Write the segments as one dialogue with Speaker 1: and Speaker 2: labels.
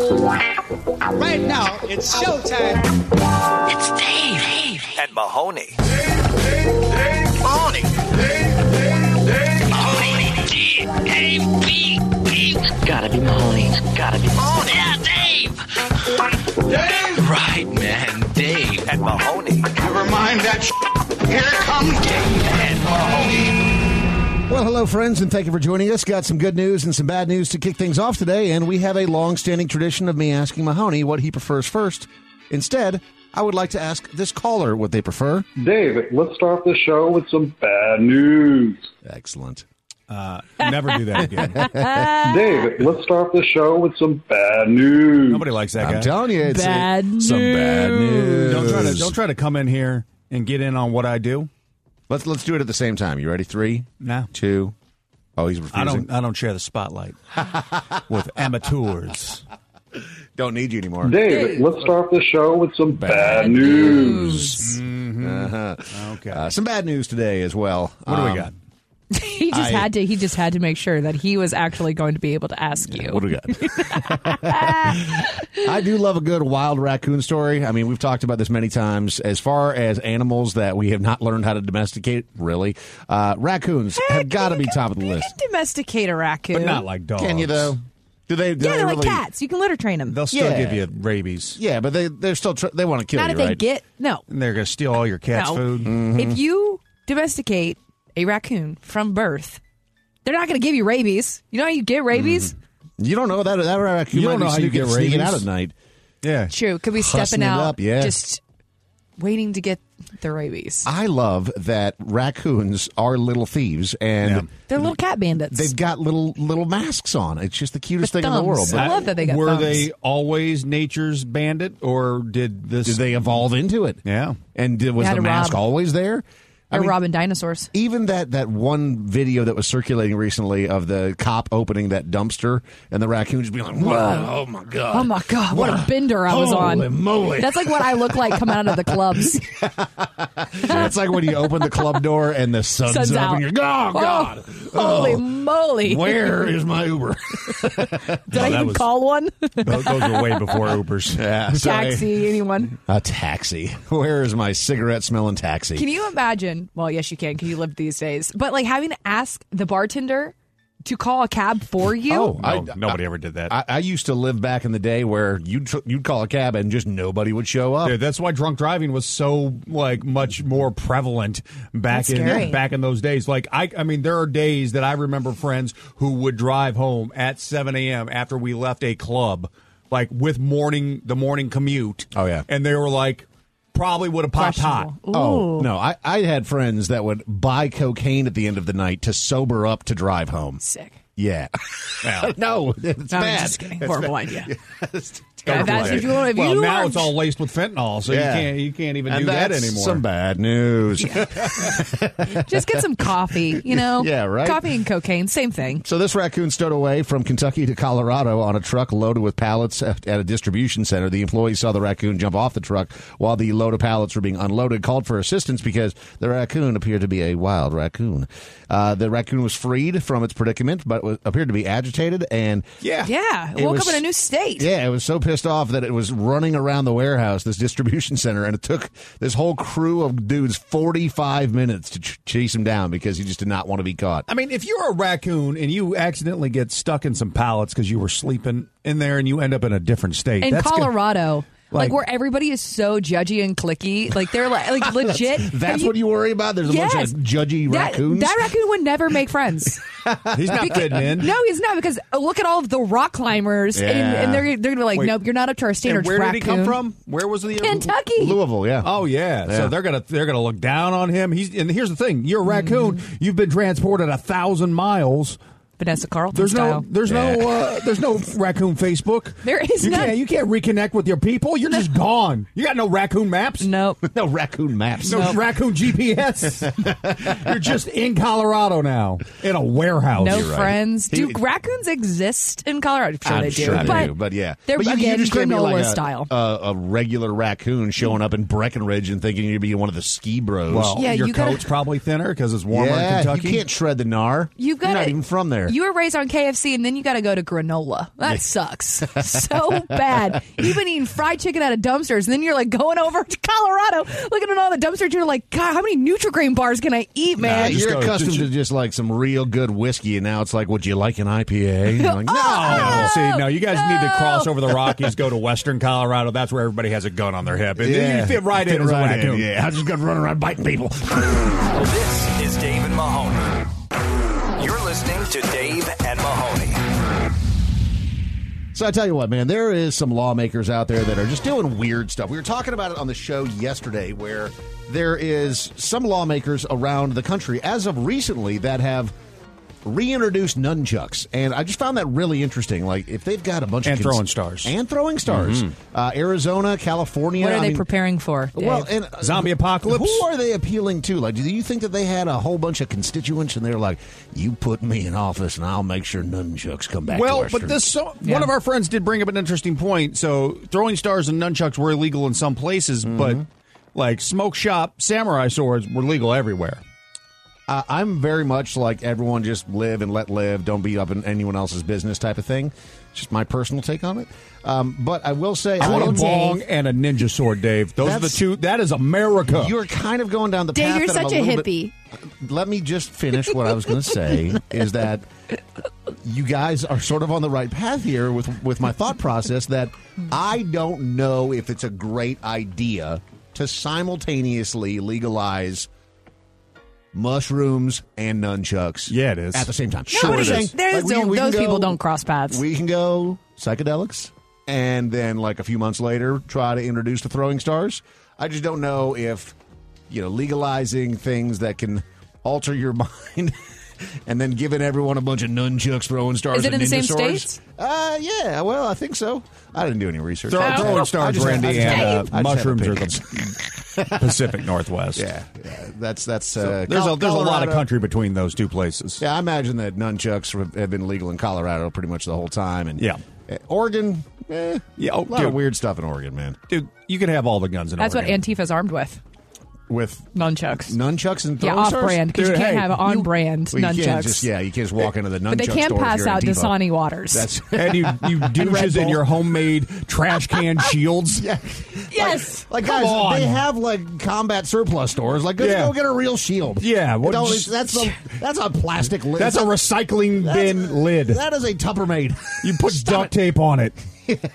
Speaker 1: Right now, it's showtime.
Speaker 2: It's Dave. Dave.
Speaker 3: and Mahoney.
Speaker 2: Mahoney. Mahoney. D-A-V-E. Gotta be Mahoney. Gotta be Mahoney. Yeah, Dave. Dave. Right, man. Dave.
Speaker 3: And Mahoney.
Speaker 4: Never mind that. Sh- Here comes Dave.
Speaker 5: Well, hello, friends, and thank you for joining us. Got some good news and some bad news to kick things off today, and we have a long standing tradition of me asking Mahoney what he prefers first. Instead, I would like to ask this caller what they prefer.
Speaker 6: Dave, let's start the show with some bad news.
Speaker 5: Excellent.
Speaker 7: Uh,
Speaker 8: Never do that again.
Speaker 6: Dave, let's start the show with some bad news.
Speaker 8: Nobody likes that
Speaker 5: I'm
Speaker 8: guy.
Speaker 5: telling you, it's
Speaker 7: Bad
Speaker 5: it's some bad news.
Speaker 8: don't try to don't try to come in here and get in on what I do.
Speaker 5: Let's let's do it at the same time. You ready? Three,
Speaker 8: No.
Speaker 5: two. Oh, he's refusing.
Speaker 8: I don't I don't share the spotlight with amateurs.
Speaker 5: Don't need you anymore.
Speaker 6: Dave, let's start the show with some bad, news.
Speaker 8: Okay.
Speaker 5: Mm-hmm. Uh, some bad news today as well.
Speaker 8: what do
Speaker 5: Um,
Speaker 8: we got?
Speaker 7: He just
Speaker 5: I-
Speaker 7: had to. He just had to make sure that he was actually going to be able to ask you.
Speaker 5: What do we got? I do love a good wild raccoon story. I mean, we've talked about this many times. As far as animals that we have not learned how to domesticate, really, uh, raccoons have got to be top of the list.
Speaker 7: Domesticate a raccoon.
Speaker 8: But not like dogs.
Speaker 5: Can you though? Do they? Do
Speaker 7: yeah,
Speaker 5: they
Speaker 7: they're like
Speaker 5: really-
Speaker 7: cats. You can litter train them.
Speaker 8: They'll still
Speaker 5: Yeah.
Speaker 8: give you rabies.
Speaker 5: Yeah, but they they're still tr- they want to kill
Speaker 7: Not
Speaker 5: you,
Speaker 7: if they
Speaker 5: right?
Speaker 7: get no.
Speaker 8: And they're gonna steal all your cat's
Speaker 7: No.
Speaker 8: food.
Speaker 5: Mm-hmm.
Speaker 7: If you domesticate a raccoon from birth, they're not going to give you rabies. You know how you get rabies?
Speaker 8: Mm-hmm.
Speaker 5: you don't know that that raccoon
Speaker 8: You
Speaker 5: might
Speaker 8: don't
Speaker 5: be
Speaker 8: know how you
Speaker 5: sneaking,
Speaker 8: get
Speaker 5: sneaking
Speaker 8: rabies.
Speaker 5: out at night.
Speaker 8: Yeah.
Speaker 7: True. Could be
Speaker 5: Hussing
Speaker 7: stepping
Speaker 5: it
Speaker 7: out,
Speaker 5: up, yeah.
Speaker 7: just waiting to get the rabies.
Speaker 5: I love that raccoons are little thieves and.
Speaker 8: Yeah.
Speaker 7: They're little cat bandits.
Speaker 5: They've got little little masks on. It's just the cutest
Speaker 7: With
Speaker 5: thing in the
Speaker 7: thumbs.
Speaker 5: world.
Speaker 7: I love that they got
Speaker 8: Were
Speaker 7: thumbs.
Speaker 8: they always nature's bandit or did this
Speaker 5: Did they evolve into it?
Speaker 8: Yeah.
Speaker 5: And did, was
Speaker 7: Yeah,
Speaker 5: the
Speaker 7: to
Speaker 5: mask
Speaker 7: rob.
Speaker 5: always there? I
Speaker 7: They're
Speaker 5: mean,
Speaker 7: robbing dinosaurs.
Speaker 5: even that that one video that was circulating recently of the cop opening that dumpster and the raccoon just being like, "Whoa, oh my god,
Speaker 7: Oh my god, what a bender I was
Speaker 5: Holy
Speaker 7: on.
Speaker 5: moly.
Speaker 7: That's like what I look like coming out of the clubs.
Speaker 5: it's like when you open the club door and the sun's,
Speaker 7: Sun's out.
Speaker 5: up and you're, oh god,
Speaker 7: Holy
Speaker 5: Oh,
Speaker 7: moly.
Speaker 5: where is my Uber?
Speaker 7: Did I
Speaker 8: that
Speaker 7: even
Speaker 8: was-
Speaker 7: call one?
Speaker 8: those, those were way before Ubers.
Speaker 5: Yeah, so I-
Speaker 7: Taxi, anyone?
Speaker 5: a taxi. Where is my cigarette smelling taxi?
Speaker 7: Can you imagine? Well, yes, you can because you live these days. But like having to ask the bartender to call a cab for you.
Speaker 5: oh, I,
Speaker 8: No, nobody ever did that.
Speaker 5: I, I used to live back in the day where you'd tr- you'd call a cab and just nobody would show up.
Speaker 8: Dude, that's why drunk driving was so like much more prevalent back
Speaker 7: That's
Speaker 8: in
Speaker 7: scary.
Speaker 8: back in those days. Like I, I mean, there are days that I remember friends who would drive home at 7 a.m. after we left a club, like with morning the morning commute.
Speaker 5: Oh, yeah.
Speaker 8: and they were like probably would have popped hot.
Speaker 7: Questionable.
Speaker 5: Oh
Speaker 7: Ooh.
Speaker 5: no, I, I had friends that would buy cocaine at the end of the night to sober up to drive home.
Speaker 7: Sick.
Speaker 5: Yeah,
Speaker 8: Well,
Speaker 5: no, it's
Speaker 7: I'm
Speaker 5: bad.
Speaker 7: just kidding. Horrible idea.
Speaker 5: It's
Speaker 7: Yeah,
Speaker 5: terrible.
Speaker 7: that's if you want if
Speaker 8: well,
Speaker 7: you
Speaker 8: now
Speaker 7: aren't-
Speaker 8: it's all laced with fentanyl, so
Speaker 5: Yeah.
Speaker 8: you can't you can't even
Speaker 5: and
Speaker 8: do that
Speaker 5: that's
Speaker 8: anymore.
Speaker 5: Some bad news.
Speaker 7: just get some coffee, you know?
Speaker 5: Yeah, right?
Speaker 7: Coffee and cocaine, same thing.
Speaker 5: So this raccoon stowed away from Kentucky to Colorado on a truck loaded with pallets at at a distribution center. The employees saw the raccoon jump off the truck while the load of pallets were being unloaded, called for assistance because the raccoon appeared to be a wild raccoon. Uh, the raccoon was freed from its predicament, but was, appeared to be agitated and
Speaker 8: yeah,
Speaker 7: Yeah.
Speaker 5: It
Speaker 7: woke
Speaker 5: was-
Speaker 7: up in a new state.
Speaker 5: Yeah, it was so pissed off that it was running around the warehouse, this distribution center, and it took this whole crew of dudes 45 minutes to ch- chase him down because he just did not want to be caught.
Speaker 8: I mean, if you're a raccoon and you accidentally get stuck in some pallets because you were sleeping in there and you end up in a different state,
Speaker 7: in
Speaker 8: that's gonna-
Speaker 7: Colorado, like,
Speaker 8: like-
Speaker 7: where everybody is so judgy and clicky, like they're like, like legit. have
Speaker 5: That's what you worry about? There's a bunch
Speaker 7: Yes.
Speaker 5: of judgy
Speaker 7: that,
Speaker 5: raccoons?
Speaker 7: That raccoon would never make friends.
Speaker 8: He's not fitting in.
Speaker 7: no, he's not because uh, look at all of the rock climbers, and,
Speaker 5: Yeah.
Speaker 7: and they're they're gonna be like,
Speaker 8: Wait.
Speaker 7: nope, you're not up to our standards.
Speaker 8: And where
Speaker 7: raccoon.
Speaker 8: did he come from? Where was the
Speaker 7: Kentucky.
Speaker 5: Louisville, yeah.
Speaker 8: Oh yeah.
Speaker 5: Yeah.
Speaker 8: so they're gonna they're gonna look down on him. He's and here's the thing:
Speaker 7: Mm-hmm.
Speaker 8: you're a raccoon. You've been transported a thousand miles.
Speaker 7: Vanessa Carlton
Speaker 8: There's
Speaker 7: style.
Speaker 8: no there's no uh, there's no raccoon Facebook.
Speaker 7: There is
Speaker 8: you
Speaker 7: none.
Speaker 8: Can't, you can't reconnect with your people. You're just gone. You got no raccoon maps.
Speaker 7: nope.
Speaker 5: No raccoon maps.
Speaker 8: No raccoon GPS. You're just in Colorado now in a warehouse.
Speaker 7: No
Speaker 5: You're right.
Speaker 7: friends. Do
Speaker 5: He-
Speaker 7: raccoons exist in Colorado? I'm sure
Speaker 5: I'm
Speaker 7: they do.
Speaker 5: sure they
Speaker 7: but
Speaker 5: do, but yeah,
Speaker 7: they're
Speaker 5: but you,
Speaker 7: again
Speaker 5: you just can't be
Speaker 7: granola
Speaker 5: like a,
Speaker 7: style.
Speaker 5: A, a regular raccoon showing up in Breckenridge and thinking you'd be one of the ski bros.
Speaker 8: Well,
Speaker 7: Yeah,
Speaker 8: your
Speaker 7: you gotta-
Speaker 8: coat's probably thinner because it's warmer in
Speaker 5: yeah,
Speaker 8: Kentucky.
Speaker 5: you can't shred the gnar.
Speaker 7: You've got
Speaker 5: You're not
Speaker 7: to-
Speaker 5: even from there.
Speaker 7: You were raised on KFC and then you got to go to granola. That sucks so bad. You've been eating fried chicken out of dumpsters and then you're like going over to Colorado looking at all the dumpsters. You're like, God, how many Nutrigrain bars can I eat,
Speaker 5: Nah,
Speaker 7: man?
Speaker 8: just
Speaker 5: you're
Speaker 8: go-
Speaker 5: accustomed
Speaker 8: did you-
Speaker 5: to just like some real good whiskey, and now it's like, would you like an IPA? And you're like, no.
Speaker 8: No, see, no, you guys need to
Speaker 7: No.
Speaker 8: cross over the Rockies, go to Western Colorado. That's where everybody has a gun on their hip. And you fit right in as a raccoon.
Speaker 5: Yeah, I'm just gonna run around biting people.
Speaker 3: This is Dave and Mahoney. You're listening to Dave and Mahoney.
Speaker 5: So I tell you what, man, there is some lawmakers out there that are just doing weird stuff. We were talking about it on the show yesterday, where there is some lawmakers around the country, as of recently, that have reintroduced nunchucks, and I just found that really interesting. Like if they've got a bunch
Speaker 8: And
Speaker 5: of
Speaker 8: throwing stars. Mm-hmm.
Speaker 5: and throwing stars, uh, Arizona, California.
Speaker 7: What are
Speaker 5: I
Speaker 7: they
Speaker 5: mean-
Speaker 7: preparing for? Dave?
Speaker 5: Well, and uh,
Speaker 8: Zombie apocalypse.
Speaker 5: Who are they appealing to? Like, do you think that they had a whole bunch of constituents and they're like, "You put me in office, and I'll make sure nunchucks come back." to
Speaker 8: Well,
Speaker 5: our
Speaker 8: but
Speaker 5: streets."
Speaker 8: this so,
Speaker 7: Yeah.
Speaker 8: one of our friends did bring up an interesting point. So throwing stars and nunchucks were illegal in some places,
Speaker 5: Mm-hmm.
Speaker 8: but like smoke shop samurai swords were legal everywhere.
Speaker 5: I- Uh, I'm very much like everyone just live and let live, don't be up in anyone else's business type of thing. It's just my personal take on it. Um, but I will say,
Speaker 8: I want a
Speaker 5: am-
Speaker 8: bong and a ninja sword, Dave. Those are the
Speaker 5: That's-
Speaker 8: two. That is America.
Speaker 5: You're kind of going down the
Speaker 7: Dave,
Speaker 5: path.
Speaker 7: you're
Speaker 5: that I'm
Speaker 7: such a
Speaker 5: little
Speaker 7: hippie.
Speaker 5: Bit, let me just finish what I was going to say is that you guys are sort of on the right path here with with my thought process that I don't know if it's a great idea to simultaneously legalize mushrooms and nunchucks.
Speaker 8: Yeah, it is.
Speaker 5: at the same time.
Speaker 7: No, but
Speaker 5: I'm
Speaker 7: it
Speaker 5: saying,
Speaker 7: is. There's
Speaker 5: we-
Speaker 7: no-
Speaker 5: we can
Speaker 7: those people
Speaker 5: go-
Speaker 7: don't cross paths.
Speaker 5: We can go psychedelics, and then like a few months later, try to introduce the throwing stars. I just don't know if you know legalizing things that can alter your mind. And then giving everyone a bunch of nunchucks, throwing stars,
Speaker 7: Is it
Speaker 5: and
Speaker 7: in the
Speaker 5: ninja
Speaker 7: same
Speaker 5: swords.
Speaker 7: states?
Speaker 5: Uh, yeah. Well, I think so. I didn't do any research.
Speaker 8: Throw,
Speaker 5: I just-
Speaker 8: throwing
Speaker 5: I
Speaker 8: stars,
Speaker 5: just- I
Speaker 8: Randy,
Speaker 5: just- I
Speaker 8: and
Speaker 5: just
Speaker 8: uh,
Speaker 5: have
Speaker 8: mushrooms are
Speaker 5: opinions.
Speaker 8: the Pacific Northwest.
Speaker 5: Yeah, yeah, that's that's. Uh,
Speaker 8: There's a,
Speaker 5: Col-
Speaker 8: there's a lot of
Speaker 5: Colorado.
Speaker 8: country between those two places.
Speaker 5: Yeah, I imagine that nunchucks have- have been legal in Colorado pretty much the whole time, and
Speaker 8: Yeah.
Speaker 5: Eh, Oregon, eh,
Speaker 8: Yeah, oh,
Speaker 5: a lot of
Speaker 8: dude.
Speaker 5: weird stuff in Oregon, man,
Speaker 8: Dude, you can have all the guns in
Speaker 7: That's what
Speaker 8: Oregon.
Speaker 7: Antifa's armed with
Speaker 5: with
Speaker 7: nunchucks.
Speaker 5: nunchucks and
Speaker 7: yeah,
Speaker 5: throwing
Speaker 7: off
Speaker 5: stars?
Speaker 7: brand because you
Speaker 8: Dude,
Speaker 7: can't
Speaker 8: hey,
Speaker 7: have on brand
Speaker 5: Well, you
Speaker 7: nunchucks.
Speaker 5: can't just yeah, you can't just walk into the nunchuck
Speaker 7: but they can
Speaker 5: store if
Speaker 7: pass
Speaker 5: you're
Speaker 7: out
Speaker 5: Antifa.
Speaker 7: Dasani waters.
Speaker 5: That's
Speaker 8: and you, you douches in
Speaker 7: Bull.
Speaker 8: your homemade trash can shields.
Speaker 5: yeah.
Speaker 7: yes.
Speaker 5: Like
Speaker 8: Come
Speaker 5: guys,
Speaker 8: on.
Speaker 5: they have like combat surplus stores. Like, go,
Speaker 8: Yeah.
Speaker 5: go get a real shield.
Speaker 8: Yeah, what-
Speaker 5: Don't- it's- that's a that's a plastic. Li-
Speaker 8: That's a recycling bin lid.
Speaker 5: That is a Tuppermade.
Speaker 8: you put duct tape on it.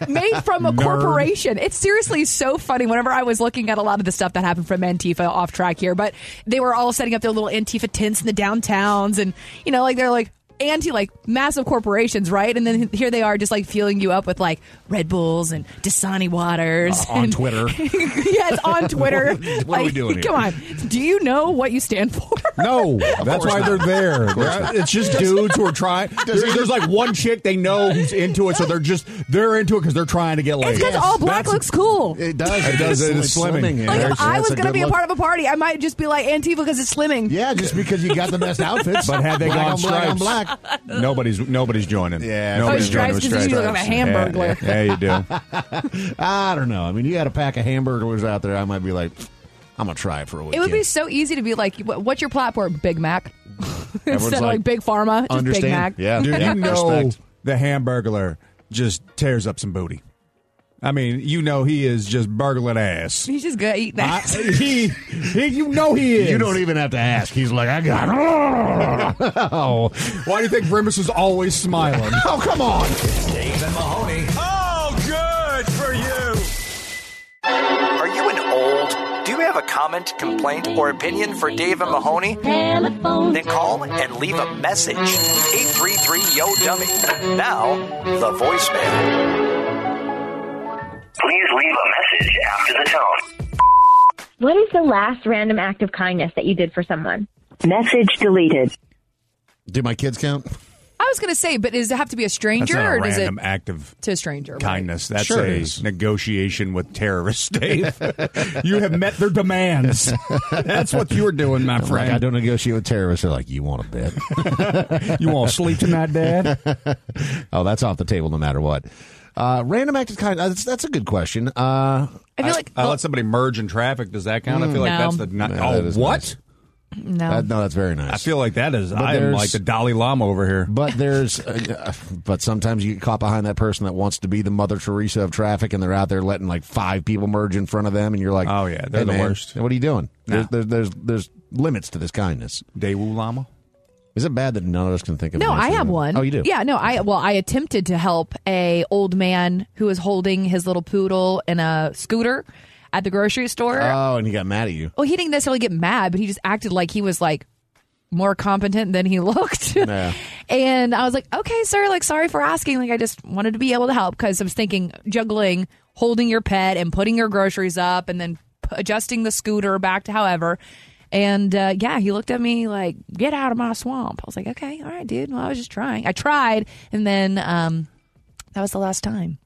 Speaker 7: made from a
Speaker 8: Nerd.
Speaker 7: corporation. It's seriously so funny. Whenever I was looking at a lot of the stuff that happened from Antifa off track here, but they were all setting up their little Antifa tents in the downtowns, and you know, like they're like anti like massive corporations, right? And then here they are, just like fueling you up with like Red Bulls and Dasani waters
Speaker 5: Uh, on
Speaker 7: and-
Speaker 5: Twitter.
Speaker 7: yes, on Twitter.
Speaker 5: What are we
Speaker 7: Like,
Speaker 5: doing here?
Speaker 7: Come on, do you know what you stand for?
Speaker 8: No, that's why they're there. They're- It's just dudes who are trying. There's, there's like one chick they know who's into it, so they're just they're into it because they're trying to get laid.
Speaker 7: It's because all black
Speaker 8: That's-
Speaker 7: looks cool.
Speaker 5: It does.
Speaker 8: It does, it is
Speaker 5: It's
Speaker 8: slimming.
Speaker 5: yeah.
Speaker 7: Like
Speaker 5: There's-
Speaker 7: if I
Speaker 5: that's
Speaker 7: was going to
Speaker 5: good
Speaker 7: be a
Speaker 5: look.
Speaker 7: part of a party, I might just be like Antifa because it's slimming.
Speaker 5: Yeah, just because you got the best outfits.
Speaker 8: But had they
Speaker 5: black
Speaker 8: gone
Speaker 5: on black on
Speaker 8: stripes,
Speaker 5: black.
Speaker 8: nobody's nobody's joining.
Speaker 5: Yeah,
Speaker 8: nobody's
Speaker 5: Oh,
Speaker 8: joining
Speaker 7: stripes,
Speaker 8: with
Speaker 7: 'cause then you look
Speaker 8: stripes.
Speaker 7: like a hamburglar.
Speaker 8: Yeah, yeah, yeah, you do.
Speaker 5: I don't know. I mean, you had a pack of hamburgers out there. I might be like, I'm gonna try it for a week.
Speaker 7: It would be so easy to be like, "What- "What's your platform? Big Mac." Instead of
Speaker 5: like,
Speaker 7: like Big Pharma, just Big
Speaker 5: understand.
Speaker 7: Mac.
Speaker 5: Yeah,
Speaker 8: Dude,
Speaker 5: yeah,
Speaker 8: you know
Speaker 5: respect.
Speaker 8: the hamburglar just tears up some booty. I mean, you know he is just burgling ass.
Speaker 7: He's just good at eating
Speaker 8: I,
Speaker 7: that.
Speaker 8: he, he, you know he is.
Speaker 5: You don't even have to ask. He's like, I got. oh,
Speaker 8: Why do you think Grimace is always smiling?
Speaker 5: oh, come on.
Speaker 3: Dave and Mahoney.
Speaker 4: Oh, good for you.
Speaker 3: Are you an old? Do you have a comment, complaint, or opinion for Dave and Mahoney? Then call and leave a message. 833 Yo Dummy. Now, the voicemail.
Speaker 9: Please leave a message after the tone.
Speaker 10: What is the last random act of kindness that you did for someone?
Speaker 11: Message deleted.
Speaker 5: Do my kids count?
Speaker 7: I was going to say, but does it have to be a
Speaker 8: That's
Speaker 7: stranger,
Speaker 8: not
Speaker 7: or
Speaker 8: a
Speaker 7: does it
Speaker 8: random act of
Speaker 7: to a stranger? right?
Speaker 8: kindness. That's
Speaker 5: Sure it
Speaker 8: a
Speaker 5: is.
Speaker 8: negotiation with terrorists, Dave. you have met their demands. That's what you're doing, my
Speaker 5: I'm like, I
Speaker 8: friend.
Speaker 5: don't negotiate with terrorists. They're like, you want a bit?
Speaker 8: you want to sleep tonight, Dad?
Speaker 5: oh, that's off the table no matter what. Uh, random act of kindness. That's, that's a good question. Uh,
Speaker 7: I feel like
Speaker 8: I let somebody merge in traffic. Does that count? I feel like
Speaker 7: No.
Speaker 8: that's the. Not,
Speaker 5: Yeah, that
Speaker 8: oh,
Speaker 5: is
Speaker 8: what?
Speaker 5: nice.
Speaker 7: No.
Speaker 5: That- no, that's very nice.
Speaker 8: I feel like that is.
Speaker 5: But
Speaker 8: I am
Speaker 5: there's-
Speaker 8: like the Dalai Lama over here.
Speaker 5: But there's, uh, but sometimes you get caught behind that person that wants to be the Mother Teresa of traffic, and they're out there letting like five people merge in front of them, and you're like,
Speaker 8: Oh, yeah, they're
Speaker 5: "Hey,
Speaker 8: the
Speaker 5: man,
Speaker 8: worst."
Speaker 5: What are you doing?
Speaker 8: No.
Speaker 5: There's, there's there's there's limits to this kindness.
Speaker 8: Daewoo Lama.
Speaker 5: Is it bad that none of us can think of?
Speaker 7: No,
Speaker 5: an
Speaker 7: I
Speaker 5: answer?
Speaker 7: have one.
Speaker 5: Oh, you do?
Speaker 7: Yeah, no, I well, I attempted to help a old man who was holding his little poodle in a scooter at the grocery store.
Speaker 5: Oh, and he got mad at you.
Speaker 7: well, he didn't necessarily get mad, but he just acted like he was like more competent than he looked.
Speaker 5: Yeah.
Speaker 7: and I was like, "Okay, sir, like sorry for asking. Like I just wanted to be able to help cuz I was thinking juggling holding your pet and putting your groceries up and then p- adjusting the scooter back to however." And uh, yeah, he looked at me like, "Get out of my swamp." I was like, "Okay, all right, dude. Well, I was just trying. I tried." And then um that was the last time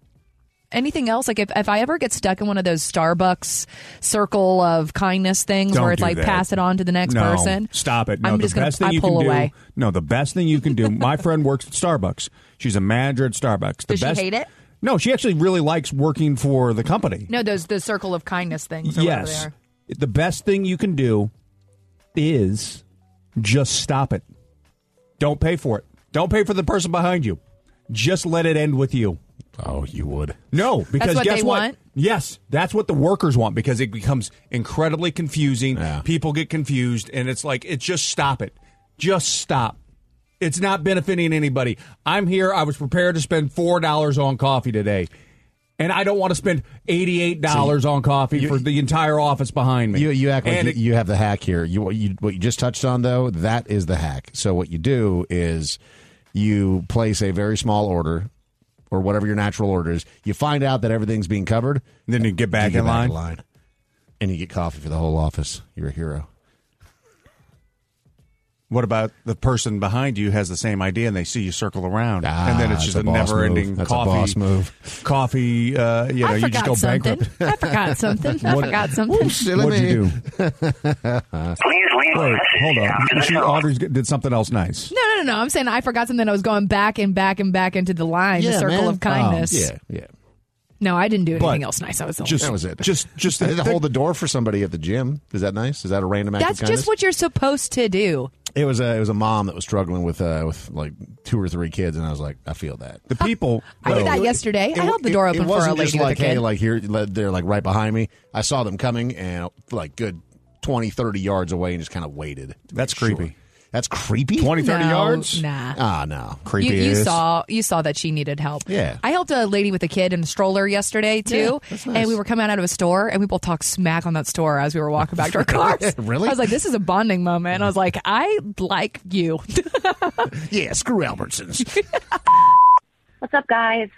Speaker 7: anything else like if, if i ever get stuck in one of those starbucks circle of kindness things
Speaker 8: Don't
Speaker 7: where it's
Speaker 8: do
Speaker 7: like
Speaker 8: that.
Speaker 7: pass it on to the next
Speaker 8: no,
Speaker 7: person
Speaker 8: Stop it. No,
Speaker 7: i'm
Speaker 8: the
Speaker 7: just
Speaker 8: best
Speaker 7: gonna
Speaker 8: thing
Speaker 7: I
Speaker 8: you
Speaker 7: pull
Speaker 8: can
Speaker 7: away
Speaker 8: do. No, the best thing you can do. My friend works at Starbucks. She's a manager at Starbucks. The
Speaker 7: Does she
Speaker 8: best,
Speaker 7: hate it?
Speaker 8: No, she actually really likes working for the company.
Speaker 7: no those the circle of kindness things or whatever they
Speaker 8: yes.
Speaker 7: are.
Speaker 8: The best thing you can do is just stop it. Don't pay for it. Don't pay for the person behind you. Just let it end with you.
Speaker 5: Oh, you would.
Speaker 8: No, because
Speaker 7: what
Speaker 8: guess
Speaker 7: they
Speaker 8: what?
Speaker 7: want?
Speaker 8: Yes, that's what the workers want because it becomes incredibly confusing.
Speaker 5: Yeah.
Speaker 8: People get confused, and it's like it's just stop it, just stop. It's not benefiting anybody. I'm here. I was prepared to spend four dollars on coffee today, and I don't want to spend eighty-eight dollars on coffee for the entire office behind me.
Speaker 5: You, you act like
Speaker 8: And
Speaker 5: you,
Speaker 8: it-
Speaker 5: you have the hack here. You, what you what you just touched on though, that is the hack. So what you do is you place a very small order or whatever your natural order is. You find out that everything's being covered.
Speaker 8: Then you get back
Speaker 5: you
Speaker 8: in
Speaker 5: back
Speaker 8: line.
Speaker 5: and you get coffee for the whole office. You're a hero.
Speaker 8: What about the person behind you has the same idea and they see you circle around
Speaker 5: Ah,
Speaker 8: and then it's just
Speaker 5: that's
Speaker 8: a,
Speaker 5: a boss
Speaker 8: never-ending
Speaker 5: move. That's a
Speaker 8: coffee
Speaker 5: boss move.
Speaker 8: Coffee, uh, you know,
Speaker 7: I
Speaker 8: you just
Speaker 7: forgot
Speaker 8: go
Speaker 7: something.
Speaker 8: bankrupt.
Speaker 7: I forgot something. I forgot something.
Speaker 8: What'd you do?
Speaker 9: Please leave a
Speaker 8: Wait,
Speaker 9: message
Speaker 8: hold
Speaker 9: after
Speaker 8: on.
Speaker 9: the
Speaker 8: She,
Speaker 9: tone.
Speaker 8: Audrey's g- did something else nice.
Speaker 7: No, no, no, no. I'm saying I forgot something. I was going back and back and back into the line, the circle of kindness.
Speaker 5: yeah, yeah.
Speaker 7: No, I didn't do anything
Speaker 8: Oh, But
Speaker 7: else nice. I was the only
Speaker 8: Just
Speaker 5: That was it.
Speaker 8: Just, just
Speaker 5: I had to
Speaker 8: the-
Speaker 5: hold the door for somebody at the gym. Is that nice? Is that a random act
Speaker 7: That's
Speaker 5: of kindness?
Speaker 7: just what you're supposed to do.
Speaker 5: it was. A, it was a mom that was struggling with uh, with like two or three kids, and I was like, I feel that.
Speaker 8: the people.
Speaker 7: I did that yesterday. I held the door open
Speaker 5: it
Speaker 7: for
Speaker 5: wasn't
Speaker 7: a lady
Speaker 5: just like,
Speaker 7: with a kid.
Speaker 5: hey, like here, like, they're like right behind me. I saw them coming and like good 20, 30 yards away and just kind of waited. to
Speaker 8: That's
Speaker 5: make sure.
Speaker 8: creepy.
Speaker 5: That's creepy?
Speaker 8: 20, 30
Speaker 7: No,
Speaker 8: yards?
Speaker 7: Nah.
Speaker 5: Ah, no.
Speaker 8: Creepy
Speaker 7: You, you
Speaker 8: as-
Speaker 7: saw you saw that she needed help.
Speaker 5: Yeah.
Speaker 7: I helped a lady with a kid in a stroller yesterday too.
Speaker 5: that's nice.
Speaker 7: And we were coming out of a store and we both talked smack on that store as we were walking back to our cars.
Speaker 5: Really?
Speaker 7: I was like, this is a bonding moment. And I was like, I like you.
Speaker 5: Yeah, screw Albertsons.
Speaker 11: What's up, guys?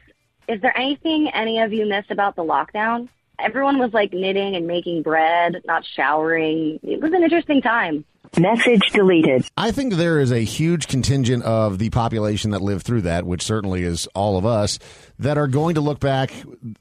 Speaker 11: Is there anything any of you missed about the lockdown? Everyone was like knitting and making bread, not showering. It was an interesting time.
Speaker 12: Message deleted.
Speaker 5: I think there is a huge contingent of the population that lived through that, which certainly is all of us, that are going to look back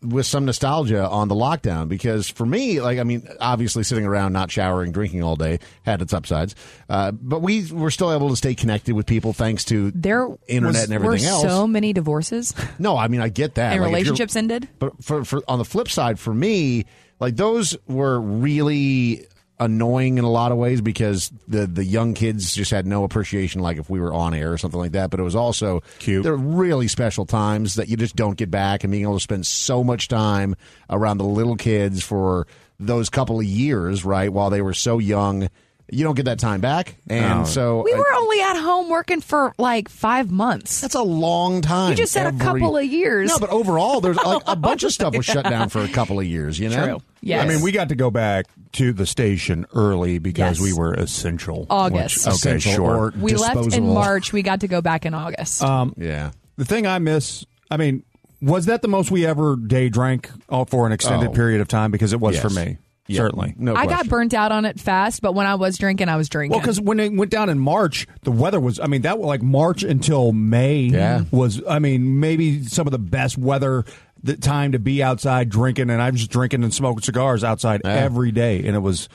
Speaker 5: with some nostalgia on the lockdown. Because for me, like, I mean, obviously sitting around, not showering, drinking all day had its upsides. Uh, but we were still able to stay connected with people thanks to
Speaker 7: There
Speaker 5: internet
Speaker 7: was-
Speaker 5: and everything
Speaker 7: were
Speaker 5: else.
Speaker 7: so many divorces
Speaker 5: No, I mean I get that.
Speaker 7: and
Speaker 5: Like, if you're-
Speaker 7: relationships ended.
Speaker 5: But for, for on the flip side, for me, like those were really annoying in a lot of ways because the the young kids just had no appreciation. Like if we were on air or something like that. But it was also
Speaker 8: Cute.
Speaker 5: They're really special times that you just don't get back, and being able to spend so much time around the little kids for those couple of years, right, while they were so young. You don't get that time back, and so
Speaker 7: We
Speaker 5: I-
Speaker 7: were only at home working for like five months.
Speaker 5: that's a long time.
Speaker 7: You just said a couple of years.
Speaker 5: No, but overall, there's like a bunch of stuff was shut down for a couple of years. You know,
Speaker 7: True. Yes.
Speaker 8: I mean, we got to go back to the station early because
Speaker 7: Yes.
Speaker 8: we were essential.
Speaker 7: August.
Speaker 8: Which, okay,
Speaker 5: Essential
Speaker 8: sure. Uh,
Speaker 5: or
Speaker 7: we left in
Speaker 5: disposable.
Speaker 7: March. We got to go back in August.
Speaker 5: Yeah,
Speaker 8: Um, the thing I miss, I mean, was that the most we ever day drank uh, for an extended
Speaker 5: Oh.
Speaker 8: period of time? Because it was
Speaker 5: Yes.
Speaker 8: for me,
Speaker 5: Yeah.
Speaker 8: certainly.
Speaker 5: No,
Speaker 7: I got
Speaker 5: question.
Speaker 7: burnt out on it fast, but when I was drinking, I was drinking.
Speaker 8: Well, because when it went down in March, the weather was, I mean, that was like March until May
Speaker 5: Yeah.
Speaker 8: was, I mean, maybe some of the best weather the time to be outside drinking. And I'm just drinking and smoking cigars outside every day. And it was,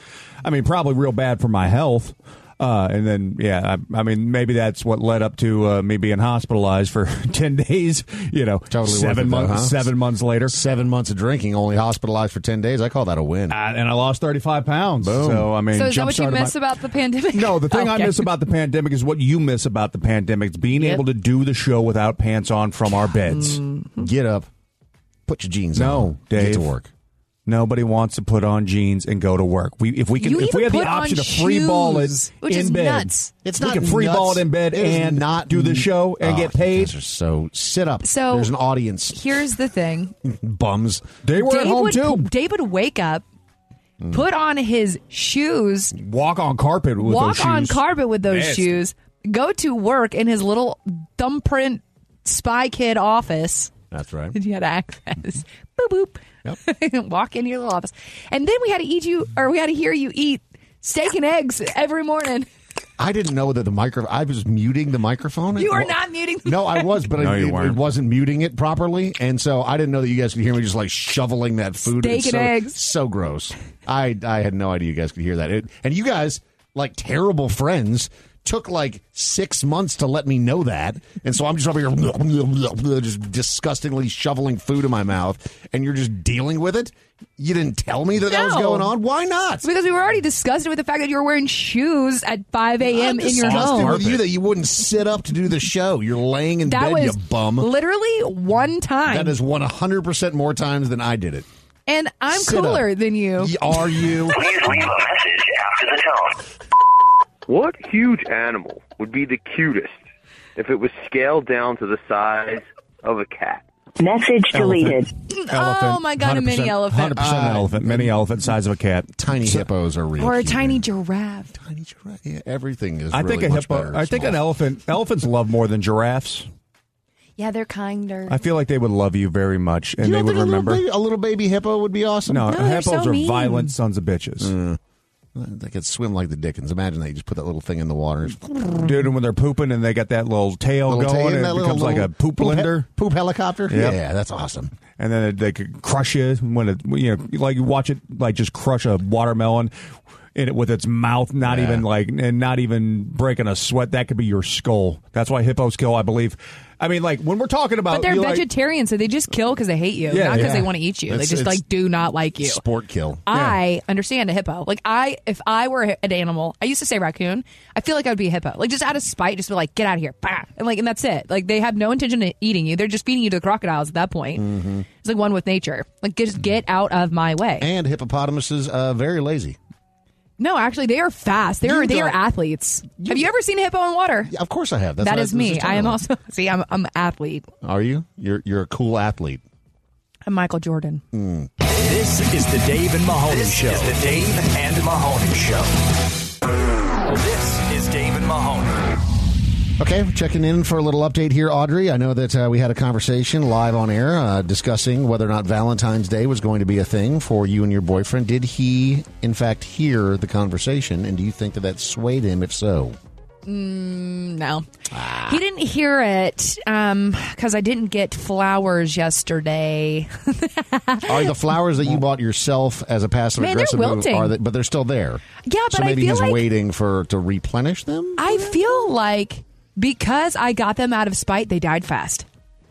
Speaker 8: I mean, probably real bad for my health. Uh, and then, yeah, I, I mean, maybe that's what led up to uh, me being hospitalized for ten days. You know,
Speaker 5: Totally worth
Speaker 8: seven
Speaker 5: it, though,
Speaker 8: months,
Speaker 5: huh?
Speaker 8: seven months later,
Speaker 5: seven months of drinking, only hospitalized for ten days. I call that a win.
Speaker 8: and I lost thirty five pounds.
Speaker 5: Boom.
Speaker 8: So I mean,
Speaker 7: so is that what you
Speaker 8: jump-started my-
Speaker 7: miss about the pandemic?
Speaker 8: No, the thing I
Speaker 7: Okay.
Speaker 8: miss about the pandemic is what you miss about the pandemic. It's being
Speaker 7: Yep.
Speaker 8: able to do the show without pants on from our beds.
Speaker 7: Mm-hmm.
Speaker 5: Get up, put your jeans
Speaker 8: no,
Speaker 5: on,
Speaker 8: Dave.
Speaker 5: get to work.
Speaker 8: Nobody wants to put on jeans and go to work. We if we can
Speaker 7: You
Speaker 8: if
Speaker 7: even
Speaker 8: we had the
Speaker 7: put on
Speaker 8: option to free ball it
Speaker 7: shoes, which
Speaker 8: in
Speaker 7: is
Speaker 8: bed.
Speaker 7: nuts. It's
Speaker 8: If we
Speaker 7: not
Speaker 8: can free
Speaker 7: nuts.
Speaker 8: ball it in bed
Speaker 7: It is
Speaker 8: and
Speaker 5: not
Speaker 8: do the show and
Speaker 5: Oh,
Speaker 8: get paid.
Speaker 5: You guys are so sit up.
Speaker 7: So-
Speaker 5: there's an audience.
Speaker 7: Here's the thing.
Speaker 5: Bums.
Speaker 8: They were at
Speaker 7: Dave
Speaker 8: home
Speaker 7: would,
Speaker 8: too.
Speaker 7: Dave would wake up, put on his shoes,
Speaker 8: Walk on carpet with
Speaker 7: walk
Speaker 8: those
Speaker 7: on
Speaker 8: shoes.
Speaker 7: carpet with those
Speaker 8: Nasty.
Speaker 7: shoes, go to work in his little thumbprint spy kid office.
Speaker 5: That's right.
Speaker 7: Did you had access?
Speaker 5: Mm-hmm.
Speaker 7: boop boop. walk into your little office, and then we had to eat you, or we had to hear you eat steak and eggs every morning.
Speaker 5: I didn't know that the micro. I was muting the microphone.
Speaker 7: You are
Speaker 5: Well-
Speaker 7: not muting. the
Speaker 5: No, I was, but
Speaker 8: No,
Speaker 5: I,
Speaker 8: you
Speaker 5: it, it
Speaker 8: weren't.
Speaker 5: wasn't muting it properly, and so I didn't know that you guys could hear me just like shoveling that food.
Speaker 7: Steak
Speaker 5: It's
Speaker 7: and
Speaker 5: so,
Speaker 7: eggs.
Speaker 5: So gross. I I had no idea you guys could hear that. It, and you guys, like terrible friends, took like six months to let me know that, and so I'm just over here just disgustingly shoveling food in my mouth, and you're just dealing with it. You didn't tell me that that was
Speaker 7: No.
Speaker 5: going on. Why not?
Speaker 7: It's because we were already disgusted with the fact that you were wearing shoes at 5 a.m. in your
Speaker 5: Disgusted
Speaker 7: home.
Speaker 5: with you that you wouldn't sit up to do the show. You're laying in
Speaker 7: That
Speaker 5: bed, you
Speaker 7: was
Speaker 5: bum.
Speaker 7: literally one time.
Speaker 5: That is 100% more times than I did it.
Speaker 7: and I'm
Speaker 5: Sit up.
Speaker 7: cooler than you.
Speaker 5: Y- Are you?
Speaker 9: Please leave a message after the tone.
Speaker 12: What huge animal would be the cutest if it was scaled down to the size of a cat?
Speaker 13: Message deleted.
Speaker 7: Oh my god, a mini elephant. Uh,
Speaker 8: 100% an elephant. Mini elephant size of a cat.
Speaker 5: Uh, Tiny hippos are real.
Speaker 7: Or a tiny giraffe.
Speaker 5: Yeah, everything is
Speaker 8: I
Speaker 5: really
Speaker 8: think a
Speaker 5: much
Speaker 8: hippo.
Speaker 5: better
Speaker 8: I think an
Speaker 5: small.
Speaker 8: elephant. Elephants love more than giraffes.
Speaker 7: Yeah, they're kinder.
Speaker 8: I feel like they would love you very much, and
Speaker 5: You
Speaker 8: they
Speaker 5: don't
Speaker 8: would
Speaker 5: think a little
Speaker 8: remember.
Speaker 5: baby- a little baby hippo would be awesome?
Speaker 8: no,
Speaker 7: No, they're
Speaker 8: hippos
Speaker 7: so
Speaker 8: are
Speaker 7: mean.
Speaker 8: violent sons of bitches,
Speaker 5: They could swim like the Dickens. Imagine that. You just put that little thing in the water.
Speaker 8: dude. And when they're pooping and they got that little tail
Speaker 5: Little
Speaker 8: going,
Speaker 5: tail,
Speaker 8: and it
Speaker 5: that little-
Speaker 8: becomes like a
Speaker 5: little
Speaker 8: poop
Speaker 5: poop he-
Speaker 8: blender.
Speaker 5: Poop helicopter?
Speaker 8: Yep.
Speaker 5: Yeah, that's awesome.
Speaker 8: and then it, they could crush you when it you know like you watch it like just crush a watermelon in it with its mouth not
Speaker 5: Yeah.
Speaker 8: even like and not even breaking a sweat that could be your skull that's why hippos kill i believe i mean like when we're talking about
Speaker 7: But they're
Speaker 8: you, like-
Speaker 7: vegetarian, so they just kill because they hate you,
Speaker 8: Yeah,
Speaker 7: not because
Speaker 8: yeah.
Speaker 7: they want to eat you.
Speaker 5: It's-
Speaker 7: they just
Speaker 5: it's-
Speaker 7: like do not like you.
Speaker 5: Sport kill.
Speaker 7: I understand a hippo. Like I, if I were an animal, I used to say raccoon. I feel like I would be a hippo. Like just out of spite, just be like, get out of here, bah! and like, and that's it. Like they have no intention of eating you. They're just feeding you to the crocodiles at that point.
Speaker 5: Mm. Mm-hmm.
Speaker 7: It's like one with nature. Like just get out of my way.
Speaker 5: And hippopotamuses, uh, very lazy.
Speaker 7: no, actually, they are fast. They
Speaker 5: You
Speaker 7: are they are
Speaker 5: don't-
Speaker 7: athletes. have you ever seen a hippo in water?
Speaker 5: Yeah, of course I have. That's
Speaker 7: That
Speaker 5: what
Speaker 7: is
Speaker 5: was
Speaker 7: me.
Speaker 5: just
Speaker 7: I am
Speaker 5: telling
Speaker 7: also see. I'm I'm an athlete.
Speaker 5: you. Are you? You're, you're a cool athlete. Mm.
Speaker 7: I'm Michael Jordan.
Speaker 3: This is the Dave and Mahoney Show. This is the Dave and Mahoney Show. This is Dave and Mahoney.
Speaker 5: Okay, we're checking in for a little update here, Audrey. I know that uh, we had a conversation live on air uh, discussing whether or not Valentine's Day was going to be a thing for you and your boyfriend. Did he, in fact, hear the conversation, and do you think that that swayed him? If so,
Speaker 7: Mm, No. He didn't hear it because I didn't get flowers yesterday.
Speaker 5: are the flowers that you bought yourself as a passive
Speaker 7: Man, they're
Speaker 5: aggressive move,
Speaker 7: wilting.
Speaker 5: are they, but they're still there?
Speaker 7: Yeah, but
Speaker 5: so
Speaker 7: I
Speaker 5: maybe
Speaker 7: feel
Speaker 5: he's
Speaker 7: like-
Speaker 5: waiting for to replenish them.
Speaker 7: I feel like because I got them out of spite, they died fast.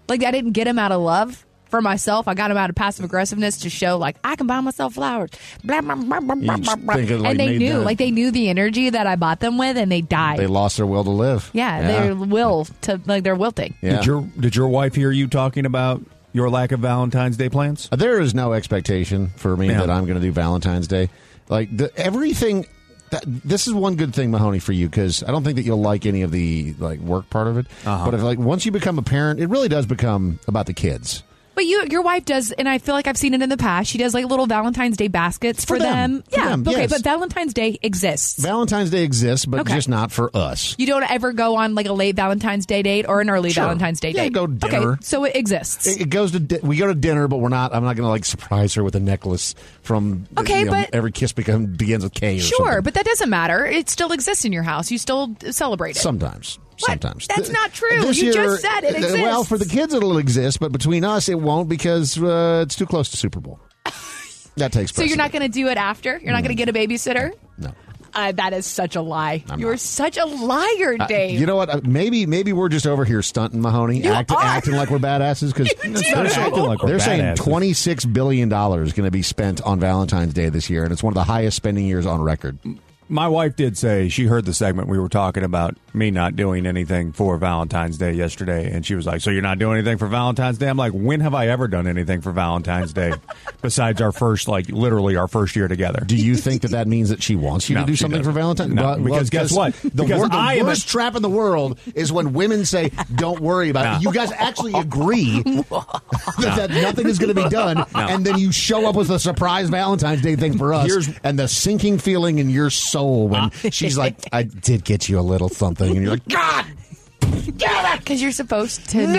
Speaker 7: Like I didn't get them out of love for myself. I got them out of passive aggressiveness to show like I can buy myself flowers. Blah, blah, blah, blah, blah,
Speaker 5: just
Speaker 7: blah, blah.
Speaker 5: think it, like,
Speaker 7: and they
Speaker 5: made
Speaker 7: knew,
Speaker 5: the-
Speaker 7: like they knew the energy that I bought them with, and they died.
Speaker 5: They lost their will to live.
Speaker 7: yeah, their will to like they're wilting.
Speaker 5: Yeah.
Speaker 8: did your did your wife hear you talking about your lack of valentine's day plans
Speaker 5: Uh, There is no expectation for me
Speaker 8: Yeah.
Speaker 5: that I'm going to do Valentine's Day. Like the, everything, that, this is one good thing, Mahoney, for you because I don't think that you'll like any of the like work part of it.
Speaker 8: Uh-huh.
Speaker 5: But if like once you become a parent, it really does become about the kids.
Speaker 7: But you, your wife does, and I feel like I've seen it in the past. She does like little Valentine's Day baskets
Speaker 5: For
Speaker 7: for,
Speaker 5: them.
Speaker 7: them.
Speaker 5: For
Speaker 7: Yeah,
Speaker 5: them,
Speaker 7: okay,
Speaker 5: yes.
Speaker 7: but Valentine's Day exists.
Speaker 5: Valentine's Day exists, but
Speaker 7: Okay.
Speaker 5: just not for us.
Speaker 7: you don't ever go on like a late Valentine's Day date or an early
Speaker 5: Sure.
Speaker 7: Valentine's Day
Speaker 5: Yeah,
Speaker 7: date.
Speaker 5: go to dinner.
Speaker 7: Okay, so it exists.
Speaker 5: It, it goes to di- we go to dinner, but we're not. I'm not going to like surprise her with a necklace from.
Speaker 7: Okay,
Speaker 5: you know,
Speaker 7: but-
Speaker 5: every kiss become, begins with K. Or
Speaker 7: sure,
Speaker 5: something.
Speaker 7: but that doesn't matter. It still exists in your house. You still celebrate it.
Speaker 5: Sometimes.
Speaker 7: What?
Speaker 5: Sometimes.
Speaker 7: That's
Speaker 5: Th-
Speaker 7: not true.
Speaker 5: this
Speaker 7: You
Speaker 5: year-
Speaker 7: just said it
Speaker 5: uh, Well, for the
Speaker 7: exists.
Speaker 5: kids, it'll exist, but between us, it won't because uh, it's too close to Super Bowl. That takes
Speaker 7: so
Speaker 5: place.
Speaker 7: you're not going to do it after. You're not going to get a babysitter.
Speaker 5: No.
Speaker 7: Uh, that is such a lie. You're such a liar,
Speaker 5: Uh,
Speaker 7: Dave.
Speaker 5: you know what? Uh, Maybe maybe we're just over here stunting Mahoney,
Speaker 7: You
Speaker 5: act,
Speaker 7: are.
Speaker 5: acting like we're badasses because
Speaker 7: You
Speaker 5: they're,
Speaker 7: do. Acting like we're
Speaker 5: they're saying
Speaker 14: badasses.
Speaker 5: twenty six billion dollars going to be spent on Valentine's Day this year, and it's one of the highest spending years on record.
Speaker 8: My wife did say she heard the segment we were talking about me not doing anything for Valentine's Day yesterday, and she was like, "So you're not doing anything for Valentine's Day?" I'm like, "When have I ever done anything for Valentine's Day besides our first, like, literally our first year together?"
Speaker 5: Do you think that that means that she wants you
Speaker 8: No,
Speaker 5: to do
Speaker 8: she
Speaker 5: something for
Speaker 8: doesn't.
Speaker 5: Valentine's?
Speaker 8: No,
Speaker 5: Well,
Speaker 8: because guess
Speaker 5: well,
Speaker 8: what?
Speaker 5: The,
Speaker 8: Because
Speaker 5: wor- the
Speaker 8: I am a-
Speaker 5: worst trap in the world is when women say, "Don't worry about it."
Speaker 8: No.
Speaker 5: You guys actually agree that, that nothing is going to be done,
Speaker 8: No.
Speaker 5: and then you show up with a surprise Valentine's Day thing for us,
Speaker 8: Here's- Uh,
Speaker 5: and the sinking feeling in your soul when she's like, "I did get you a little something," and you're like, "God."
Speaker 7: Because you're supposed to
Speaker 5: No!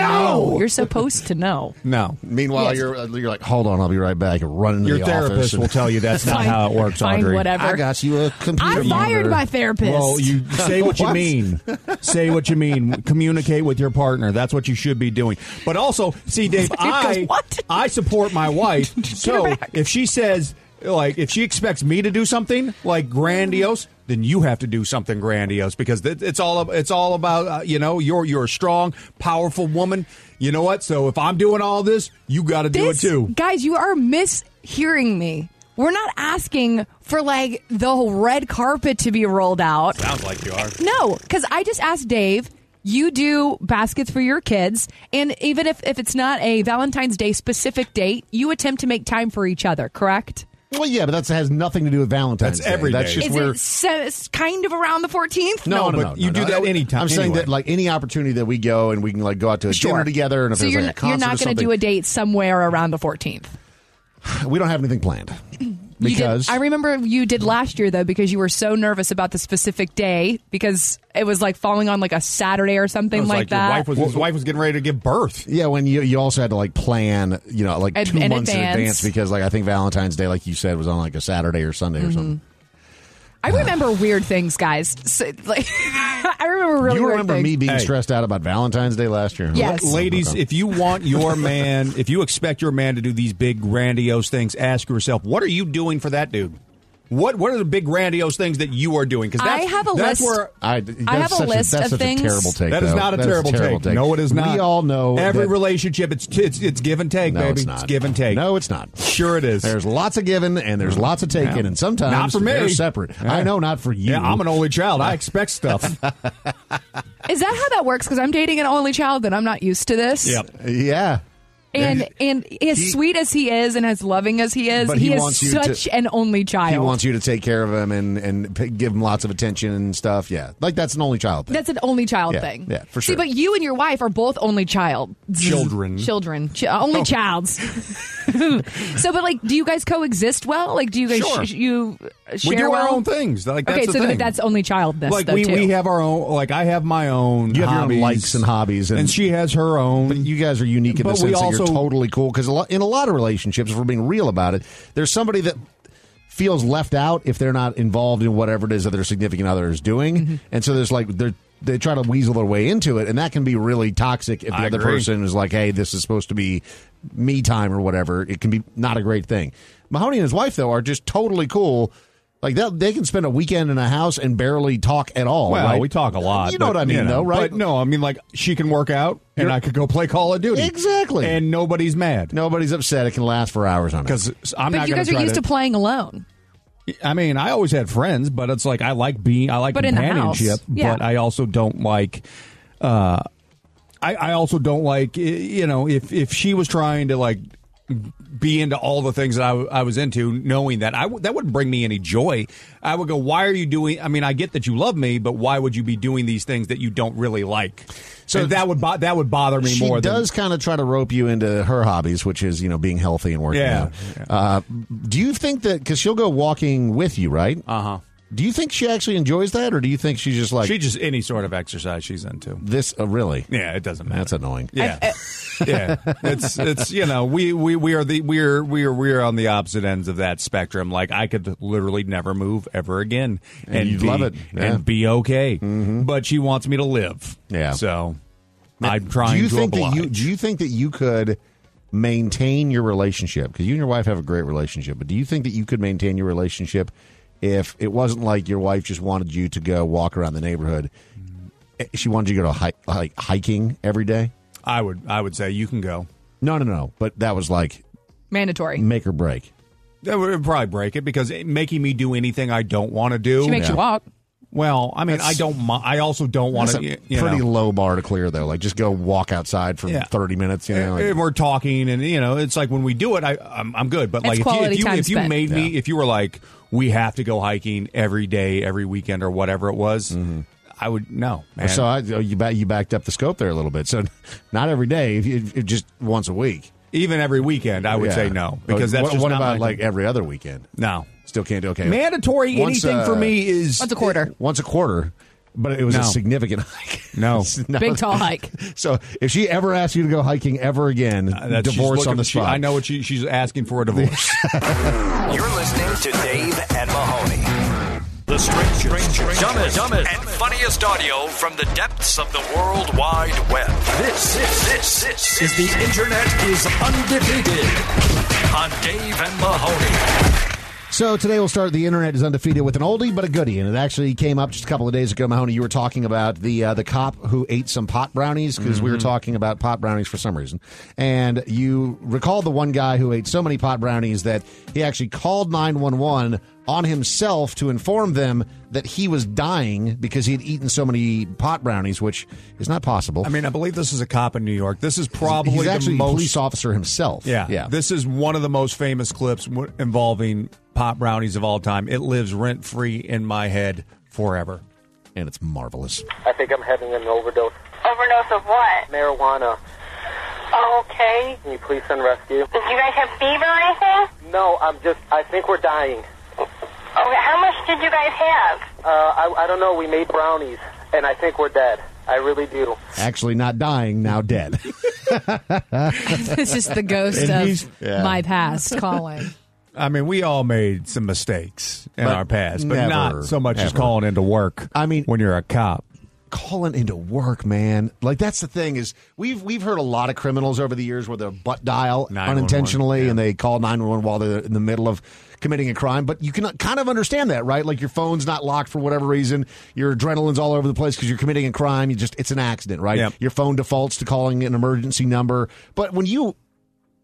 Speaker 7: know. You're supposed to know.
Speaker 8: No.
Speaker 5: Meanwhile,
Speaker 7: Yes.
Speaker 5: you're uh, you're like, "Hold on, I'll be right back." and Run into
Speaker 8: Your
Speaker 5: the
Speaker 8: therapist
Speaker 5: office and-
Speaker 8: will tell you that's not Find- how it works, find Audrey. whatever.
Speaker 5: I got you a computer.
Speaker 7: I fired
Speaker 5: monitor.
Speaker 7: my therapist.
Speaker 8: Well, you say what you mean. Say what you mean. Communicate with your partner. That's what you should be doing. But also, see, Dave,
Speaker 14: Dave
Speaker 8: I
Speaker 14: goes,
Speaker 8: I support my wife. so if she says, like, if she expects me to do something like grandiose, then you have to do something grandiose because th- it's all ab- it's all about uh, you know you're you're a strong, powerful woman. You know what? So if I'm doing all this, you got to do it
Speaker 7: This-
Speaker 8: too.
Speaker 7: Guys, you are mishearing me. We're not asking for like the whole red carpet to be rolled out.
Speaker 8: Sounds like you are.
Speaker 7: No, because I just asked Dave. You do baskets for your kids, and even if, if it's not a Valentine's Day specific date, you attempt to make time for each other. Correct?
Speaker 5: Well, yeah, but that has nothing to do with Valentine's.
Speaker 8: That's
Speaker 5: Day.
Speaker 8: every
Speaker 5: That's
Speaker 8: day.
Speaker 5: just
Speaker 7: Is
Speaker 5: where.
Speaker 7: it se- kind of around the fourteenth?
Speaker 5: No, no,
Speaker 8: but
Speaker 5: no,
Speaker 8: you
Speaker 5: no,
Speaker 8: do
Speaker 5: no.
Speaker 8: that anytime
Speaker 5: I'm saying
Speaker 8: anyway.
Speaker 5: that like any opportunity that we go and we can like go out to a dinner together, and if
Speaker 7: so
Speaker 5: there's
Speaker 7: you're,
Speaker 5: like a concert
Speaker 7: you're not
Speaker 5: or
Speaker 7: gonna do a date somewhere around the fourteenth.
Speaker 5: something, we don't have anything planned because
Speaker 7: I remember you did last year though because you were so nervous about the specific day because it was like falling on like a Saturday or something
Speaker 8: It's
Speaker 7: like,
Speaker 8: your
Speaker 7: that.
Speaker 8: wife was his wife was getting ready to give birth.
Speaker 5: yeah, when you you also had to like plan, you know, like
Speaker 7: Ad-
Speaker 5: two
Speaker 7: in
Speaker 5: months
Speaker 7: advance.
Speaker 5: in advance because like I think Valentine's Day, like you said, was on like a Saturday or Sunday or something.
Speaker 7: Mm-hmm. I remember weird things, guys. So, like I remember really
Speaker 5: you
Speaker 7: weird
Speaker 5: remember
Speaker 7: things.
Speaker 5: me being
Speaker 8: Hey.
Speaker 5: stressed out about Valentine's Day last year?
Speaker 7: Yes.
Speaker 5: Okay.
Speaker 8: Ladies,
Speaker 5: Okay.
Speaker 8: if you want your man, if you expect your man to do these big grandiose things, ask yourself, what are you doing for that dude? What what are the big grandiose things that you are doing? Because
Speaker 7: I have a
Speaker 8: that's
Speaker 7: list.
Speaker 8: Where,
Speaker 5: I, that's
Speaker 7: I have a
Speaker 5: such
Speaker 7: list
Speaker 5: that's
Speaker 7: of
Speaker 5: such
Speaker 7: things-
Speaker 5: A terrible take.
Speaker 8: that is
Speaker 5: though.
Speaker 8: not a
Speaker 5: That's
Speaker 8: terrible, take. No, it is not.
Speaker 5: We all know
Speaker 8: every
Speaker 5: that-
Speaker 8: relationship. It's, it's it's give and take,
Speaker 5: No,
Speaker 8: baby.
Speaker 5: it's not.
Speaker 8: give and take.
Speaker 5: No, it's not.
Speaker 8: Sure, it is.
Speaker 5: There's lots of given and there's lots of taken,
Speaker 8: Yeah.
Speaker 5: and sometimes
Speaker 8: Not for me.
Speaker 5: they're separate.
Speaker 8: Yeah.
Speaker 5: I know, not for you.
Speaker 8: Yeah, I'm an only child. I expect stuff.
Speaker 7: Is that how that works? Because I'm dating an only child and I'm not used to this.
Speaker 5: Yeah.
Speaker 7: And and as sweet as he is and as loving as he is,
Speaker 5: But he
Speaker 7: is
Speaker 5: wants you to-
Speaker 7: such an only child.
Speaker 5: He wants you to take care of him and and p- give him lots of attention and stuff. Yeah, like that's an only child thing.
Speaker 7: That's an only child
Speaker 5: Yeah,
Speaker 7: thing.
Speaker 5: yeah, for
Speaker 7: See,
Speaker 5: sure.
Speaker 7: but you and your wife are both only child.
Speaker 5: Children.
Speaker 7: Children. Ch- uh,
Speaker 8: Oh.
Speaker 7: only childs. so, but like, do you guys coexist well? Like, do you guys
Speaker 8: Sure.
Speaker 7: sh- you share
Speaker 8: we do
Speaker 7: well?
Speaker 8: our own things. Like that's
Speaker 7: okay,
Speaker 8: the
Speaker 7: so
Speaker 8: thing.
Speaker 7: that's only child this
Speaker 8: like
Speaker 7: though
Speaker 8: we,
Speaker 7: too.
Speaker 8: we have our own. Like I have my own.
Speaker 5: you have your own
Speaker 8: hobbies.
Speaker 5: likes and hobbies, and,
Speaker 8: And she has her own.
Speaker 5: But you guys are unique in
Speaker 8: But
Speaker 5: the
Speaker 8: we
Speaker 5: sense that
Speaker 8: also-
Speaker 5: you're totally cool. Because in a lot of relationships, if we're being real about it, there's somebody that feels left out if they're not involved in whatever it is that their significant other is doing,
Speaker 8: Mm-hmm.
Speaker 5: and so there's like they're. They try to weasel their way into it, and that can be really toxic if the
Speaker 8: I
Speaker 5: other
Speaker 8: agree.
Speaker 5: person is like, "Hey, this is supposed to be me time or whatever." It can be not a great thing. Mahoney and his wife, though, are just totally cool. Like that, they can spend a weekend in a house and barely talk at all.
Speaker 8: Well,
Speaker 5: right?
Speaker 8: we talk a lot.
Speaker 5: You know
Speaker 8: but,
Speaker 5: what I mean, though, right?
Speaker 8: But no, I mean like she can work out, and I could go play Call of Duty.
Speaker 5: Exactly.
Speaker 8: And nobody's mad
Speaker 5: Nobody's upset. It can last for hours on it.
Speaker 8: because I'm
Speaker 7: but
Speaker 8: not.
Speaker 7: you
Speaker 8: gonna
Speaker 7: guys are
Speaker 8: try
Speaker 7: used to, playing alone.
Speaker 8: I mean, I always had friends, but it's like I like being, I like
Speaker 7: But in the house.
Speaker 8: companionship,
Speaker 7: Yeah.
Speaker 8: but I also don't like. uh I, I also don't like i- you know if if she was trying to like be into all the things that I, w- I was into, knowing that I w- that wouldn't bring me any joy. I would go, why are you doing? I mean, I get that you love me, but why would you be doing these things that you don't really like? So that would bo- that would bother me
Speaker 5: she
Speaker 8: more. than,
Speaker 5: does kind of try to rope you into her hobbies, which is you know being healthy and working
Speaker 8: Yeah.
Speaker 5: out. Uh, do you think that because she'll go walking with you, right?
Speaker 8: Uh huh.
Speaker 5: Do you think she actually enjoys that, or do you think she's just like
Speaker 8: She just any sort of exercise she's into.
Speaker 5: this? Oh, really?
Speaker 8: Yeah, it doesn't matter.
Speaker 5: That's annoying.
Speaker 8: Yeah,
Speaker 7: uh,
Speaker 8: yeah. It's it's you know we we we are the we're we're we're on the opposite ends of that spectrum. Like I could literally never move ever again,
Speaker 5: And you'd
Speaker 8: be,
Speaker 5: love it. Yeah. Mm-hmm.
Speaker 8: and be okay. But she wants me to live.
Speaker 5: Yeah.
Speaker 8: So I'm trying
Speaker 5: do you
Speaker 8: to
Speaker 5: think
Speaker 8: oblige.
Speaker 5: that you do you think that you could maintain your relationship because you and your wife have a great relationship? But do you think that you could maintain your relationship if it wasn't like your wife just wanted you to go walk around the neighborhood. Eh, She wanted you to go to hike, like hiking every day.
Speaker 8: I would I would say you can go.
Speaker 5: No, no, no. But that was like
Speaker 7: Mandatory.
Speaker 5: make or break.
Speaker 8: That would probably break it because it, making me do anything I don't want to do.
Speaker 7: She makes you walk.
Speaker 8: Well, I mean,
Speaker 5: That's-
Speaker 8: I don't. mi- I also don't want
Speaker 5: That's
Speaker 8: to.
Speaker 5: a
Speaker 8: You, you
Speaker 5: pretty
Speaker 8: know.
Speaker 5: low bar to clear, though. Like just go walk outside for
Speaker 8: Yeah.
Speaker 5: thirty minutes. You know, like-
Speaker 8: If we're talking, and you know, it's like when we do it, I I'm, I'm good. But
Speaker 7: It's
Speaker 8: like if you
Speaker 7: quality
Speaker 8: if you,
Speaker 7: time
Speaker 8: if you
Speaker 7: spent.
Speaker 8: made me, if you were like, we have to go hiking every day, every weekend, or whatever it was, I would no. Man.
Speaker 5: Mm-hmm. So I, oh, you ba- you backed up the scope there a little bit. So not every day, if you, if just once a week.
Speaker 8: Even every weekend, I would
Speaker 5: Yeah.
Speaker 8: say no because that's
Speaker 5: what,
Speaker 8: just
Speaker 5: what
Speaker 8: not
Speaker 5: about
Speaker 8: my
Speaker 5: like
Speaker 8: thing.
Speaker 5: every other weekend.
Speaker 8: No,
Speaker 5: still can't do okay.
Speaker 8: mandatory
Speaker 5: Once,
Speaker 8: anything for
Speaker 5: uh,
Speaker 8: me is
Speaker 7: Once a quarter.
Speaker 5: once a quarter, but it was a
Speaker 8: No.
Speaker 5: significant hike.
Speaker 8: No.
Speaker 5: No.
Speaker 7: Big tall hike.
Speaker 5: So if she ever asks you to go hiking ever again,
Speaker 8: that Uh, she's
Speaker 5: divorce
Speaker 8: looking-
Speaker 5: on the
Speaker 8: she-
Speaker 5: spot.
Speaker 8: I know what she, she's asking for a divorce.
Speaker 3: You're listening to Dave and Mahoney. The strangest, dumbest, dumbest, and funniest audio from the depths of the World Wide Web. This, this, this, this is the Internet is Undefeated on Dave and Mahoney.
Speaker 5: So today we'll start the internet is undefeated with an oldie but a goodie, and it actually came up just a couple of days ago. Mahoney, you were talking about the uh, the cop who ate some pot brownies because we were
Speaker 8: Mm-hmm.
Speaker 5: talking about pot brownies for some reason, and you recall the one guy who ate so many pot brownies that he actually called nine one one on himself to inform them that he was dying because he had eaten so many pot brownies, which is not possible.
Speaker 8: I mean, I believe this is a cop in New York. This is probably
Speaker 5: he's
Speaker 8: the
Speaker 5: actually a
Speaker 8: most
Speaker 5: police officer himself.
Speaker 8: Yeah,
Speaker 5: yeah.
Speaker 8: This is one of the most famous clips w- involving pop brownies of all time. It lives rent free in my head forever.
Speaker 5: and it's marvelous.
Speaker 14: I think I'm having an overdose.
Speaker 15: Overdose of what? Oh,
Speaker 14: Marijuana.
Speaker 15: Okay.
Speaker 14: Can you please send rescue?
Speaker 15: Do you guys have fever or anything?
Speaker 14: No, I'm just. I think we're dying.
Speaker 15: Okay. How much did you guys have?
Speaker 14: Uh, I, I don't know. We made brownies, and I think we're dead. I really do.
Speaker 5: Actually, not dying now, dead.
Speaker 7: this is the ghost
Speaker 8: And he's-
Speaker 7: of
Speaker 8: yeah.
Speaker 7: my past calling.
Speaker 8: I mean, we all made some mistakes in
Speaker 5: But
Speaker 8: our past, but
Speaker 5: never,
Speaker 8: not so much as
Speaker 5: ever.
Speaker 8: calling into work.
Speaker 5: I mean,
Speaker 8: when you're a cop,
Speaker 5: calling into work, man. Like that's the thing is we've we've heard a lot of criminals over the years where they butt dial
Speaker 8: 911,
Speaker 5: unintentionally and they call nine one one while they're in the middle of committing a crime. But you can kind of understand that, right? Like your phone's not locked for whatever reason, your adrenaline's all over the place because you're committing a crime. You just it's an accident, right?
Speaker 8: Yep.
Speaker 5: Your phone defaults to calling an emergency number. But when you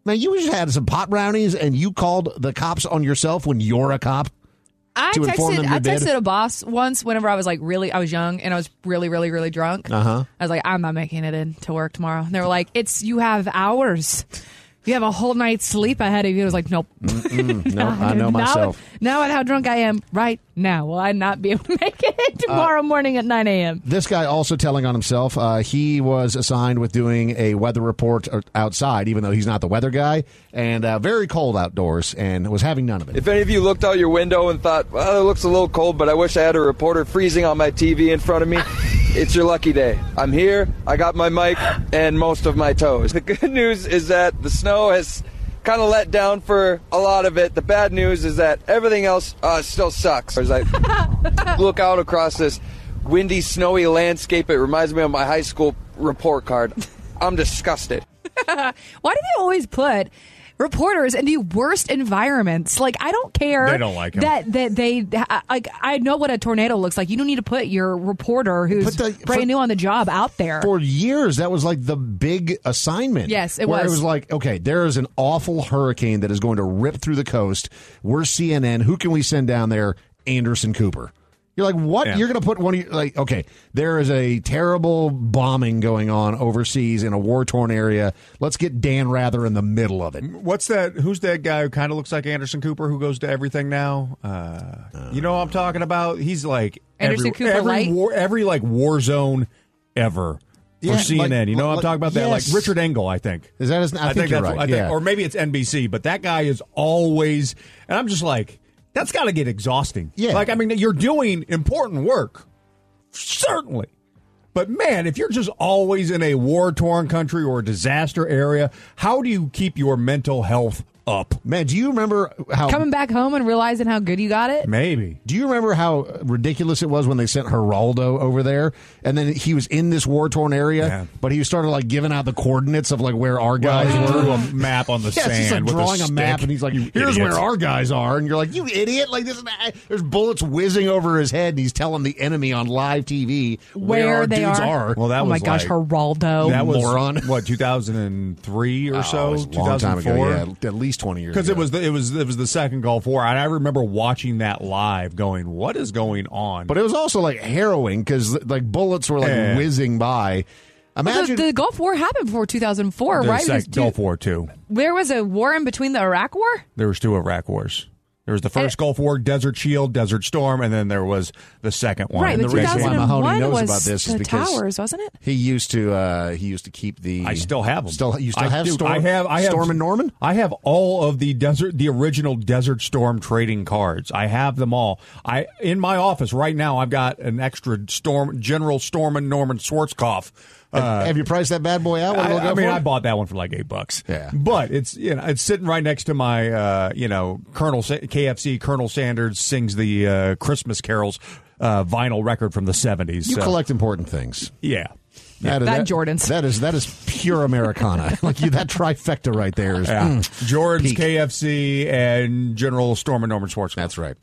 Speaker 5: man, you just had some pot brownies and you called the cops on yourself when you're a cop.
Speaker 7: I
Speaker 5: To inform
Speaker 7: texted
Speaker 5: them
Speaker 7: I
Speaker 5: you're dead?
Speaker 7: texted a boss once whenever I was like really I was young and I was really really really drunk.
Speaker 8: Uh-huh.
Speaker 5: huh.
Speaker 7: I was like I'm not making it in to work tomorrow. And they were like it's you have hours. You have a whole night's sleep ahead of you. I was like nope.
Speaker 5: No, I know
Speaker 7: Now-
Speaker 5: myself.
Speaker 7: Now, at how drunk I am right now, will I not be able to make it in
Speaker 5: Uh,
Speaker 7: tomorrow morning at 9 a.m.?
Speaker 5: This guy also telling on himself. Uh, he was assigned with doing a weather report o- outside, even though he's not the weather guy, and uh, very cold outdoors, and was having none of it.
Speaker 16: If any of you looked out your window and thought, well, it looks a little cold, but I wish I had a reporter freezing on my TV in front of me, it's your lucky day. I'm here, I got my mic, and most of my toes. The good news is that the snow has kind of let down for a lot of it. The bad news is that everything else uh, still sucks. As I look out across this windy, snowy landscape, it reminds me of my high school report card. I'm disgusted.
Speaker 7: Why do they always put reporters in the worst environments? Like, I don't care.
Speaker 8: They don't like 'em.
Speaker 7: that that they I- like. I know what a tornado looks like. You don't need to put your reporter who's
Speaker 5: Put the-
Speaker 7: brand
Speaker 5: for-
Speaker 7: new on the job out there.
Speaker 5: For years, that was like the big assignment.
Speaker 7: Yes, it
Speaker 5: where It
Speaker 7: was.
Speaker 5: was like, okay, there is an awful hurricane that is going to rip through the coast. We're CNN. Who can we send down there? Anderson Cooper. You're like, what?
Speaker 8: Yeah.
Speaker 5: You're going to put one of your, like, okay, there is a terrible bombing going on overseas in a war torn area. Let's get Dan Rather in the middle of it.
Speaker 8: what's that? Who's that guy who kind of looks like Anderson Cooper who goes to everything now? Uh, you know what I'm talking about? He's like
Speaker 7: Anderson
Speaker 8: every,
Speaker 7: Cooper
Speaker 8: every
Speaker 7: light?
Speaker 8: war, every like war zone ever.
Speaker 5: Yeah,
Speaker 8: for
Speaker 5: like-
Speaker 8: CNN, you know what I'm
Speaker 5: like-
Speaker 8: talking about? That
Speaker 5: yes.
Speaker 8: like Richard Engel, I think.
Speaker 5: Is that his? I, think, you're
Speaker 8: that's
Speaker 5: right.
Speaker 8: what- I think-
Speaker 5: yeah.
Speaker 8: or maybe it's NBC, but that guy is always, and I'm just like, that's got to get exhausting.
Speaker 5: Yeah.
Speaker 8: like I mean, you're doing important work, certainly, but man, if you're just always in a war torn country or a disaster area, how do you keep your mental health up.
Speaker 5: Man, do you remember how
Speaker 7: Coming back home and realizing how good you got it.
Speaker 8: Maybe.
Speaker 5: Do you remember how ridiculous it was when they sent Geraldo over there, and then he was in this war torn area, but he started like giving out the coordinates of like where
Speaker 8: Well,
Speaker 5: our guys
Speaker 8: he
Speaker 5: were.
Speaker 8: drew a map on the
Speaker 5: Yeah, it's just,
Speaker 8: sand
Speaker 5: like,
Speaker 8: with a
Speaker 5: drawing a, map,
Speaker 8: stick.
Speaker 5: and he's like,
Speaker 8: You idiots."
Speaker 5: "Here's where our guys are," and you're like, "You idiot!" Like this, there's bullets whizzing over his head, and he's telling the enemy on live TV where,
Speaker 7: Where
Speaker 5: our
Speaker 7: they
Speaker 5: dudes
Speaker 7: are.
Speaker 5: are.
Speaker 8: Well, that
Speaker 7: oh my
Speaker 8: was
Speaker 7: gosh,
Speaker 8: like-
Speaker 7: Geraldo.
Speaker 8: that was
Speaker 5: moron.
Speaker 8: what 2003 or
Speaker 5: Oh, it
Speaker 8: so,
Speaker 5: was a long time ago,
Speaker 8: 2004.
Speaker 5: yeah, at least twenty years.
Speaker 8: because it
Speaker 5: ago.
Speaker 8: was the, it was it was the second Gulf War, and I remember watching that live, going, "What is going on?"
Speaker 5: But it was also like harrowing because like bullets were like
Speaker 8: Yeah.
Speaker 5: whizzing by.
Speaker 7: Well, the,
Speaker 5: Imagine
Speaker 7: the Gulf War happened before 2004,
Speaker 8: There's
Speaker 7: right?
Speaker 8: sec-
Speaker 7: Because two-
Speaker 8: Gulf War two.
Speaker 7: There was a war in between the Iraq War.
Speaker 8: There was two Iraq wars. There was the
Speaker 7: Eh.
Speaker 8: first Gulf War, Desert Shield, Desert Storm, and then there was the second one.
Speaker 7: Right,
Speaker 8: and
Speaker 7: but
Speaker 8: the reason-
Speaker 7: 2001
Speaker 5: Mahoney knows
Speaker 7: was
Speaker 5: about this is
Speaker 7: the
Speaker 5: because-
Speaker 7: towers, wasn't it?
Speaker 5: he used to uh he used to keep the.
Speaker 8: I still have them.
Speaker 5: Still, you still
Speaker 8: I
Speaker 5: have
Speaker 8: do.
Speaker 5: storm.
Speaker 8: I have. I have
Speaker 5: storm and Norman.
Speaker 8: I have all of the desert, the original Desert Storm trading cards. I have them all. I in my office right now. I've got an extra Storm General Storm and Norman Schwarzkopf. Uh,
Speaker 5: have you priced that bad boy out? What it'll
Speaker 8: I,
Speaker 5: go
Speaker 8: I mean,
Speaker 5: for?
Speaker 8: I bought that one for like eight bucks.
Speaker 5: Yeah.
Speaker 8: but it's you know it's sitting right next to my uh, you know Colonel Sa- KFC Colonel Sanders sings the uh, Christmas carols uh, vinyl record from the seventies.
Speaker 5: you collect important things.
Speaker 8: yeah.
Speaker 5: That,
Speaker 7: That Jordan's.
Speaker 5: That is that is pure Americana. like you, that trifecta right there is.
Speaker 8: Yeah.
Speaker 5: mm.
Speaker 8: Jordan's
Speaker 5: Peak.
Speaker 8: KFC and General Storm and Norman Schwarzkopf.
Speaker 5: That's right.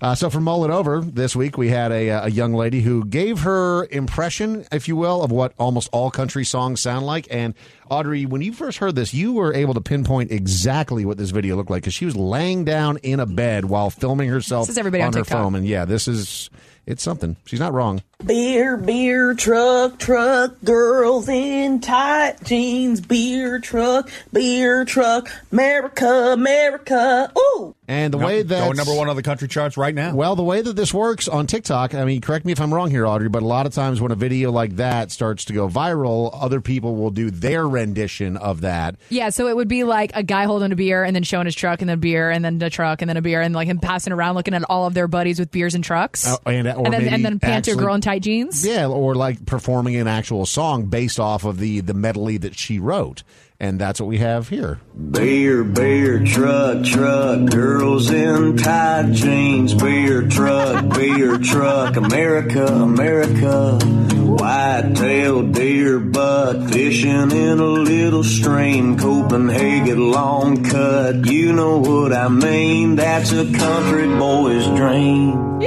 Speaker 5: Uh, so for mull it over this week, we had a, uh, a young lady who gave her impression, if you will, of what almost all country songs sound like. And Audrey, when you first heard this, you were able to pinpoint exactly what this video looked like because she was laying down in a bed while filming herself
Speaker 7: This is everybody on
Speaker 5: her
Speaker 7: TikTok.
Speaker 5: phone. And yeah, this is it's something. She's not wrong.
Speaker 17: Beer, beer, truck, truck, girls in tight jeans. Beer, truck, beer, truck, America, America. Ooh!
Speaker 5: And the
Speaker 8: Nope.
Speaker 5: way that
Speaker 8: going number one on the country charts right now.
Speaker 5: Well, the way that this works on TikTok, I mean, correct me if I'm wrong here, Audrey, but a lot of times when a video like that starts to go viral, other people will do their rendition of that.
Speaker 7: Yeah, so it would be like a guy holding a beer and then showing his truck and then beer and then a truck and then a beer and like him passing around looking at all of their buddies with beers and trucks.
Speaker 8: Oh,
Speaker 5: Uh, and- or
Speaker 7: then,
Speaker 5: maybe
Speaker 7: and then pants your
Speaker 5: actually-
Speaker 7: girl in tight jeans.
Speaker 5: Yeah, or like performing an actual song based off of the the medley that she wrote, and that's what we have here.
Speaker 18: Beer, beer, truck, truck, girls in tight jeans. Beer, truck, beer, truck, America, America. White-tailed deer buck fishing in a little stream. Copenhagen long cut, you know what I mean. That's a country boy's dream.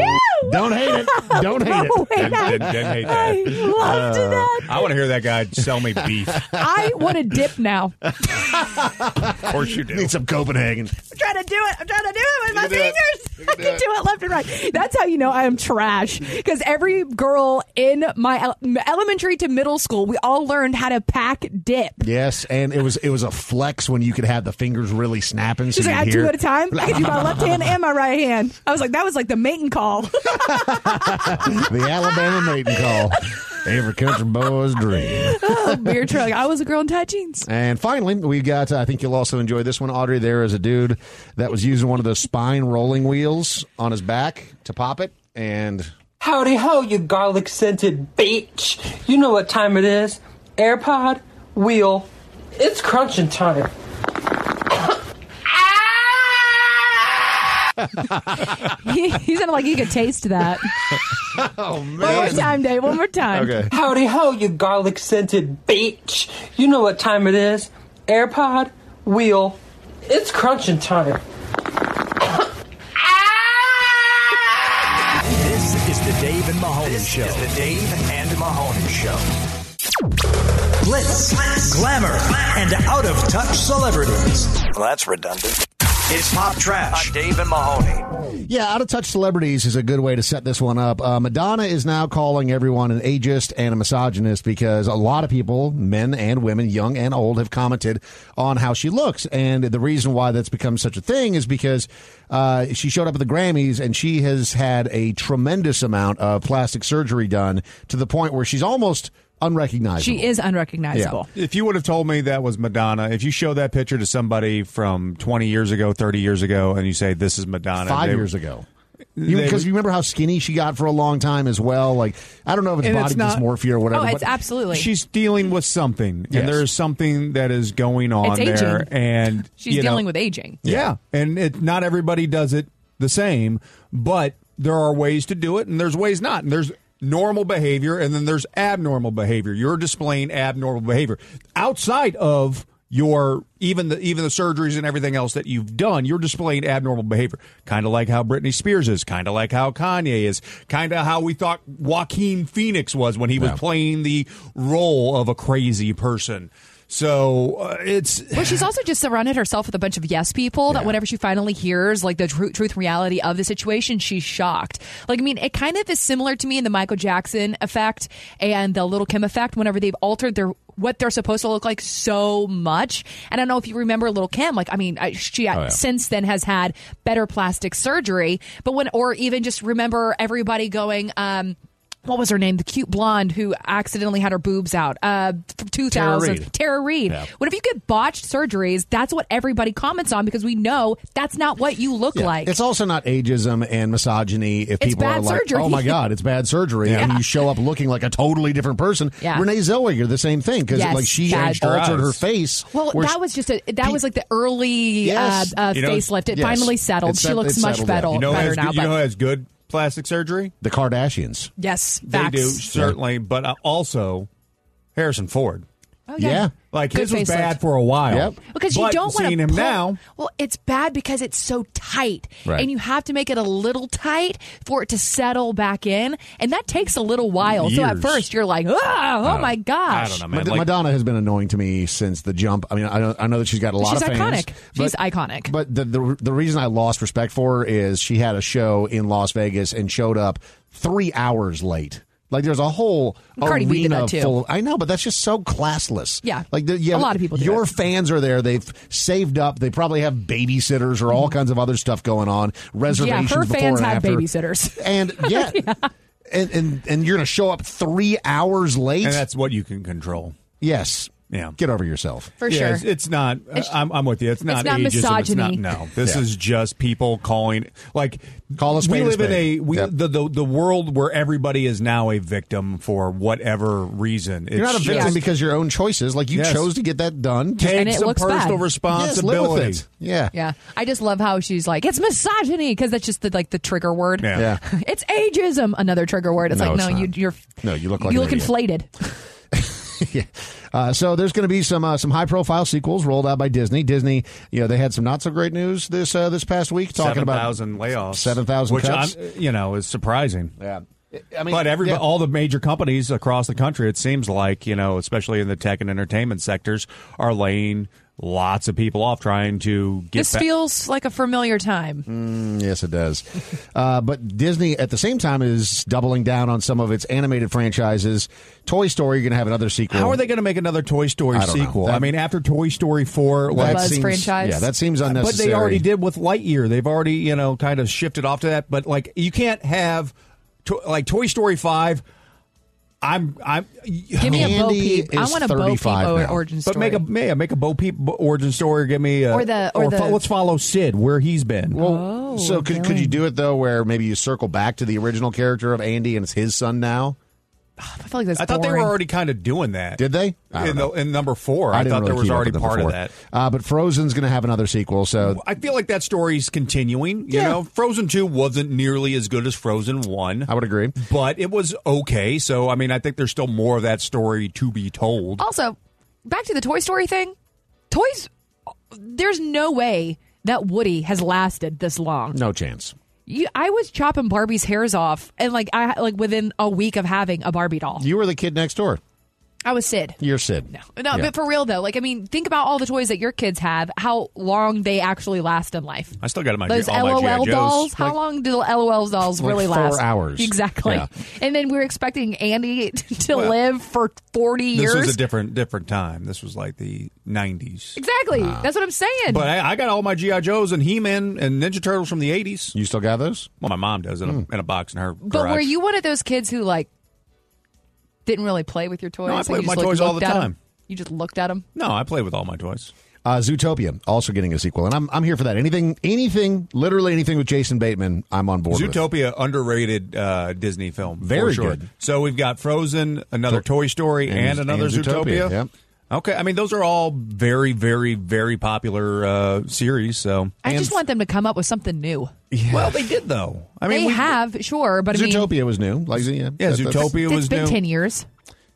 Speaker 5: Don't hate it. Don't hate it.
Speaker 8: Didn't- didn't hate that. Uh,
Speaker 7: Loved that.
Speaker 8: I want to hear that guy sell me beef. of
Speaker 7: I want to dip now. I'm
Speaker 8: course you do.
Speaker 5: Need some Copenhagen.
Speaker 7: trying to do it. I'm trying to do it with my
Speaker 5: can do it.
Speaker 7: fingers.
Speaker 5: You
Speaker 7: I
Speaker 5: can do
Speaker 7: can
Speaker 5: it.
Speaker 7: do it left and right. That's how you know I am trash. Because every girl in my ele- elementary to middle school, we all learned how to pack dip.
Speaker 5: Yes, and it was it was a flex when you could have the fingers really snapping. So
Speaker 7: She's like, I
Speaker 5: you
Speaker 7: have
Speaker 5: hear.
Speaker 7: two at a time. I can do my left hand and my right hand. I was like, that was like the mating call.
Speaker 5: the Alabama mating call. Every country boy's dream.
Speaker 7: oh, beer truck. I was a girl in tight jeans.
Speaker 5: And finally, we've got. I think you'll also enjoy this one, Audrey. There is a dude that was using one of those spine rolling wheels on his back to pop it, and
Speaker 19: Howdy ho, you garlic scented bitch! You know what time it is. AirPod, wheel, it's crunching time.
Speaker 7: He, he sounded like he could taste that.
Speaker 17: Ah!
Speaker 5: oh man,
Speaker 7: One more time, Dave. One more time.
Speaker 5: Okay.
Speaker 19: Howdy ho, you garlic scented bitch! You know what time it is. AirPod, wheel, it's crunching time.
Speaker 3: This is the Dave and Mahoney Show. This is the Dave and Mahoney Show. Blitz, glamour, and out of touch celebrities. Well, that's redundant. It's pop trash. On Dave and Mahoney.
Speaker 5: Yeah, out of touch celebrities is a good way to set this one up. Uh, Madonna is now calling everyone an ageist and a misogynist because a lot of people, men and women, young and old, have commented on how she looks. And the reason why that's become such a thing is because uh, she showed up at the Grammys and she has had a tremendous amount of plastic surgery done to the point where she's almost unrecognizable.
Speaker 7: She is unrecognizable.
Speaker 8: If you would have told me that was Madonna, if you show that picture to somebody from 20 years ago, 30 years ago, and you say this is Madonna,
Speaker 5: Five
Speaker 8: they-
Speaker 5: years ago.
Speaker 8: They-
Speaker 5: Because you remember how skinny she got for a long time as well. Like I don't know if it's
Speaker 8: And
Speaker 5: body
Speaker 8: it's not-
Speaker 5: dysmorphia or whatever.
Speaker 7: Oh, it's
Speaker 5: but
Speaker 7: absolutely.
Speaker 8: She's dealing with something,
Speaker 5: Yes.
Speaker 8: and there is something that is going on
Speaker 7: It's
Speaker 8: there,
Speaker 7: aging.
Speaker 8: and
Speaker 7: She's
Speaker 8: you know-
Speaker 7: dealing with aging.
Speaker 8: Yeah, and it, not everybody does it the same, but there are ways to do it, and there's ways not, and there's normal behavior, and then there's abnormal behavior. You're displaying abnormal behavior outside of your even the even the surgeries and everything else that you've done. You're displaying abnormal behavior, kind of like how Britney Spears is, kind of like how Kanye is, kind of how we thought Joaquin Phoenix was when he was
Speaker 5: Yeah.
Speaker 8: playing the role of a crazy person. So uh, it's
Speaker 7: Well, she's also just surrounded herself with a bunch of yes people that whenever she finally hears like the tru- truth and reality of the situation, she's shocked. Like, I mean, it kind of is similar to me in the Michael Jackson effect and the Little Kim effect whenever they've altered their what they're supposed to look like so much. And I don't know if you remember Little Kim. Like, I mean, I, she
Speaker 20: Oh, yeah.
Speaker 7: since then has had better plastic surgery, but when, or even just remember everybody going, um, what was her name? The cute blonde who accidentally had her boobs out. Uh, from 2000.
Speaker 20: Reid.
Speaker 7: Tara Reid.
Speaker 20: Yeah.
Speaker 7: Whenever you get botched surgeries, that's what everybody comments on because we know that's not what you look
Speaker 5: Yeah.
Speaker 7: like.
Speaker 5: It's also not ageism and misogyny if
Speaker 7: It's
Speaker 5: people are
Speaker 7: bad
Speaker 5: like,
Speaker 7: surgery.
Speaker 5: "Oh my god, it's bad surgery," and
Speaker 7: Yeah.
Speaker 5: you show up looking like a totally different person.
Speaker 7: Yeah.
Speaker 5: Renee Zellweger, the same thing because
Speaker 7: Yes,
Speaker 5: like she
Speaker 7: bad.
Speaker 5: altered her face.
Speaker 7: Well,
Speaker 5: where
Speaker 7: that was just a that was like the early
Speaker 5: Yes.
Speaker 7: uh, uh,
Speaker 5: You know,
Speaker 7: facelift. It
Speaker 5: yes.
Speaker 7: finally settled.
Speaker 5: It's
Speaker 7: she
Speaker 5: set-
Speaker 7: looks
Speaker 5: it's
Speaker 7: much
Speaker 5: settled, yeah.
Speaker 7: better,
Speaker 5: You know,
Speaker 7: better
Speaker 8: has
Speaker 7: now.
Speaker 8: good- you
Speaker 7: but
Speaker 8: know who has good plastic surgery?
Speaker 5: The Kardashians.
Speaker 7: yes,
Speaker 8: They
Speaker 7: facts.
Speaker 8: do certainly, but uh, also Harrison Ford.
Speaker 7: Oh, yeah. Yeah.
Speaker 8: like
Speaker 7: Good
Speaker 8: his was
Speaker 7: facelift.
Speaker 8: bad for a while.
Speaker 7: Because
Speaker 8: But
Speaker 7: you don't want
Speaker 8: seeing him now.
Speaker 7: Well, it's bad because it's so tight,
Speaker 8: Right.
Speaker 7: and you have to make it a little tight for it to settle back in, and that takes a little while. So at
Speaker 5: Years.
Speaker 7: first you're like, oh, oh
Speaker 5: Uh,
Speaker 7: my gosh,
Speaker 5: Mad- Madonna has been annoying to me since the jump. I mean, I, don't, I know that she's got a lot
Speaker 7: She's
Speaker 5: of fans.
Speaker 7: iconic. She's iconic.
Speaker 5: But the, the the reason I lost respect for her is she had a show in Las Vegas and showed up three hours late. Like there's a whole
Speaker 7: Cardi B did
Speaker 5: arena
Speaker 7: that, too.
Speaker 5: full. Of, I know, but that's just so classless.
Speaker 7: Yeah.
Speaker 5: like the, yeah,
Speaker 7: A lot of people do
Speaker 5: Your
Speaker 7: that.
Speaker 5: fans are there. They've saved up. They probably have babysitters or all kinds of other stuff going on. Reservations.
Speaker 7: Mm-hmm. Yeah, her
Speaker 5: before
Speaker 7: fans
Speaker 5: and
Speaker 7: have
Speaker 5: after.
Speaker 7: babysitters.
Speaker 5: And yeah, And, and and you're gonna show up three hours late.
Speaker 8: and that's what you can control.
Speaker 5: Yes.
Speaker 8: Yeah.
Speaker 5: Get over yourself.
Speaker 7: For
Speaker 8: Yeah,
Speaker 7: sure.
Speaker 8: it's, it's not. uh,
Speaker 7: It's-
Speaker 8: I'm, I'm with you. It's not.
Speaker 7: it's not
Speaker 8: ageism,
Speaker 7: misogyny.
Speaker 8: It's not, no, this
Speaker 5: Yeah.
Speaker 8: is just people calling. Like call
Speaker 5: us
Speaker 8: We
Speaker 5: spade a
Speaker 8: live in
Speaker 5: spade.
Speaker 8: a we, the, the the world where everybody is now a victim for whatever reason.
Speaker 5: You're not a
Speaker 8: It's
Speaker 5: victim
Speaker 8: just-
Speaker 5: because your own choices. Like you
Speaker 8: Yes.
Speaker 5: chose to get that done.
Speaker 8: Take And it some looks personal bad.
Speaker 5: Yes, live with
Speaker 8: responsibility.
Speaker 5: it. Yeah.
Speaker 7: Yeah, I just love how she's like it's misogyny because that's just the, like the trigger word.
Speaker 5: Yeah.
Speaker 7: it's ageism, another trigger word. It's
Speaker 5: No,
Speaker 7: like
Speaker 5: it's
Speaker 7: no, you,
Speaker 5: not.
Speaker 7: you're
Speaker 5: No, you look like
Speaker 7: you
Speaker 5: an
Speaker 7: look
Speaker 5: idiot.
Speaker 7: inflated.
Speaker 5: Uh, so there's going to be some uh, some high profile sequels rolled out by Disney. Disney, you know, they had some not so great news this uh, this past week talking
Speaker 8: seven
Speaker 5: about
Speaker 8: thousand layoffs,
Speaker 5: 7,000
Speaker 8: which
Speaker 5: cuts.
Speaker 8: I'm- you know is surprising.
Speaker 5: Yeah,
Speaker 8: I
Speaker 5: I
Speaker 8: mean,
Speaker 5: mean,
Speaker 8: but every
Speaker 5: yeah.
Speaker 8: all the major companies across the country, it seems like you know, especially in the tech and entertainment sectors, are laying lots of people off trying to get.
Speaker 7: this
Speaker 8: back-
Speaker 7: feels like a familiar time.
Speaker 5: Mm, yes, it does. Uh, but Disney, at the same time, is doubling down on some of its animated franchises. Toy Story, you're going to have another sequel.
Speaker 8: How are they going to make another Toy Story
Speaker 5: I don't know.
Speaker 8: sequel?
Speaker 5: That-
Speaker 8: I mean, after Toy Story four,
Speaker 5: That
Speaker 8: like,
Speaker 5: Buzz seems- franchise. yeah, that seems
Speaker 8: But
Speaker 5: unnecessary.
Speaker 8: they already did with Lightyear. They've already you know kind of shifted off to that. But like, you can't have to- like Toy Story five. I'm I'm.
Speaker 7: Give me a Bo Andy Peep. I is want a Bo 35 Peep or- now. origin
Speaker 8: But make a yeah, make a Bo Peep origin story. Give me a,
Speaker 7: Or the- or the-
Speaker 8: fo- let's follow Sid where he's been.
Speaker 7: Oh,
Speaker 5: Well, so could, could you do it though, where maybe you circle back to the original character of Andy and it's his son now?
Speaker 7: I feel like that's.
Speaker 8: I thought they
Speaker 7: boring.
Speaker 8: were already kind of doing that.
Speaker 5: Did they? I
Speaker 8: In, the,
Speaker 5: don't know.
Speaker 8: in number four, I,
Speaker 5: didn't
Speaker 8: thought
Speaker 5: really
Speaker 8: there was
Speaker 5: keep up
Speaker 8: already
Speaker 5: with them
Speaker 8: part
Speaker 5: before.
Speaker 8: of that.
Speaker 5: Uh, but Frozen's going to have another sequel, so
Speaker 8: I feel like that story's continuing. You
Speaker 5: Yeah.
Speaker 8: know, Frozen two wasn't nearly as good as Frozen one. I
Speaker 5: would agree,
Speaker 8: but it was okay. So I mean, I think there's still more of that story to be told.
Speaker 7: Also, back to the Toy Story thing. Toys, there's no way that Woody has lasted this long.
Speaker 5: no chance.
Speaker 7: You, I was chopping Barbie's hairs off, and like I like within a week of having a Barbie doll,
Speaker 5: You were the kid next door.
Speaker 7: I was Sid.
Speaker 5: You're Sid. No,
Speaker 7: No, but for real though, like I mean, think about all the toys that your kids have. How long they actually last in life?
Speaker 8: I still got my
Speaker 7: Those
Speaker 8: all my G.I.
Speaker 7: LOL
Speaker 8: Joes.
Speaker 7: dolls. How long do the LOL dolls
Speaker 8: like
Speaker 7: really
Speaker 8: four
Speaker 7: last?
Speaker 8: hours.
Speaker 7: exactly.
Speaker 8: Yeah.
Speaker 7: And then we are expecting Andy to
Speaker 8: Well,
Speaker 7: live for forty
Speaker 8: This
Speaker 7: years.
Speaker 8: was a different different time. This was like the '90s.
Speaker 7: exactly. That's what I'm saying.
Speaker 8: Ah. But I, I got all my GI Joes and He Man and Ninja Turtles from the '80s.
Speaker 5: You still got those?
Speaker 8: Well, my mom does in, a, in a box in her.
Speaker 7: But
Speaker 8: garage.
Speaker 7: were you one of those kids who like didn't really play with your toys?
Speaker 8: I
Speaker 7: Like,
Speaker 8: played
Speaker 7: you
Speaker 8: with
Speaker 7: just,
Speaker 8: my
Speaker 7: like,
Speaker 8: toys all
Speaker 7: looked
Speaker 8: the
Speaker 7: at 'em?
Speaker 8: time.
Speaker 7: You just looked at them.
Speaker 8: No, I play with all my toys.
Speaker 5: Uh, Zootopia also getting a sequel, and I'm I'm here for that. Anything, anything, literally anything with Jason Bateman, I'm on board. with.
Speaker 8: Zootopia, underrated uh, Disney film. for
Speaker 5: Very
Speaker 8: sure.
Speaker 5: good.
Speaker 8: So we've got Frozen, another Toy Story,
Speaker 5: and-
Speaker 8: and, another
Speaker 5: and Zootopia,
Speaker 8: Zootopia.
Speaker 5: yep.
Speaker 8: Okay, I mean those are all very, very, very popular uh, series. So
Speaker 7: I
Speaker 8: And-
Speaker 7: just want them to come up with something new.
Speaker 8: well, they did though. I mean,
Speaker 7: they
Speaker 8: we-
Speaker 7: have, sure, but I mean,
Speaker 5: Zootopia was new. Like, yeah,
Speaker 8: Yeah,
Speaker 5: that- that's-
Speaker 8: Zootopia
Speaker 7: it's
Speaker 8: was
Speaker 7: been
Speaker 8: new.
Speaker 7: ten years.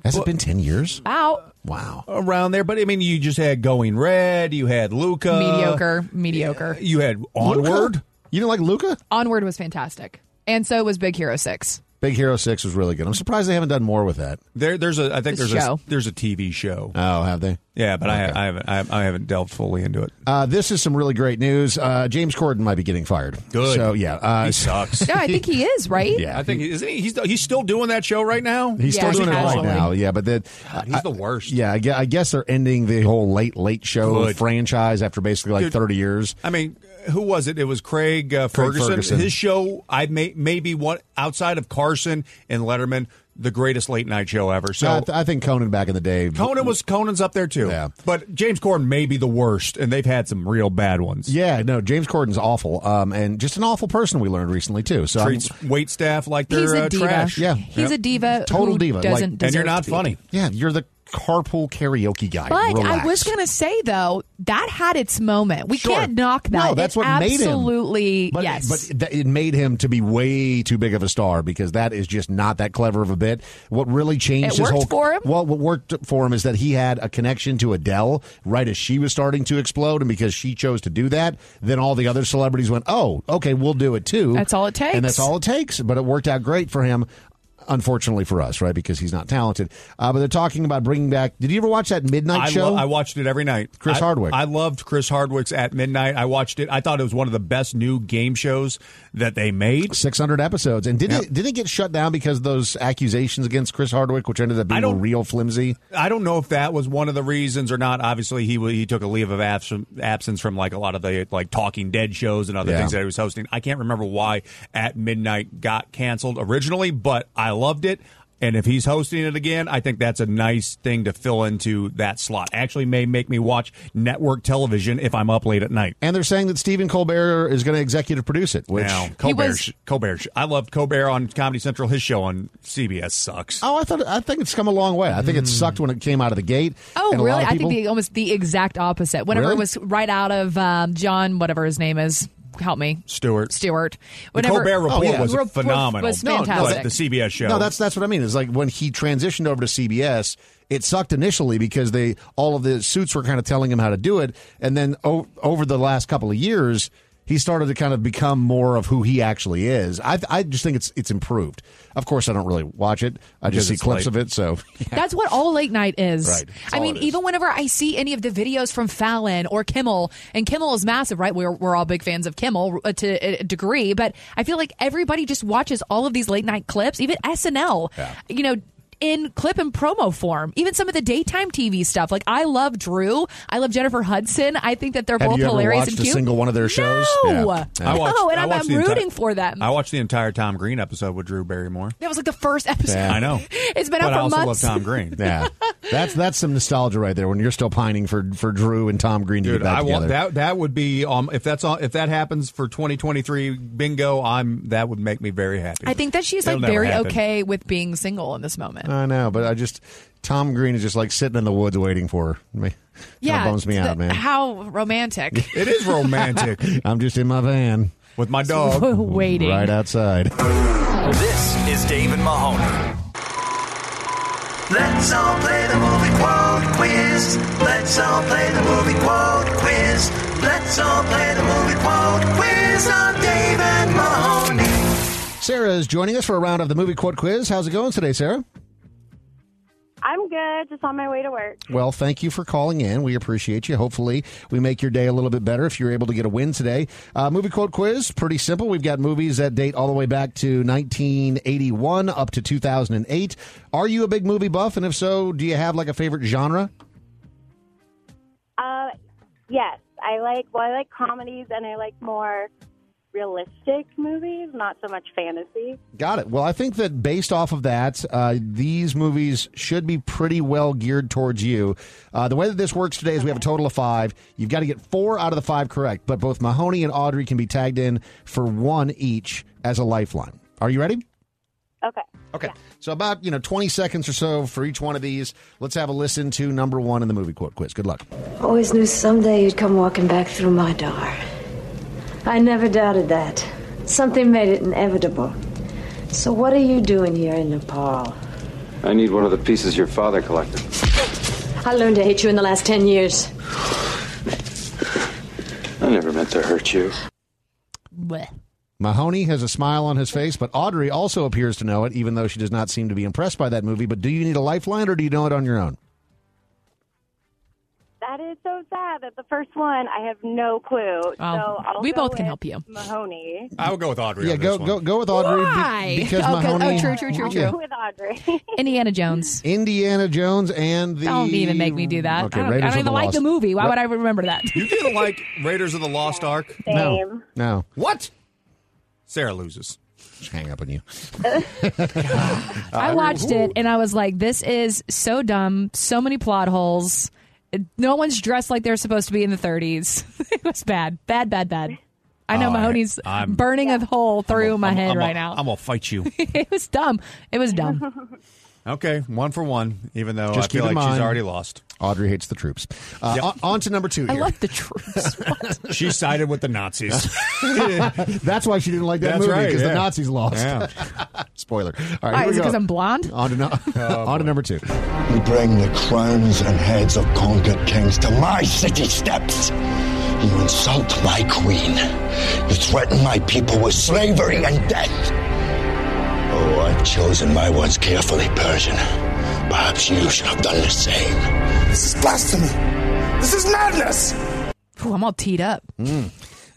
Speaker 5: Has it been ten years?
Speaker 7: Out
Speaker 5: Wow,
Speaker 8: uh, around there. But I mean, you just had Going Red. You had Luca.
Speaker 7: mediocre, mediocre.
Speaker 8: You had Onward.
Speaker 5: You didn't like Luca?
Speaker 7: Onward was fantastic, and so was Big Hero Six.
Speaker 5: Big Hero Six was really good. I'm surprised they haven't done more with that.
Speaker 8: There, there's a. I think
Speaker 7: The
Speaker 8: there's
Speaker 7: show.
Speaker 8: a. There's a TV show.
Speaker 5: Oh, have they?
Speaker 8: Yeah, but I, I haven't. I, I haven't delved fully into it.
Speaker 5: Uh, this is some really great news. Uh, James Corden might be getting fired.
Speaker 8: Good.
Speaker 5: So yeah, uh,
Speaker 8: He sucks.
Speaker 7: No, I think he is right.
Speaker 5: Yeah.
Speaker 8: I think isn't he, he's he's still doing that show right now.
Speaker 5: He's still doing it right now. Yeah, but then
Speaker 8: he's the worst.
Speaker 5: Yeah, I gue- I guess they're ending the whole late late show
Speaker 8: Good.
Speaker 5: franchise after basically like
Speaker 8: Dude.
Speaker 5: 30 years.
Speaker 8: I mean, who was it? It was Craig, uh,
Speaker 5: Craig
Speaker 8: Ferguson.
Speaker 5: Ferguson.
Speaker 8: His show, I may maybe one outside of Carson and Letterman, the greatest late night show ever. So.
Speaker 5: I, th- I think Conan back in the day.
Speaker 8: Conan was Conan's up there too, yeah. but James Corden may be the worst, and they've had some real bad ones.
Speaker 5: Yeah, no, James Corden's awful, um, and just an awful person. We learned recently too. So I'm-
Speaker 8: Treats wait staff like they're
Speaker 7: He's a
Speaker 8: uh,
Speaker 7: diva.
Speaker 8: trash.
Speaker 5: Yeah.
Speaker 7: He's a diva.
Speaker 5: total
Speaker 7: who
Speaker 5: diva,
Speaker 7: Doesn't
Speaker 5: like,
Speaker 7: deserve to be.
Speaker 5: Yeah, you're the carpool karaoke guy.
Speaker 7: But
Speaker 5: Relax.
Speaker 7: I was going to say though that had its moment. We
Speaker 5: Sure.
Speaker 7: can't knock that.
Speaker 5: No, that's
Speaker 7: It
Speaker 5: what made him.
Speaker 7: absolutely
Speaker 5: But,
Speaker 7: yes.
Speaker 5: but th- it made him to be way too big of a star because that is just not that clever of a bit. What really changed
Speaker 7: It
Speaker 5: his
Speaker 7: worked
Speaker 5: whole
Speaker 7: for him?
Speaker 5: Well, what worked for him is that he had a connection to Adele right as she was starting to explode, and because she chose to do that, then all the other celebrities went, "Oh, okay, we'll do it too."
Speaker 7: That's all it takes.
Speaker 5: and that's all it takes. But it worked out great for him. Unfortunately for us, right? Because he's not talented. Uh, but they're talking about bringing back. Did you ever watch that Midnight
Speaker 8: I,
Speaker 5: Show?
Speaker 8: lo- I watched it every night.
Speaker 5: Chris
Speaker 8: I-
Speaker 5: Hardwick.
Speaker 8: I loved Chris Hardwick's At Midnight. I watched it. I thought it was one of the best new game shows that they made.
Speaker 5: 600 episodes. And did it did it get shut down because of those accusations against Chris Hardwick, which ended up being real flimsy?
Speaker 8: I don't know if that was one of the reasons or not. Obviously, he wa- he took a leave of abs- absence from like a lot of the like Talking Dead shows and other
Speaker 5: Yeah.
Speaker 8: things that he was hosting. I can't remember why At Midnight got canceled originally, but I loved it. And if he's hosting it again, I think that's a nice thing to fill into that slot. Actually, may make me watch network television if I'm up late at night.
Speaker 5: And they're saying that Stephen Colbert is going to executive produce it, which
Speaker 8: now. Colbert, sh Colbert. sh- I loved Colbert on Comedy Central. His show on CBS sucks.
Speaker 5: Oh, I thought I think it's come a long way. I think
Speaker 8: Hmm.
Speaker 5: it sucked when it came out of the gate.
Speaker 7: Oh,
Speaker 5: and a lot
Speaker 7: really?
Speaker 5: of
Speaker 7: I think
Speaker 5: people-
Speaker 7: the almost the exact opposite. Whenever
Speaker 5: Really?
Speaker 7: it was right out of um, John, whatever his name is, help me,
Speaker 8: Stewart.
Speaker 7: Stewart.
Speaker 8: The
Speaker 7: Whenever, Oh,
Speaker 8: Colbert Report
Speaker 5: Oh, yeah.
Speaker 8: was
Speaker 5: Report
Speaker 8: phenomenal.
Speaker 7: was fantastic.
Speaker 8: But the CBS show.
Speaker 5: No, that's that's what I mean. It's like when he transitioned over to CBS, it sucked initially because they all of the suits were kind of telling him how to do it, and then o- over the last couple of years, he started to kind of become more of who he actually is. I I just think it's it's improved. Of course, I don't really watch it. I
Speaker 8: Because
Speaker 5: just see
Speaker 8: it's
Speaker 5: clips
Speaker 8: late.
Speaker 5: of it. So
Speaker 7: That's what all late night is.
Speaker 5: Right. That's
Speaker 7: I
Speaker 5: all
Speaker 7: mean,
Speaker 5: it is.
Speaker 7: even whenever I see any of the videos from Fallon or Kimmel, and Kimmel is massive, right? We're, we're all big fans of Kimmel uh, to a degree, but I feel like everybody just watches all of these late night clips, even SNL, you know. In clip and promo form, even some of the daytime TV stuff. Like I love Drew, I love Jennifer Hudson. I think that they're
Speaker 5: Have
Speaker 7: both
Speaker 5: you ever
Speaker 7: hilarious
Speaker 5: watched
Speaker 7: and
Speaker 5: a
Speaker 7: cute.
Speaker 5: single one of their shows?
Speaker 7: No,
Speaker 5: Yeah. Yeah.
Speaker 8: I watched-
Speaker 7: no, and
Speaker 8: I
Speaker 7: I'm,
Speaker 8: watched
Speaker 7: I'm
Speaker 8: the entire-
Speaker 7: rooting for them.
Speaker 8: I watched the entire Tom Green episode with Drew Barrymore.
Speaker 7: that was like the first episode.
Speaker 5: Yeah.
Speaker 8: I know.
Speaker 7: It's been
Speaker 8: but
Speaker 7: out
Speaker 8: I
Speaker 7: for
Speaker 8: also
Speaker 7: months.
Speaker 8: love Tom Green.
Speaker 5: yeah, that's that's some nostalgia right there. When you're still pining for for Drew and Tom Green to
Speaker 8: Dude,
Speaker 5: get back
Speaker 8: I
Speaker 5: together.
Speaker 8: want that. That would be um, if that's on, if that happens for 2023 bingo. I'm that would make me very happy.
Speaker 7: I think that she's like
Speaker 8: It'll never
Speaker 7: very
Speaker 8: happen.
Speaker 7: okay with being single in this moment.
Speaker 5: I know, but I just Tom Green is just like sitting in the woods waiting for her. Me,
Speaker 7: yeah,
Speaker 5: kinda bums me
Speaker 7: the-
Speaker 5: out, man.
Speaker 7: How romantic.
Speaker 8: It is romantic
Speaker 5: I'm just in my van
Speaker 8: with my dog.
Speaker 7: Waiting.
Speaker 5: right outside.
Speaker 3: This is Dave and Mahoney. Let's all play the movie quote quiz. Let's all play the movie quote quiz. Let's all play the movie quote quiz on Dave and Mahoney.
Speaker 5: Sarah is joining us for a round of the movie quote quiz. How's it going today, Sarah?
Speaker 20: I'm good, just on my way to work.
Speaker 5: Well, thank you for calling in. We appreciate you. Hopefully, we make your day a little bit better if you're able to get a win today. Uh, movie quote quiz, pretty simple. We've got movies that date all the way back to 1981 up to 2008. Are you a big movie buff? And if so, do you have like a favorite genre?
Speaker 20: Uh, yes, I like well, I like comedies and I like more realistic movies, not so much fantasy.
Speaker 5: Got it. Well, I think that based off of that, uh, these movies should be pretty well geared towards you. Uh, the way that this works today is we have a total of five. You've got to get four out of the five correct, but both Mahoney and Audrey can be tagged in for one each as a lifeline. Are you ready?
Speaker 20: Okay.
Speaker 5: Okay. So about you know twenty seconds or so for each one of these. Let's have a listen to number one in the movie quote quiz. Good luck.
Speaker 13: Always knew someday you'd come walking back through my door. I never doubted that. Something made it inevitable. So, what are you doing here in Nepal?
Speaker 21: I need one of the pieces your father collected.
Speaker 13: I learned to hate you in the last ten years.
Speaker 21: I never meant to hurt you.
Speaker 5: Mahoney has a smile on his face, but Audrey also appears to know it, even though she does not seem to be impressed by that movie. But do you need a lifeline, or do you know it on your own?
Speaker 20: That is so sad that the first one I have no clue. so
Speaker 7: Oh,
Speaker 20: I'll
Speaker 7: we
Speaker 20: go
Speaker 7: both can
Speaker 20: with
Speaker 7: help you.
Speaker 20: Mahoney.
Speaker 8: I would go with Audrey.
Speaker 5: yeah,
Speaker 8: on
Speaker 5: go
Speaker 8: this one.
Speaker 5: go go with Audrey be-
Speaker 7: Why?
Speaker 5: because
Speaker 7: Oh, 'cause- oh,
Speaker 5: Mahoney.
Speaker 7: true, true, true,
Speaker 5: Yeah.
Speaker 7: true.
Speaker 20: With Audrey.
Speaker 7: Indiana Jones.
Speaker 5: Indiana Jones and the.
Speaker 7: Don't even make me do that.
Speaker 5: Okay,
Speaker 7: I don't, I
Speaker 5: Raiders
Speaker 7: don't
Speaker 5: of
Speaker 7: even
Speaker 5: the
Speaker 7: like
Speaker 5: Lost-
Speaker 7: the movie. Why
Speaker 5: Ra-
Speaker 7: would I remember that?
Speaker 8: You didn't like Raiders of the Lost Ark?
Speaker 5: No, no.
Speaker 8: What? Sarah loses.
Speaker 5: Just hang up on you.
Speaker 7: I watched it and I was like, this is so dumb. So many plot holes. No one's dressed like they're supposed to be in the 30s. it was bad. Bad, bad, bad. I know
Speaker 8: Oh, I-
Speaker 7: Mahoney's
Speaker 8: I'm-
Speaker 7: burning a hole through my head
Speaker 8: I'm a-
Speaker 7: right now.
Speaker 8: I'm gonna fight you.
Speaker 7: it was dumb. It was dumb.
Speaker 8: Okay, one for one. Even though
Speaker 5: Just
Speaker 8: I feel
Speaker 5: keep
Speaker 8: like
Speaker 5: in
Speaker 8: she's
Speaker 5: mind-
Speaker 8: already lost.
Speaker 5: Audrey hates the troops. Uh,
Speaker 8: Yep.
Speaker 5: on, on to number two.
Speaker 7: I
Speaker 5: here.
Speaker 7: love the troops.
Speaker 8: She sided with the Nazis.
Speaker 5: That's why she didn't like that
Speaker 8: That's
Speaker 5: movie
Speaker 8: right,
Speaker 5: because
Speaker 8: yeah.
Speaker 5: the Nazis lost.
Speaker 8: Yeah.
Speaker 5: Spoiler. All right,
Speaker 7: Why,
Speaker 5: here we
Speaker 7: is it
Speaker 5: go.
Speaker 7: because I'm blonde?
Speaker 5: on to, nu- on to number two.
Speaker 22: You bring the crowns and heads of conquered kings to my city steps. You insult my queen. You threaten my people with slavery and death. Oh, I've chosen my words carefully, Persian. Perhaps you should have done the same. This is blasphemy. This is madness.
Speaker 7: Ooh, I'm all teed up.
Speaker 5: Hmm.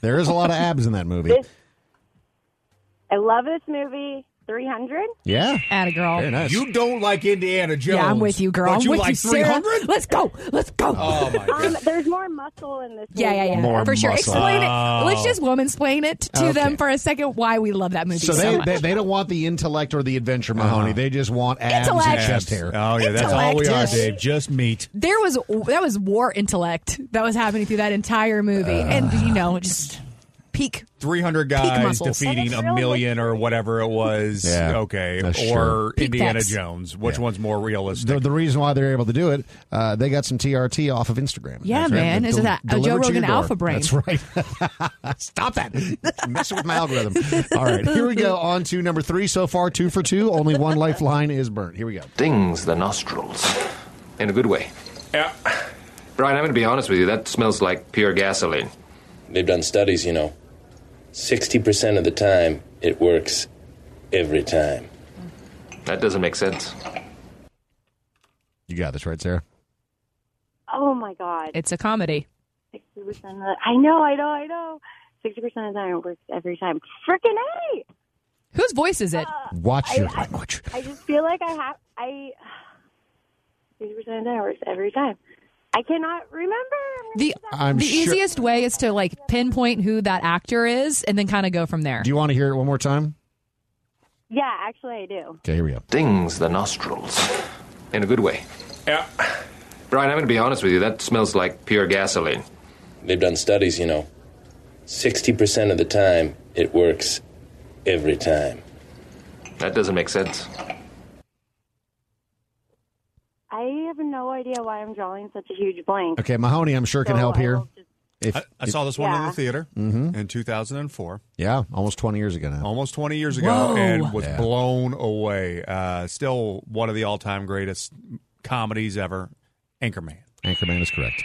Speaker 5: There is a lot of abs in that movie.
Speaker 20: This- I love this movie. 300?
Speaker 5: Yeah.
Speaker 7: Atta girl.
Speaker 5: Very nice.
Speaker 8: You don't like Indiana Jones.
Speaker 7: Yeah, I'm with you, girl.
Speaker 8: But
Speaker 7: I'm
Speaker 8: you
Speaker 7: with
Speaker 8: like
Speaker 7: you, Sarah.
Speaker 8: 300?
Speaker 7: Let's go. Let's go.
Speaker 8: Oh my
Speaker 20: Um,
Speaker 8: god.
Speaker 20: there's more muscle in this
Speaker 7: Yeah,
Speaker 20: movie.
Speaker 7: yeah, yeah.
Speaker 5: More
Speaker 7: for sure.
Speaker 5: muscle.
Speaker 7: Explain
Speaker 8: Oh.
Speaker 7: it. Let's just woman-splain it to
Speaker 5: Okay.
Speaker 7: them for a second why we love that movie so,
Speaker 5: So they,
Speaker 7: much.
Speaker 5: they they don't want the intellect or the adventure, Mahoney.
Speaker 8: Uh-huh.
Speaker 5: They just want abs
Speaker 7: Intellect.
Speaker 5: and chest hair.
Speaker 8: Oh yeah, that's all we are,
Speaker 7: Intellect.
Speaker 8: Dave. Just meat.
Speaker 7: there was that was war intellect that was happening through that entire movie,
Speaker 5: Uh,
Speaker 7: and you know, just peak.
Speaker 8: 300 guys
Speaker 7: muscles.
Speaker 8: defeating a million or whatever it was.
Speaker 5: Yeah,
Speaker 8: okay.
Speaker 5: that's
Speaker 8: Or
Speaker 7: Peak
Speaker 8: Indiana
Speaker 7: pecs.
Speaker 8: Jones. Which one's more realistic?
Speaker 5: The, the reason why they're able to do it, uh, they got some TRT off of Instagram.
Speaker 7: Yeah,
Speaker 5: That's right.
Speaker 7: man.
Speaker 5: They
Speaker 7: Isn't
Speaker 5: del-
Speaker 7: that a Joe
Speaker 5: delivered to
Speaker 7: Rogan
Speaker 5: your door.
Speaker 7: alpha brain?
Speaker 5: That's right. Stop that. Messing with my algorithm. All right, here we go. On to number three. So far, two for two. Only one lifeline is burnt. Here we go.
Speaker 23: Dings the nostrils. In a good way. Yeah. Brian, I'm going to be honest with you. That smells like pure gasoline.
Speaker 24: They've done studies, you know. 60% of the time, it works every time.
Speaker 23: That doesn't make sense.
Speaker 5: You got this right, Sarah.
Speaker 20: Oh my God.
Speaker 7: It's a comedy.
Speaker 20: 60% of the, I know, I know, I know. 60% of the time it works every time. Freaking A! Uh,
Speaker 7: Whose voice is it?
Speaker 5: Watch
Speaker 20: I-
Speaker 5: your
Speaker 20: I-
Speaker 5: language.
Speaker 20: I just feel like I have I sixty percent of the time it works every time. I cannot remember.
Speaker 7: The
Speaker 5: I'm
Speaker 7: the
Speaker 5: sure-
Speaker 7: easiest way is to like pinpoint who that actor is, and then kind of go from there.
Speaker 5: Do you want to hear it one more time?
Speaker 20: Yeah, actually I do.
Speaker 5: Okay, here we go.
Speaker 23: Dings the nostrils. In a good way. Yeah. Brian, I'm going to be honest with you. That smells like pure gasoline.
Speaker 24: They've done studies, you know. 60% of the time, it works every time.
Speaker 23: That doesn't make sense.
Speaker 20: I have no idea why I'm drawing such a huge blank.
Speaker 5: Okay, Mahoney, I'm sure can help here. If,
Speaker 8: I, I saw this one in
Speaker 20: Yeah.
Speaker 8: the theater
Speaker 5: Mhm.
Speaker 8: in 2004,
Speaker 5: Yeah, almost 20 years ago now.
Speaker 8: almost 20 years ago,
Speaker 7: Whoa.
Speaker 8: and was
Speaker 5: Yeah.
Speaker 8: blown away. Uh, still one of the all time greatest comedies ever. Anchorman.
Speaker 5: Anchorman is correct.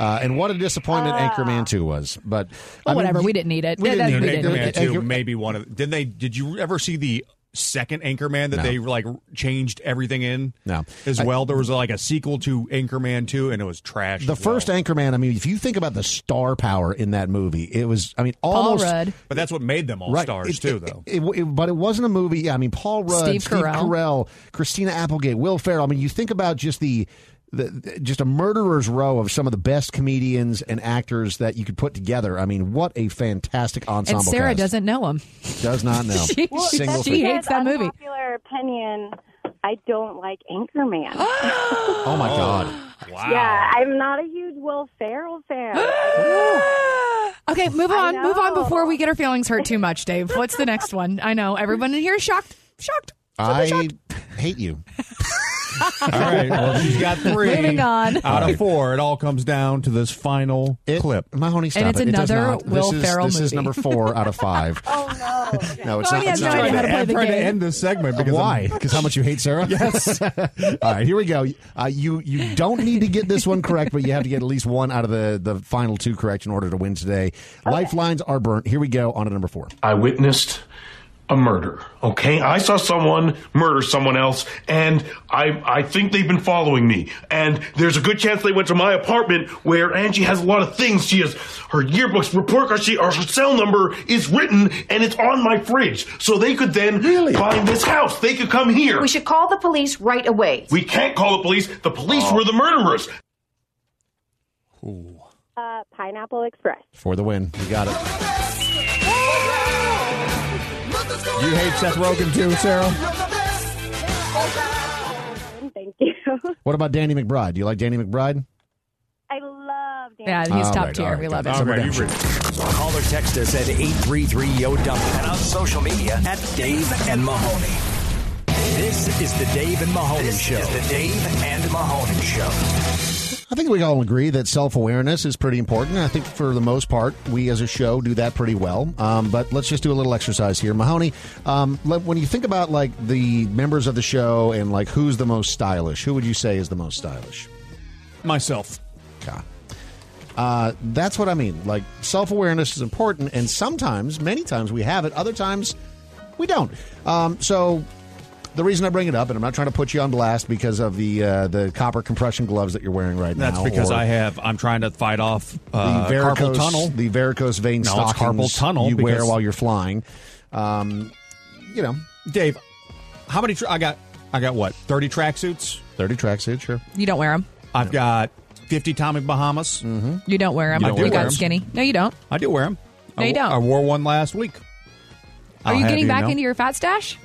Speaker 5: Uh, and what a disappointment Anchorman 2 was. But
Speaker 7: Well,
Speaker 5: I mean,
Speaker 7: whatever.
Speaker 5: you-
Speaker 7: we didn't need it.
Speaker 5: we
Speaker 7: That-
Speaker 5: didn't
Speaker 7: that-
Speaker 5: need it.
Speaker 8: Anchorman
Speaker 5: Anchor-
Speaker 8: two, maybe one of. Did they? Did you ever see the second Anchorman that
Speaker 5: No.
Speaker 8: they like changed everything in?
Speaker 5: No.
Speaker 8: as
Speaker 5: I-
Speaker 8: well. there was like a sequel to Anchorman two, and it was trash.
Speaker 5: The
Speaker 8: as well.
Speaker 5: first Anchorman, I mean, if you think about the star power in that movie, it was, I mean, almost.
Speaker 7: Paul Rudd.
Speaker 8: but that's what made them all
Speaker 5: Right.
Speaker 8: stars
Speaker 5: It-
Speaker 8: too,
Speaker 5: it-
Speaker 8: though.
Speaker 5: it- it- but it wasn't a movie. Yeah, I mean, Paul Rudd,
Speaker 7: Steve Carell.
Speaker 5: Carell, Christina Applegate, Will Ferrell. I mean, you think about just the the, just a murderer's row of some of the best comedians and actors that you could put together. I mean, what a fantastic ensemble!
Speaker 7: and Sarah
Speaker 5: cast.
Speaker 7: doesn't know him.
Speaker 5: does not know.
Speaker 7: She-
Speaker 5: Single
Speaker 7: she
Speaker 5: thing.
Speaker 7: hates that movie.
Speaker 20: Popular opinion. I don't like Anchorman.
Speaker 5: Oh my god!
Speaker 20: Yeah, I'm not a huge Will Ferrell fan.
Speaker 7: Okay, move on. Move on before we get our feelings hurt too much, Dave. What's the next one? I know everyone in here is shocked. Shocked.
Speaker 5: I hate you.
Speaker 8: All right. Well, she's got three.
Speaker 7: Moving on.
Speaker 8: Out of four, it all comes down to this final clip.
Speaker 5: Mahoney,
Speaker 7: stop it's it. It does another not. Will
Speaker 5: this
Speaker 7: Ferrell
Speaker 5: is, this is
Speaker 7: movie.
Speaker 5: number four out of five.
Speaker 20: oh no!
Speaker 5: No, it's
Speaker 7: Oh,
Speaker 5: not.
Speaker 7: he has
Speaker 5: it's
Speaker 7: no
Speaker 5: not.
Speaker 7: idea how to play
Speaker 8: I'm
Speaker 7: the
Speaker 8: trying to
Speaker 7: game.
Speaker 8: end this segment because
Speaker 5: Why?
Speaker 8: I'm-
Speaker 5: Because how much you hate Sarah?
Speaker 8: Yes.
Speaker 5: All right, here we go. Uh, you you don't need to get this one correct, but you have to get at least one out of the, the final two correct in order to win today. Lifelines are burnt. Here we go on to number four.
Speaker 1: I witnessed a murder. Okay, I saw someone murder someone else, and I I think they've been following me. And there's a good chance they went to my apartment where Angie has a lot of things. She has her yearbooks, report card, she or her cell number is written, and it's on my fridge. So they could then find this house. They could come here.
Speaker 2: We should call the police right away.
Speaker 1: We can't call the police. The police were the murderers.
Speaker 20: Uh, Pineapple Express.
Speaker 5: For the win. You got it.
Speaker 8: You hate Seth Rogen too, Sarah?
Speaker 20: Thank you.
Speaker 5: What about Danny McBride? Do you like Danny McBride?
Speaker 20: I love. Dan.
Speaker 7: Yeah, he's
Speaker 5: All
Speaker 7: top
Speaker 5: right, Oh all
Speaker 7: tier.
Speaker 5: right,
Speaker 7: We love it.
Speaker 5: got it.
Speaker 3: Call or text us at 833 Yo Dummy and on social media at Dave and Mahoney. This is the Dave and Mahoney Show. the Dave and Mahoney Show.
Speaker 5: I think we all agree that self awareness is pretty important. I think for the most part, we as a show do that pretty well. Um, but let's just do a little exercise here, Mahoney. Um, let- when you think about like the members of the show and like who's the most stylish, who would you say is the most stylish?
Speaker 8: Myself.
Speaker 5: Okay. Uh, that's what I mean. Like self awareness is important, and sometimes, many times, we have it. Other times, we don't. Um, so the reason I bring it up, and I'm not trying to put you on blast because of the uh, the copper compression gloves that you're wearing right
Speaker 8: That's
Speaker 5: now.
Speaker 8: because
Speaker 5: or-
Speaker 8: I have. I'm trying to fight off uh,
Speaker 5: the varicose
Speaker 8: carpal tunnel.
Speaker 5: the varicose vein
Speaker 8: No, it's
Speaker 5: stockings
Speaker 8: carpal tunnel
Speaker 5: you wear
Speaker 8: because-
Speaker 5: while you're flying. Um, you know,
Speaker 8: Dave, how many? Tra- I got. I got what? Thirty tracksuits.
Speaker 5: Thirty tracksuits. Sure.
Speaker 7: You don't wear them.
Speaker 8: I've got fifty Tommy Bahamas. Mm-hmm.
Speaker 7: You don't wear them.
Speaker 8: You
Speaker 7: You,
Speaker 8: don't wear
Speaker 7: got
Speaker 8: 'em.
Speaker 7: skinny. No, you don't.
Speaker 8: I do wear them.
Speaker 7: No, you don't.
Speaker 8: I wore one last week.
Speaker 7: Are you getting back into your fat stash?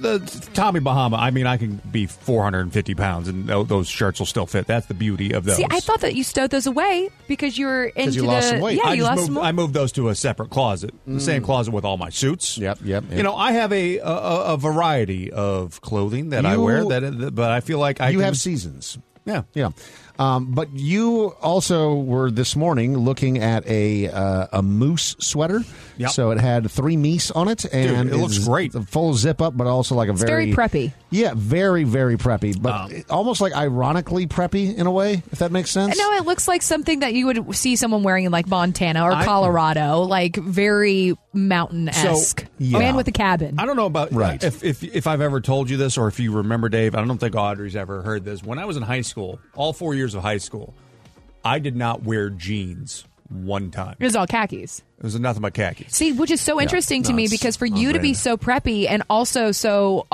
Speaker 8: the Tommy Bahama? I mean, I can be 450 pounds, and tho- those shirts will still fit. That's the beauty of those.
Speaker 7: See, I thought that you stowed those away because you were into the yeah,
Speaker 8: I
Speaker 7: you
Speaker 8: just
Speaker 7: lost
Speaker 8: moved,
Speaker 7: some weight.
Speaker 8: I moved those to a separate closet, the same closet with all my suits.
Speaker 5: Mm. Yep, yep.
Speaker 8: You know, I have a a, a variety of clothing that I
Speaker 5: You-
Speaker 8: wear that, that- but I feel like I
Speaker 5: you
Speaker 8: can-
Speaker 5: have seasons.
Speaker 8: Yeah,
Speaker 5: yeah. Um, but you also were this morning looking at a uh, a moose sweater.
Speaker 8: Yep.
Speaker 5: So it had three meese on it, and
Speaker 8: it looks
Speaker 5: it's
Speaker 8: great.
Speaker 5: a Full zip up, but also like a
Speaker 7: It's very preppy.
Speaker 5: Yeah, very very preppy, but
Speaker 8: Um,
Speaker 5: it- almost like ironically preppy in a way, if that makes sense.
Speaker 7: No, it looks like something that you would see someone wearing in like Montana or
Speaker 5: I-
Speaker 7: Colorado, like very mountain esque.
Speaker 8: So, yeah.
Speaker 7: Man with a cabin.
Speaker 8: I don't know about
Speaker 7: Right.
Speaker 8: if, if if I've ever told you this or if you remember, Dave. I don't think Audrey's ever heard this. When I was in high school, all four years of high school, I did not wear jeans one time.
Speaker 7: It was all khakis.
Speaker 8: It was nothing but khakis.
Speaker 7: See, which is so
Speaker 8: Yeah.
Speaker 7: interesting to
Speaker 8: No,
Speaker 7: me
Speaker 8: it's
Speaker 7: because for you to be
Speaker 8: unbranded.
Speaker 7: so preppy and also so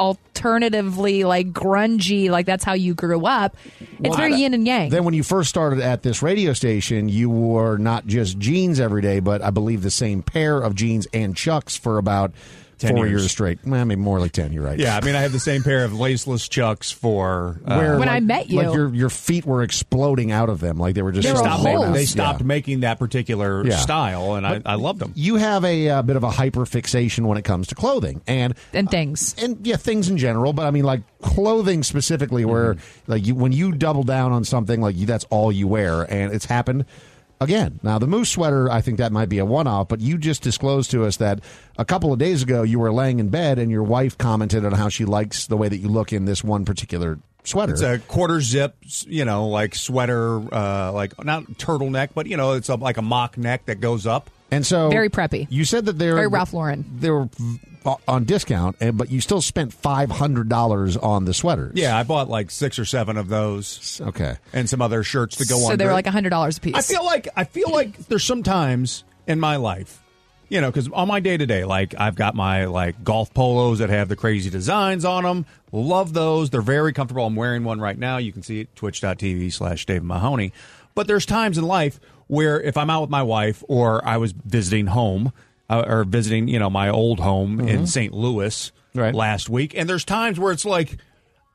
Speaker 7: alternatively like grungy, like that's how you grew up. It's
Speaker 5: Well,
Speaker 7: very
Speaker 5: I-
Speaker 7: yin and yang.
Speaker 5: Then, when you first started at this radio station, you wore not just jeans every day, but I believe the same pair of jeans and chucks for about
Speaker 8: 10
Speaker 5: four years.
Speaker 8: years.
Speaker 5: straight. Well, I mean, more like 10, you're right.
Speaker 8: Yeah, I mean, I have the same pair of laceless chucks for uh,
Speaker 5: Where,
Speaker 7: When I
Speaker 5: like-
Speaker 7: met you-
Speaker 5: like your, your feet were exploding out of them. Like they were just
Speaker 8: they
Speaker 5: so
Speaker 8: stopped,
Speaker 5: worn
Speaker 8: making,
Speaker 5: out.
Speaker 8: they
Speaker 5: Yeah.
Speaker 8: stopped making that particular
Speaker 5: Yeah.
Speaker 8: style, and I, I loved them.
Speaker 5: You have a, uh bit of a hyper fixation when it comes to clothing and uh,
Speaker 7: and things
Speaker 5: and yeah things in general, but I mean like clothing specifically, where
Speaker 7: Mm-hmm.
Speaker 5: like you when you double down on something like you, that's all you wear, and it's happened again. Now the moose sweater, I think that might be a one off, but you just disclosed to us that a couple of days ago you were laying in bed and your wife commented on how she likes the way that you look in this one particular sweater.
Speaker 8: It's a quarter zip, s- you know, like sweater, uh, like not turtleneck, but you know, it's a, like a mock neck that goes up.
Speaker 5: And so
Speaker 7: Very preppy.
Speaker 5: You said that they're
Speaker 7: Very Ralph Lauren.
Speaker 5: They were on discount, and but you still spent five hundred dollars on the sweaters.
Speaker 8: Yeah, I bought like six or seven of those.
Speaker 5: Okay,
Speaker 8: and some other shirts to go on.
Speaker 7: so they were like hundred dollars a piece.
Speaker 8: I feel like I feel like there's some times in my life you know, because on my day to day, like I've got my like golf polos that have the crazy designs on them. Love those. They're very comfortable. I'm wearing one right now. You can see it twitch.tv slash Dave Mahoney. But there's times in life where if I'm out with my wife or I was visiting home uh, or visiting, you know, my old home in
Speaker 5: Mm-hmm.
Speaker 4: Mhm.
Speaker 8: St. Louis last week, and there's times where it's like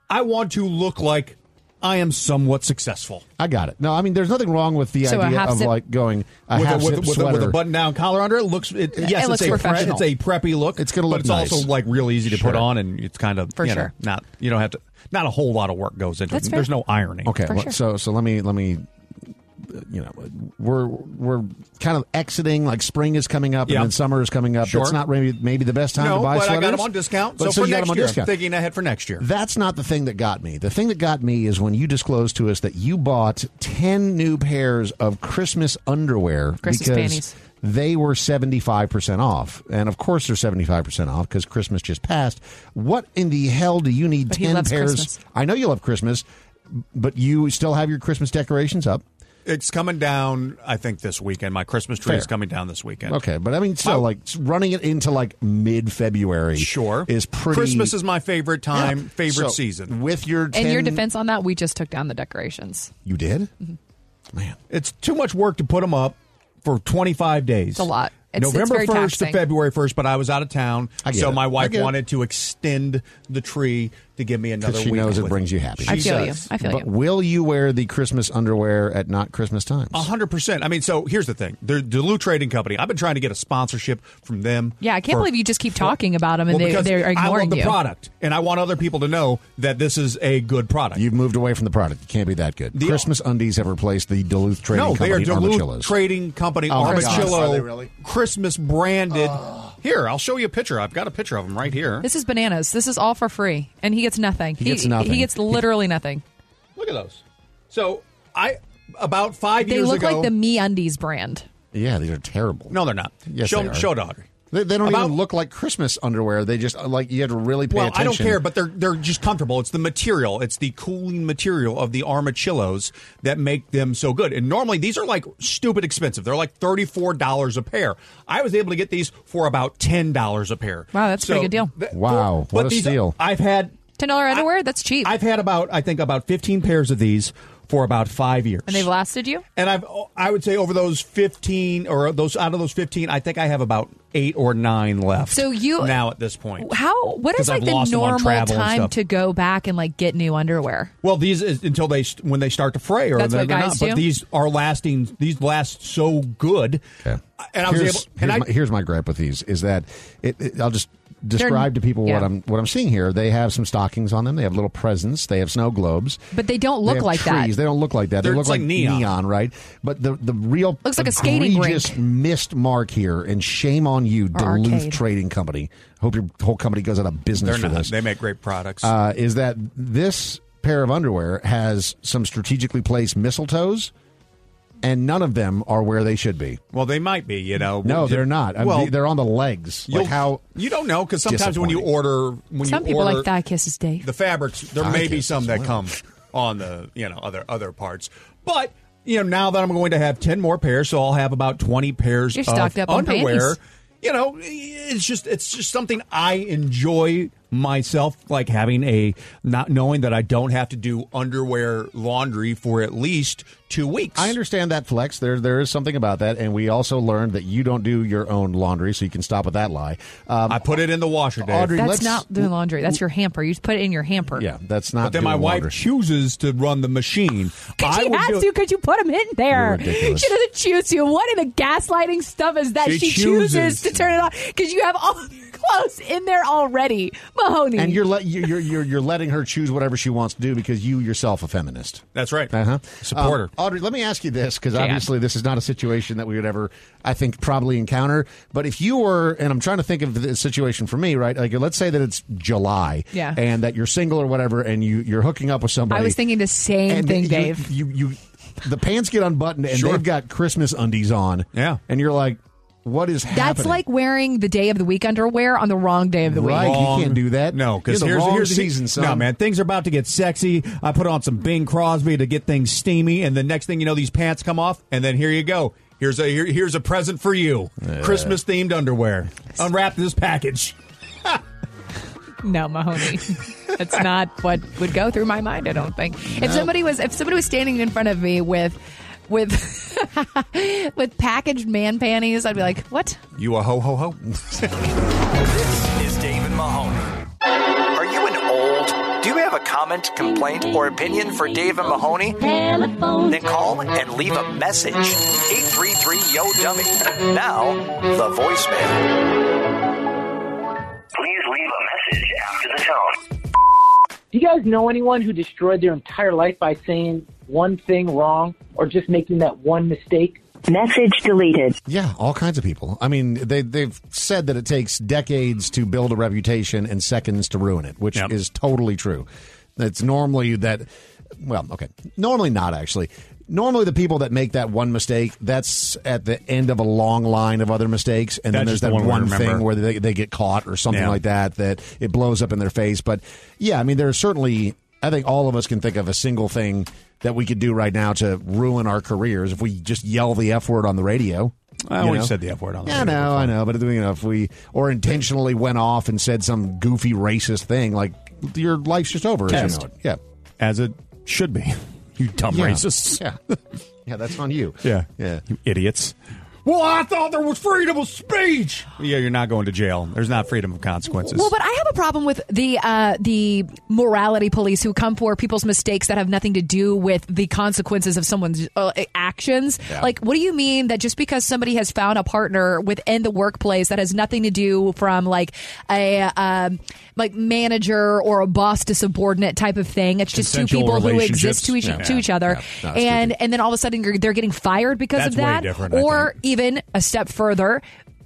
Speaker 8: I want to look like I am somewhat successful.
Speaker 5: I got it. No, I mean, there's nothing wrong with the
Speaker 8: So a
Speaker 5: idea
Speaker 8: half
Speaker 5: of
Speaker 8: zip-
Speaker 5: like going a
Speaker 8: With a-
Speaker 5: half
Speaker 8: with a- with a-
Speaker 5: zip
Speaker 8: with a
Speaker 5: sweater.
Speaker 8: button-down collar under it looks. It,
Speaker 5: Yeah,
Speaker 8: yes,
Speaker 5: it looks
Speaker 8: it's a pre-
Speaker 5: professional.
Speaker 8: it's a preppy look. It's going But
Speaker 5: look
Speaker 8: it's
Speaker 5: nice.
Speaker 8: also like real easy to
Speaker 5: Sure.
Speaker 8: put on, and it's kind of
Speaker 5: For
Speaker 8: you know,
Speaker 5: sure.
Speaker 8: not you don't have to. Not a whole lot of work goes into
Speaker 5: That's
Speaker 8: it.
Speaker 5: fair.
Speaker 8: There's no ironing.
Speaker 5: Okay,
Speaker 8: For
Speaker 5: well,
Speaker 8: sure.
Speaker 5: so so let me let me, uh, you know, we're we're kind of exiting. Like spring is coming up,
Speaker 8: Yeah.
Speaker 5: and then summer is coming up.
Speaker 8: Sure.
Speaker 5: That's not maybe maybe the best time
Speaker 8: no,
Speaker 5: to buy
Speaker 8: but
Speaker 5: sweaters.
Speaker 8: I got them on discount.
Speaker 5: But
Speaker 8: so, for
Speaker 5: you got
Speaker 8: next
Speaker 5: them on
Speaker 8: year,
Speaker 5: discount.
Speaker 8: I'm thinking ahead for next year.
Speaker 5: That's not the thing that got me. The thing that got me is when you disclosed to us that you bought 10 new pairs of Christmas underwear
Speaker 7: Christmas
Speaker 5: because
Speaker 7: panties.
Speaker 5: they were 75% off. And of course they're 75% off because Christmas just passed. What in the hell do you need
Speaker 7: But he
Speaker 5: 10
Speaker 7: loves
Speaker 5: pairs?
Speaker 7: Christmas.
Speaker 5: I know you love Christmas, but you still have your Christmas decorations up.
Speaker 8: It's coming down. I think this weekend. My Christmas tree
Speaker 5: Fair.
Speaker 8: is coming down this weekend.
Speaker 5: Okay, but I mean, still,
Speaker 8: Oh.
Speaker 5: like running it into like mid February, sure, is pretty.
Speaker 8: Christmas is my favorite time,
Speaker 5: Yeah.
Speaker 8: favorite
Speaker 5: So,
Speaker 8: season.
Speaker 5: With your
Speaker 7: In
Speaker 5: 10
Speaker 7: your defense on that, we just took down the decorations.
Speaker 5: you did. Mm-hmm.
Speaker 8: It's too much work to put them up for 25 days. It's
Speaker 7: a lot. It's- it's
Speaker 8: November
Speaker 7: very
Speaker 8: 1st
Speaker 7: taxing.
Speaker 8: to February 1st, but I was out of town.
Speaker 5: I get
Speaker 8: so
Speaker 5: it.
Speaker 8: my
Speaker 5: I
Speaker 8: wife
Speaker 5: get it.
Speaker 8: wanted to extend the tree to give me another
Speaker 5: Because she
Speaker 8: week.
Speaker 5: knows it
Speaker 8: with
Speaker 5: brings you happiness.
Speaker 8: I She feel you. does. I feel
Speaker 5: but
Speaker 8: you.
Speaker 5: will you wear the Christmas underwear at not Christmas times?
Speaker 8: A hundred percent. I mean, so here's the thing: the Duluth Trading Company. I've been trying to get a sponsorship from them.
Speaker 7: Yeah, I can't
Speaker 8: for-
Speaker 7: believe you just keep
Speaker 8: for-
Speaker 7: talking about them and
Speaker 8: well,
Speaker 7: they,
Speaker 8: because
Speaker 7: they're ignoring
Speaker 8: I love the
Speaker 7: you.
Speaker 8: product, and I want other people to know that this is a good product.
Speaker 5: You've moved away from the product. You can't be that good. Christmas undies have replaced the Duluth Trading
Speaker 8: no, they
Speaker 5: Company
Speaker 8: are Duluth
Speaker 5: armadillos.
Speaker 8: Trading Company
Speaker 5: Oh, my gosh.
Speaker 8: Armadillo
Speaker 5: Are they really?
Speaker 8: Christmas branded. Here, I'll show you a picture. I've got a picture of them right here.
Speaker 7: This is bananas. This is all for free, and he gets nothing. He,
Speaker 8: gets nothing.
Speaker 7: He gets literally nothing.
Speaker 8: Look at those. So I about five
Speaker 7: They
Speaker 8: years
Speaker 7: look
Speaker 8: ago.
Speaker 7: like the Me Undies brand.
Speaker 5: yeah, these are terrible.
Speaker 8: No, they're not.
Speaker 5: Yes,
Speaker 8: show
Speaker 5: they are.
Speaker 8: show dog.
Speaker 5: They, they don't
Speaker 8: About-
Speaker 5: even look like Christmas underwear. They just uh, like you had to really pay
Speaker 8: well,
Speaker 5: attention.
Speaker 8: I don't care, but they're they're just comfortable. It's the material, it's the cooling material of the armachillos that make them so good. And normally these are like stupid expensive. They're like thirty four dollars a pair. I was able to get these for about ten dollars a pair.
Speaker 7: Wow, that's a pretty good deal.
Speaker 5: Wow,
Speaker 8: but
Speaker 5: what a
Speaker 8: these-
Speaker 5: steal!
Speaker 8: I've had
Speaker 7: Ten dollar underwear. that's cheap.
Speaker 8: I've had about I think about fifteen pairs of these for about five years.
Speaker 7: and they've lasted you.
Speaker 8: And I've I would say over those fifteen or those out of those fifteen, I think I have about eight or nine left.
Speaker 7: So you-
Speaker 8: now at this point,
Speaker 7: How? What
Speaker 8: 'Cause
Speaker 7: is like
Speaker 8: I've
Speaker 7: the
Speaker 8: lost them on
Speaker 7: normal
Speaker 8: travel and
Speaker 7: time
Speaker 8: stuff.
Speaker 7: to go back and like get new underwear?
Speaker 8: Well, these is until they when they start to fray, or
Speaker 7: That's
Speaker 8: they're,
Speaker 7: what
Speaker 8: they're
Speaker 7: guys
Speaker 8: not.
Speaker 7: do?
Speaker 8: But these are lasting. These last so good. And I was able.
Speaker 5: here's, Here's,
Speaker 8: And I,
Speaker 5: my, here's my gripe with these is that it, it- I'll just describe to people what
Speaker 7: yeah.
Speaker 5: I'm what I'm seeing here. They have some stockings on them. They have little presents. They have snow globes.
Speaker 7: But they don't
Speaker 5: They
Speaker 7: look
Speaker 5: have
Speaker 7: like
Speaker 5: trees.
Speaker 7: that.
Speaker 5: They don't look like that. They
Speaker 7: They're-
Speaker 5: look
Speaker 7: it's like neon.
Speaker 5: right? But the the real
Speaker 7: Looks like a skating
Speaker 5: egregious missed mark here. And shame on you,
Speaker 8: Or
Speaker 5: Duluth
Speaker 8: arcade.
Speaker 5: Trading Company. Hope your whole company goes out of business
Speaker 8: they're
Speaker 5: for
Speaker 8: not.
Speaker 5: this.
Speaker 8: They make great products.
Speaker 5: Uh, is that this pair of underwear has some strategically placed mistletoes, and none of them are where they should be.
Speaker 8: well, they might be. You know.
Speaker 5: No, they're not. I mean,
Speaker 8: Well,
Speaker 5: they're on the legs. Like
Speaker 8: you'll-
Speaker 5: how
Speaker 8: you don't know because sometimes when you order, when
Speaker 7: Some
Speaker 8: you
Speaker 7: people
Speaker 8: order,
Speaker 7: like thigh kisses, Dave.
Speaker 8: the fabrics there
Speaker 7: Thigh
Speaker 8: may be
Speaker 7: kisses,
Speaker 8: some that
Speaker 7: wow.
Speaker 8: come on the you know other other parts but you know now that i'm going to have 10 more pairs so i'll have about 20 pairs
Speaker 7: You're
Speaker 8: of
Speaker 7: stocked up on
Speaker 8: underwear
Speaker 7: panties.
Speaker 8: you know it's just it's just something i enjoy myself like having a not knowing that i don't have to do underwear laundry for at least two weeks
Speaker 5: I understand that flex. There, there is something about that, and we also learned that you don't do your own laundry, so you can stop with that lie. Um,
Speaker 8: I put it in the washer, Dave.
Speaker 5: Audrey,
Speaker 7: that's
Speaker 5: let's-
Speaker 7: not doing laundry. That's your hamper. You just put it in your hamper.
Speaker 5: Yeah, that's not.
Speaker 8: but then my
Speaker 5: doing
Speaker 8: wife
Speaker 5: laundry.
Speaker 8: chooses to run the machine
Speaker 7: Because she
Speaker 8: would do
Speaker 7: has
Speaker 8: it-
Speaker 7: to, because you put him in there.
Speaker 8: You're ridiculous.
Speaker 7: She doesn't choose to. What in the gaslighting stuff is that she,
Speaker 8: She
Speaker 7: chooses.
Speaker 8: chooses.
Speaker 7: to turn it on? Because you have all of your clothes in there already, Mahoney.
Speaker 5: Oh, and you're, let, you- you're you're you're letting her choose whatever she wants to do because you yourself a feminist.
Speaker 8: that's right
Speaker 5: Uh-huh.
Speaker 8: Support
Speaker 5: Um, Audrey, let me ask you this because
Speaker 8: Yeah.
Speaker 5: obviously this is not a situation that we would ever, I think, probably encounter. But if you were, and I'm trying to think of the situation for me, right? Like, let's say that it's July,
Speaker 7: Yeah.
Speaker 5: and that you're single or whatever, and you you're hooking up with somebody.
Speaker 7: I was thinking the same
Speaker 5: and
Speaker 7: thing,
Speaker 5: you-
Speaker 7: Dave.
Speaker 5: You, you, the pants get unbuttoned and
Speaker 7: Sure.
Speaker 5: they've got Christmas undies on. Yeah, and you're like, what is happening?
Speaker 7: That's like wearing the day of the week underwear on the wrong day of the
Speaker 5: Right,
Speaker 7: week.
Speaker 5: you can't do that.
Speaker 8: No, because
Speaker 5: You're the
Speaker 8: here's
Speaker 5: wrong
Speaker 8: here's the-
Speaker 5: season, son.
Speaker 8: No, man, things are about to get sexy. I put on some Bing Crosby to get things steamy, and the next thing you know, these pants come off, and then here you go. Here's a here, here's a present for you.
Speaker 5: Yeah.
Speaker 8: Christmas themed underwear. Unwrap this package.
Speaker 7: No, Mahoney. That's not what would go through my mind. I don't think. If
Speaker 8: No.
Speaker 7: somebody was, if somebody was standing in front of me with, with, with packaged man panties, I'd be like, "What?
Speaker 8: You a ho ho ho.
Speaker 3: This is David Mahoney. Are you an old? Do you have a comment, complaint, or opinion for Dave and Mahoney? Then call and leave a message. 833 Yo Dummy. Now, the voicemail.
Speaker 9: Please leave a message after the tone.
Speaker 4: Do you guys know anyone who destroyed their entire life by saying one thing wrong or just making that one mistake?
Speaker 5: Message deleted. Yeah, all kinds of people. I mean, they they've said that it takes decades to build a reputation and seconds to ruin it, which is totally true. It's normally that well, okay. Normally not actually. Normally the people that make that one mistake, that's at the end of a long line of other mistakes and then
Speaker 8: That's
Speaker 5: there's
Speaker 8: just the one
Speaker 5: that one,
Speaker 8: we remember.
Speaker 5: thing where they, they get caught or something
Speaker 8: Yeah.
Speaker 5: like that that it blows up in their face. But yeah, I mean, there are certainly. I think all of us can think of a single thing that we could do right now to ruin our careers if we just yell the f word on the radio.
Speaker 8: I
Speaker 5: you
Speaker 8: always
Speaker 5: know?
Speaker 8: said the F word on the
Speaker 5: Yeah, I
Speaker 8: radio
Speaker 5: know, I know, but you know, if we or intentionally went off and said some goofy racist thing, like your life's just over, as you
Speaker 8: Test.
Speaker 5: know it. Yeah,
Speaker 8: as it should be. You dumb
Speaker 5: Yeah.
Speaker 8: racists.
Speaker 5: Yeah, yeah, that's on you.
Speaker 8: Yeah.
Speaker 5: Yeah.
Speaker 8: You idiots. Well, I thought there was freedom of speech. Yeah, you're not going to jail. There's not freedom of consequences.
Speaker 7: Well, but I have a problem with the uh, the morality police who come for people's mistakes that have nothing to do with the consequences of someone's uh, actions.
Speaker 6: Yeah.
Speaker 7: Like, what do you mean that just because somebody has found a partner within the workplace that has nothing to do from like a um, like manager or a boss to subordinate type of thing? It's just two
Speaker 6: Consensual
Speaker 7: people who
Speaker 6: relationships.
Speaker 7: exist to each
Speaker 6: Yeah.
Speaker 7: to each other,
Speaker 6: Yeah. No, that's
Speaker 7: and and then all of a sudden you're, they're getting fired because
Speaker 6: That's
Speaker 7: of
Speaker 6: way
Speaker 7: that,
Speaker 6: different, I
Speaker 7: or even a step further.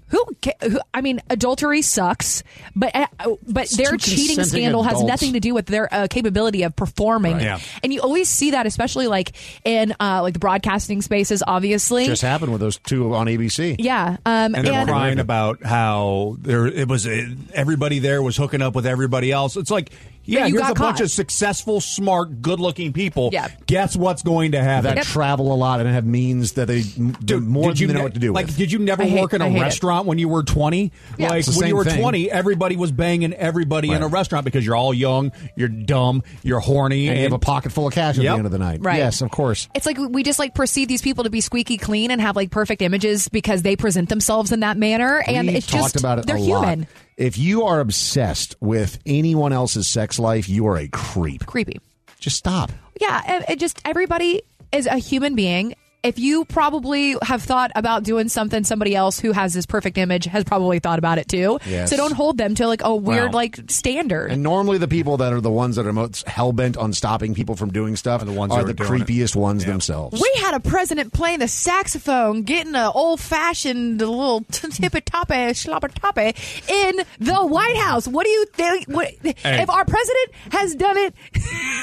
Speaker 7: Who, ca- who? I mean, adultery sucks, but uh, but their
Speaker 6: two
Speaker 7: cheating
Speaker 6: consenting
Speaker 7: scandal has
Speaker 6: adults.
Speaker 7: nothing to do with their uh, capability of performing.
Speaker 5: Right. Yeah.
Speaker 7: And you always see that, especially like in uh, like the broadcasting spaces. Obviously,
Speaker 5: just happened with those two on ABC.
Speaker 7: yeah. Um,
Speaker 8: and they're crying about how there it was uh, everybody there was hooking up with everybody else. It's like, yeah,
Speaker 7: you
Speaker 8: here's
Speaker 7: got
Speaker 8: a bunch
Speaker 7: caught.
Speaker 8: of successful, smart, good-looking people.
Speaker 7: Yeah.
Speaker 8: Guess what's going to happen?
Speaker 5: that travel a lot and have means that they Dude, more
Speaker 8: Did
Speaker 5: than
Speaker 8: you
Speaker 5: they know
Speaker 8: ne-
Speaker 5: what to do
Speaker 8: Like,
Speaker 5: with.
Speaker 8: did you never
Speaker 5: I hate-
Speaker 8: work in
Speaker 5: I hate
Speaker 8: a
Speaker 5: it.
Speaker 8: restaurant when you were twenty?
Speaker 5: Yeah.
Speaker 8: Like
Speaker 5: It's the
Speaker 8: when you
Speaker 5: same
Speaker 8: were
Speaker 5: thing.
Speaker 8: twenty, everybody was banging everybody in a restaurant because you're all young, you're dumb, you're horny,
Speaker 5: And you have a pocket full of cash at the
Speaker 8: Yep.
Speaker 5: end of the night.
Speaker 7: Right.
Speaker 5: Yes, of course.
Speaker 7: It's like we just like perceive these people to be squeaky clean and have like perfect images because they present themselves in that manner, and
Speaker 5: We've
Speaker 7: it's
Speaker 5: talked
Speaker 7: just
Speaker 5: about it
Speaker 7: they're
Speaker 5: a
Speaker 7: human.
Speaker 5: lot. If you are obsessed with anyone else's sex life, you are a creep.
Speaker 7: Creepy.
Speaker 5: Just stop.
Speaker 7: Yeah, e, it, it just everybody is a human being. If you probably have thought about doing something, somebody else who has this perfect image has probably thought about it too.
Speaker 5: Yes.
Speaker 7: So don't hold them to like a weird
Speaker 5: Wow.
Speaker 7: like standard.
Speaker 5: And normally, the people that are the ones that are most hell bent on stopping people from doing stuff are the ones
Speaker 8: that
Speaker 5: are
Speaker 8: are
Speaker 5: the
Speaker 8: doing it.
Speaker 5: creepiest ones themselves.
Speaker 7: we had a president playing the saxophone, getting an old fashioned little tippy toppy, slobber toppy in the White House. What do you think? What, If our president has done it,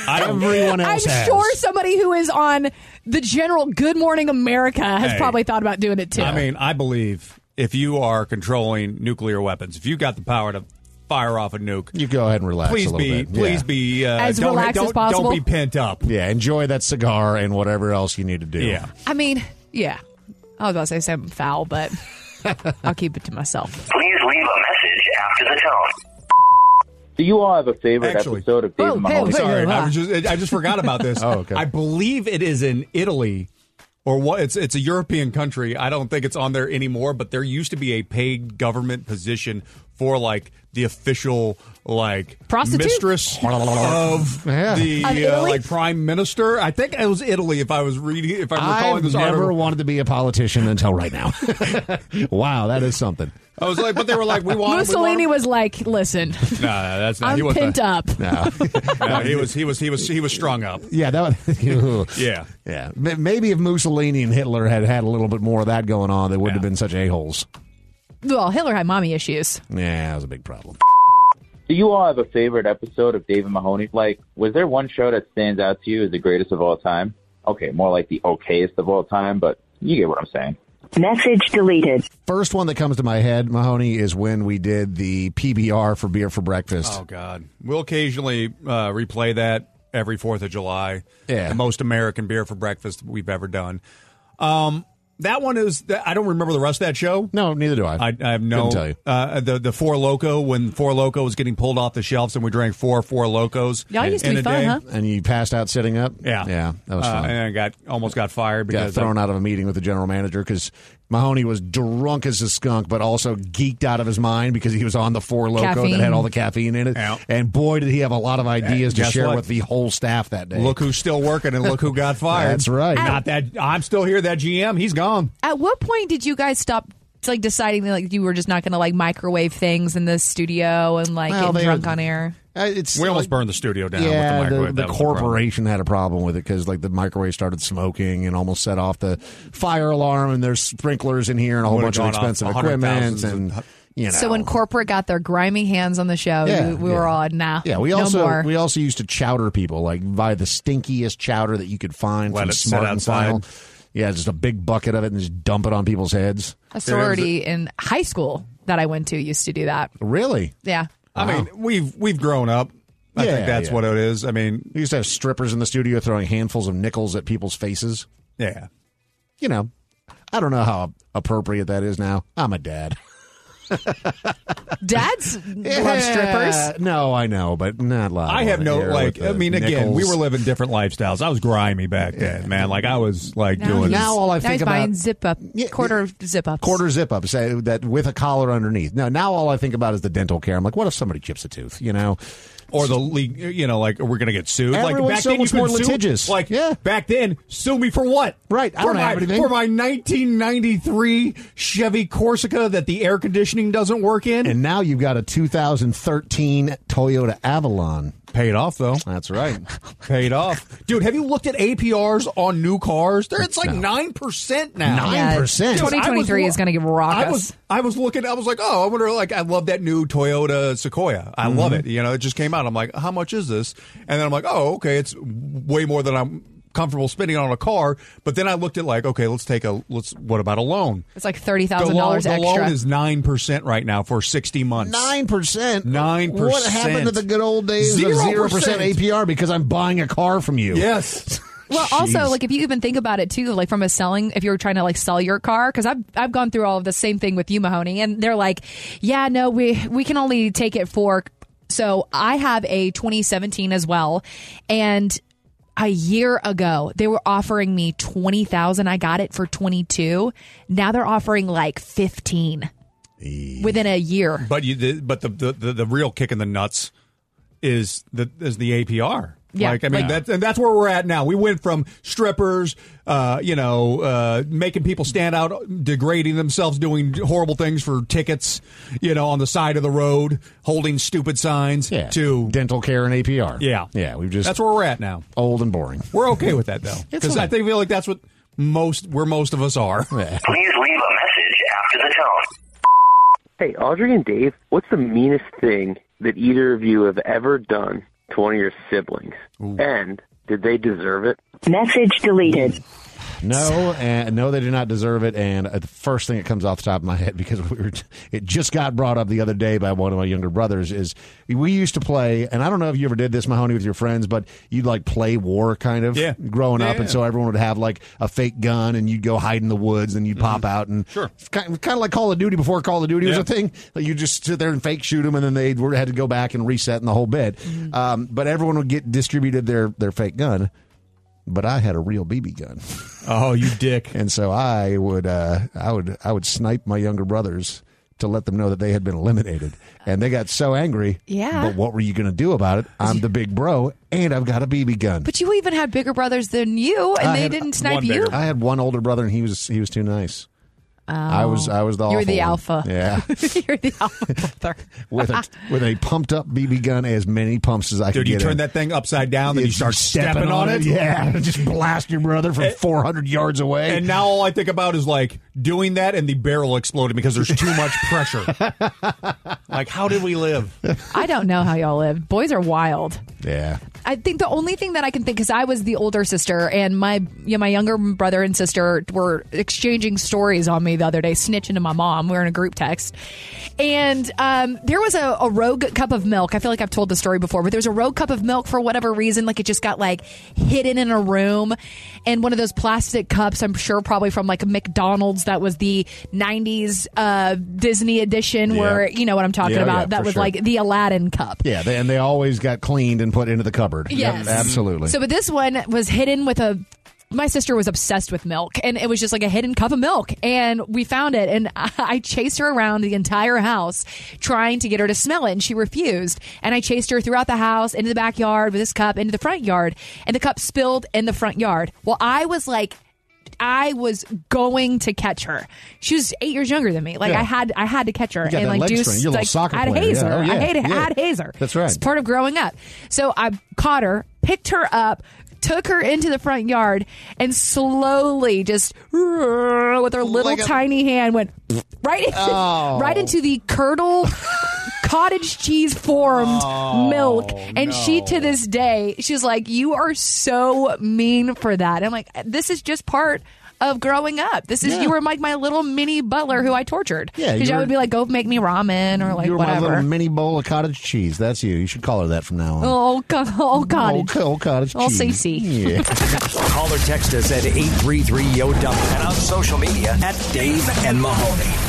Speaker 5: Everyone else
Speaker 7: I'm
Speaker 5: has.
Speaker 7: sure somebody who is on the general Good Morning America has
Speaker 8: Hey.
Speaker 7: probably thought about doing it too.
Speaker 8: I mean, I believe if you are controlling nuclear weapons, if you got the power to fire off a nuke,
Speaker 5: You go ahead and relax.
Speaker 8: please
Speaker 5: a little
Speaker 8: be,
Speaker 5: bit.
Speaker 8: please
Speaker 5: Yeah.
Speaker 8: be uh,
Speaker 7: As
Speaker 8: don't,
Speaker 7: relaxed as
Speaker 8: don't,
Speaker 7: possible.
Speaker 8: Don't be pent up.
Speaker 5: Yeah, enjoy that cigar and whatever else you need to do.
Speaker 8: Yeah.
Speaker 7: I mean, yeah. I was about to say something foul, but I'll keep it to myself.
Speaker 9: Please leave a message after the tone.
Speaker 10: Do you all have a favorite
Speaker 8: Actually-
Speaker 10: episode of Dave
Speaker 8: Oh,
Speaker 10: and Mahoney?
Speaker 8: Sorry, I, was just, I just forgot about this. oh, okay. I believe it is in Italy. Or what? It's it's a European country. I don't think it's on there anymore. But there used to be a paid government position for like the official like
Speaker 6: Prostitute?
Speaker 8: mistress of
Speaker 6: Yeah.
Speaker 8: the
Speaker 6: Of
Speaker 8: uh,
Speaker 6: Italy?
Speaker 8: like prime minister. I think it was Italy. If I was reading, if I'm recalling
Speaker 5: I've
Speaker 8: this
Speaker 5: never
Speaker 8: article.
Speaker 5: wanted to be a politician until right now. wow, that is something.
Speaker 8: I was like, but they were like, we want
Speaker 7: Mussolini was like, listen,
Speaker 8: We want no, no, that's not.
Speaker 7: I'm
Speaker 8: he was
Speaker 7: pent up.
Speaker 5: No.
Speaker 8: No, he was. He was. He was. He was strung up.
Speaker 5: Yeah, that. Was,
Speaker 8: Yeah.
Speaker 5: yeah. Ma- Maybe if Mussolini and Hitler had had a little bit more of that going on, they wouldn't have been such a holes.
Speaker 7: Well, Hitler had mommy issues.
Speaker 5: Yeah, that was a big problem.
Speaker 10: Do you all have a favorite episode of Dave and Mahoney? Like, was there one show that stands out to you as the greatest of all time? Okay, more like the okayest of all time, but you get what I'm saying.
Speaker 5: Message deleted. First one that comes to my head, Mahoney, is when we did the PBR for beer for breakfast.
Speaker 8: Oh God, we'll occasionally uh, replay that every Fourth of July.
Speaker 5: Yeah.
Speaker 8: the most American beer for breakfast we've ever done. Um, that one is. that- I don't remember the rest of that show.
Speaker 5: No, neither do I.
Speaker 8: I, have no.
Speaker 5: Couldn't tell you.
Speaker 8: Uh, the the four loco when four loco was getting pulled off the shelves and we drank four four locos. in a day.
Speaker 5: And you passed out sitting up.
Speaker 8: Yeah,
Speaker 5: yeah, that was
Speaker 8: Uh,
Speaker 5: fun.
Speaker 8: And I got almost got fired
Speaker 5: Got
Speaker 8: because
Speaker 5: thrown out of a meeting with the general manager because Mahoney was drunk as a skunk, but also geeked out of his mind because he was on the four loco that
Speaker 8: Caffeine.
Speaker 5: had all the caffeine in it.
Speaker 8: Yeah.
Speaker 5: And boy, did he have a lot of ideas to
Speaker 8: guess
Speaker 5: share
Speaker 8: what?
Speaker 5: with the whole staff that day.
Speaker 8: Look who's still working and look who got fired.
Speaker 5: That's right.
Speaker 8: Not that I'm still here. That GM, he's gone.
Speaker 7: At what point did you guys stop like deciding that like you were just not going to like microwave things in the studio and like
Speaker 5: Well,
Speaker 7: get
Speaker 5: they-
Speaker 7: drunk on air?
Speaker 8: we almost burned the studio down.
Speaker 5: Uh, yeah,
Speaker 8: with the,
Speaker 5: the,
Speaker 8: microwave.
Speaker 5: the
Speaker 8: That was problem.
Speaker 5: corporation had a problem with it because like the microwave started smoking and almost set off the fire alarm, and there's sprinklers in here and a whole
Speaker 8: Would've gone off
Speaker 5: bunch of expensive
Speaker 8: a hundred
Speaker 5: equipment
Speaker 8: thousands
Speaker 5: and you know.
Speaker 7: So when corporate got their grimy hands on the show,
Speaker 5: Yeah,
Speaker 7: you- we were all nah.
Speaker 5: yeah, we
Speaker 7: Ah, no
Speaker 5: also
Speaker 7: more.
Speaker 5: we also used to chowder people like buy the stinkiest chowder that you could find
Speaker 8: Let
Speaker 5: from
Speaker 8: it sit
Speaker 5: Smart and
Speaker 8: outside.
Speaker 5: Final. Yeah, just a big bucket of it and just dump it on people's heads.
Speaker 7: a sorority in high school that I went to used to do that.
Speaker 5: Really?
Speaker 7: Yeah.
Speaker 8: I mean, we've we've grown up. I think that's what it is. I mean,
Speaker 5: we used to have strippers in the studio throwing handfuls of nickels at people's faces.
Speaker 8: Yeah,
Speaker 5: you know, I don't know how appropriate that is now. I'm a dad.
Speaker 7: Dads
Speaker 5: Yeah,
Speaker 7: love strippers.
Speaker 5: Eh, No, I know, but not live.
Speaker 8: I have
Speaker 5: on
Speaker 8: no
Speaker 5: air
Speaker 8: like.
Speaker 5: with the
Speaker 8: I mean, again,
Speaker 5: nickels.
Speaker 8: we were living different lifestyles. I was grimy back then, man. Like I was like doing
Speaker 5: now all I
Speaker 7: now
Speaker 5: think
Speaker 7: he's
Speaker 5: about-
Speaker 7: buying zip up, quarter zip ups.
Speaker 5: quarter zip up, say that with a collar underneath. Now, now all I think about is the dental care. I'm like, what if somebody chips a tooth? You know,
Speaker 8: or the league. You know, like we're gonna get sued. like
Speaker 5: Everyone's
Speaker 8: back
Speaker 5: so
Speaker 8: then, you
Speaker 5: much more
Speaker 8: couldn't sue-
Speaker 5: litigious.
Speaker 8: Like back then, sue me for what?
Speaker 5: Right. I
Speaker 8: for
Speaker 5: don't
Speaker 8: my,
Speaker 5: have anything.
Speaker 8: for my 1993 Chevy Corsica that the air conditioning doesn't work in.
Speaker 5: And now you've got a 2013 Toyota Avalon.
Speaker 8: Paid off though.
Speaker 5: That's right.
Speaker 8: Paid off, dude. Have you looked at APRs on new cars? There, it's like nine percent now.
Speaker 7: Yeah,
Speaker 5: 9%.
Speaker 7: 2023 is going to rock
Speaker 8: I
Speaker 7: us.
Speaker 8: was I was looking. I was like, oh, I wonder. Like, I love that new Toyota Sequoia. I love
Speaker 5: Mhm.
Speaker 8: it. You know, it just came out. I'm like, how much is this? And then I'm like, oh, okay, it's way more than I'm comfortable spending on a car. But then I looked at like, okay, let's take a let's. What about a loan?
Speaker 7: it's like thirty
Speaker 8: The
Speaker 7: thousand
Speaker 8: loan,
Speaker 7: dollars
Speaker 8: the
Speaker 7: extra.
Speaker 8: loan is nine percent right now for sixty months.
Speaker 5: Nine percent.
Speaker 8: Nine percent.
Speaker 5: What happened to the good old days of zero percent APR? Because I'm buying a car from you.
Speaker 8: Yes.
Speaker 7: Well, also,
Speaker 5: Jeez.
Speaker 7: like if you even think about it too, like from a selling, if you're trying to like sell your car, because I've I've gone through all of the same thing with you, Mahoney, and they're like, yeah, no, we we can only take it for. So I have a 2017 as well, and a year ago they were offering me twenty thousand. I got it for 22. Now they're offering like 15 within a year.
Speaker 8: But you, the, but the, the the the real kick in the nuts is the is the APR.
Speaker 7: Yeah,
Speaker 8: like I mean
Speaker 7: like-
Speaker 8: that's and that's where we're at now. We went from strippers, uh, you know, uh, making people stand out, degrading themselves, doing horrible things for tickets, you know, on the side of the road, holding stupid signs.
Speaker 5: Yeah.
Speaker 8: To
Speaker 5: dental care and APR.
Speaker 8: Yeah,
Speaker 5: Yeah, we've just
Speaker 8: that's where we're at now.
Speaker 5: old and boring.
Speaker 8: We're okay with that though,
Speaker 5: It's
Speaker 8: because I think feel like that's what most where most of us are.
Speaker 9: Please leave a message after the tone.
Speaker 6: Hey, Audrey and Dave, what's the meanest thing that either of you have ever done to one of your siblings? And did they deserve it?
Speaker 11: Message deleted.
Speaker 5: No, and no, they do not deserve it. And uh, the first thing that comes off the top of my head because we were, it just got brought up the other day by one of my younger brothers is we used to play, and I don't know if you ever did this, Mahoney, with your friends, but you'd like play war kind of
Speaker 12: Yeah.
Speaker 5: growing up,
Speaker 12: Yeah,
Speaker 5: and
Speaker 12: yeah.
Speaker 5: so everyone would have like a fake gun, and you'd go hide in the woods, and you'd pop out, and sure, kind of, kind of like Call of Duty before Call of Duty was
Speaker 12: Mm-hmm. Yeah.
Speaker 5: a thing. Like you just sit there and fake shoot them, and then they were, had to go back and reset and the whole bit.
Speaker 12: Mm-hmm.
Speaker 5: Um, but everyone would get distributed their their fake gun but I had a real BB gun.
Speaker 8: Oh, you dick!
Speaker 5: and so I would, uh, I would, I would snipe my younger brothers to let them know that they had been eliminated, and they got so angry.
Speaker 7: Yeah.
Speaker 5: But what were you going to do about it? I'm the big bro, and I've got a BB gun.
Speaker 7: But you even had bigger brothers than you, Oh, and
Speaker 5: I
Speaker 7: they
Speaker 5: had
Speaker 7: didn't snipe you.
Speaker 5: I had one older brother, and he was he was too nice.
Speaker 7: Oh.
Speaker 5: I was I was the
Speaker 7: you were
Speaker 5: awful
Speaker 7: the
Speaker 5: one.
Speaker 7: alpha.
Speaker 5: Yeah,
Speaker 7: you're the alpha brother.
Speaker 5: with a with a pumped up BB gun, as many pumps as I could
Speaker 8: Dude, you
Speaker 5: get
Speaker 8: turn
Speaker 5: in.
Speaker 8: that thing upside down, then you start stepping, on, it.
Speaker 5: yeah, just blast your brother from 400 yards away.
Speaker 8: Eh. And now all I think about is like doing that and the barrel exploding because there's too much pressure. like, how did we live?
Speaker 7: I don't know how y'all live. Boys are wild.
Speaker 5: Yeah.
Speaker 7: I think the only thing that I can think because I was the older sister and my yeah, my younger brother and sister were exchanging stories on me the other day, snitching to my mom. We were in a group text, and um, there was a, a rogue cup of milk. I feel like I've told the story before, but there was a rogue cup of milk for whatever reason, like it just got like hidden in a room, and one of those plastic cups. I'm sure probably from like a McDonald's that was the '90s uh, Disney edition,
Speaker 5: Yeah.
Speaker 7: where you know what I'm talking
Speaker 5: Yeah,
Speaker 7: about.
Speaker 5: yeah,
Speaker 7: that
Speaker 5: for
Speaker 7: was
Speaker 5: sure.
Speaker 7: like the Aladdin cup.
Speaker 5: Yeah, they, and they always got cleaned and put into the cupboard.
Speaker 7: Yes.
Speaker 5: absolutely.
Speaker 7: So, but this one was hidden with a. My sister was obsessed with milk, and it was just like a hidden cup of milk. And we found it, and I I chased her around the entire house trying to get her to smell it, and she refused. And I chased her throughout the house, into the backyard with this cup, into the front yard, and the cup spilled in the front yard. Well, I was like, I was going to catch her. She was eight years younger than me. Like
Speaker 5: Yeah.
Speaker 7: I had, I had to catch her
Speaker 5: You got
Speaker 7: and
Speaker 5: that
Speaker 7: like
Speaker 5: leg
Speaker 7: do
Speaker 5: strength. You're a little
Speaker 7: like,
Speaker 5: soccer
Speaker 7: I'd
Speaker 5: player.
Speaker 7: haze
Speaker 5: Yeah.
Speaker 7: her.
Speaker 5: Oh, yeah.
Speaker 7: I hate it.
Speaker 5: Yeah.
Speaker 7: I'd haze her.
Speaker 5: That's right.
Speaker 7: It's part of growing up. So I caught her, picked her up, took her into the front yard, and slowly just with her little
Speaker 11: Like a-
Speaker 7: tiny hand went right into,
Speaker 11: Oh.
Speaker 7: right into the curdle cottage cheese formed
Speaker 5: Oh,
Speaker 7: milk. And she to this day, she's like, You are so mean for that. I'm like, this is just part of growing up. This is
Speaker 5: Yeah.
Speaker 7: you were like my little mini butler who I tortured.
Speaker 5: Yeah,
Speaker 7: Because
Speaker 5: you
Speaker 7: I
Speaker 5: were-
Speaker 7: would be like, Go make me ramen or like
Speaker 5: you were my
Speaker 7: whatever.
Speaker 5: little mini bowl of cottage cheese. That's you. You should call her that from now on.
Speaker 7: Oh, co- oh, cottage.
Speaker 5: Oh, cottage
Speaker 7: Oh,
Speaker 5: cheese.
Speaker 7: CC.
Speaker 5: Yeah.
Speaker 3: Call or text us at 833-YO-DUMP and on social media at Dave and Mahoney.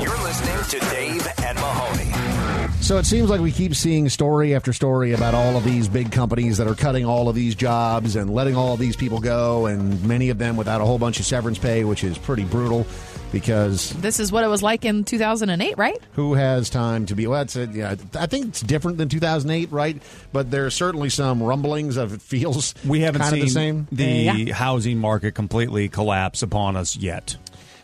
Speaker 3: You're listening to Dave and Mahoney.
Speaker 5: So it seems like we keep seeing story after story about all of these big companies that are cutting all of these jobs and letting all of these people go, and many of them without a whole bunch of severance pay, which is pretty brutal because
Speaker 7: This is what it was like in 2008, right?
Speaker 5: who has time to be? Well, that's it. Yeah, I think it's different than 2008, right? But there are certainly some rumblings of it feels
Speaker 8: We haven't
Speaker 5: kind
Speaker 8: seen
Speaker 5: of the same.
Speaker 8: the housing market completely collapse upon us yet.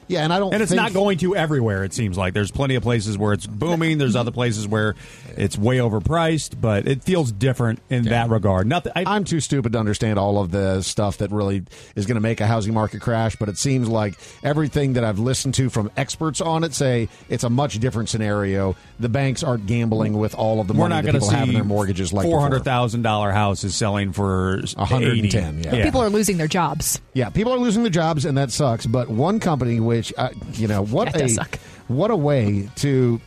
Speaker 5: Yeah, and I don't.
Speaker 8: And it's
Speaker 5: think-
Speaker 8: not going to everywhere. It seems like there's plenty of places where it's booming. There's other places where it's way overpriced, but it feels different in that regard. Nothing. I,
Speaker 5: I'm too stupid to understand all of the stuff that really is going to make a housing market crash, but it seems like everything that I've listened to from experts on it say it's a much different scenario. The banks aren't gambling with all of the
Speaker 8: we're
Speaker 5: money
Speaker 8: not
Speaker 5: that
Speaker 8: going to
Speaker 5: people
Speaker 8: see
Speaker 5: have in their mortgages like
Speaker 8: four
Speaker 5: before.
Speaker 8: hundred thousand dollar house is selling for
Speaker 5: 110,
Speaker 8: 80.
Speaker 5: yeah.
Speaker 7: People are losing their jobs.
Speaker 5: Yeah, people are losing their jobs, and that sucks. But one company, which uh, you know, what
Speaker 7: That
Speaker 5: a
Speaker 7: does suck.
Speaker 5: what a way to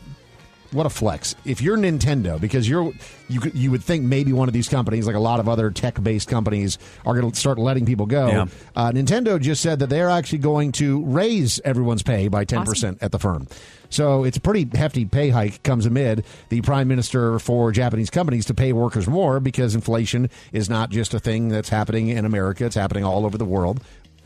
Speaker 5: what a flex. If you're Nintendo, because you're you could- you would think maybe one of these companies, like a lot of other tech based companies, are going to start letting people go.
Speaker 8: Yeah.
Speaker 5: Uh, Nintendo just said that they're actually going to raise everyone's pay by ten percent at the firm. So it's a pretty hefty pay hike comes amid the prime minister for Japanese companies to pay workers more because inflation is not just a thing that's happening in America; it's happening all over the world.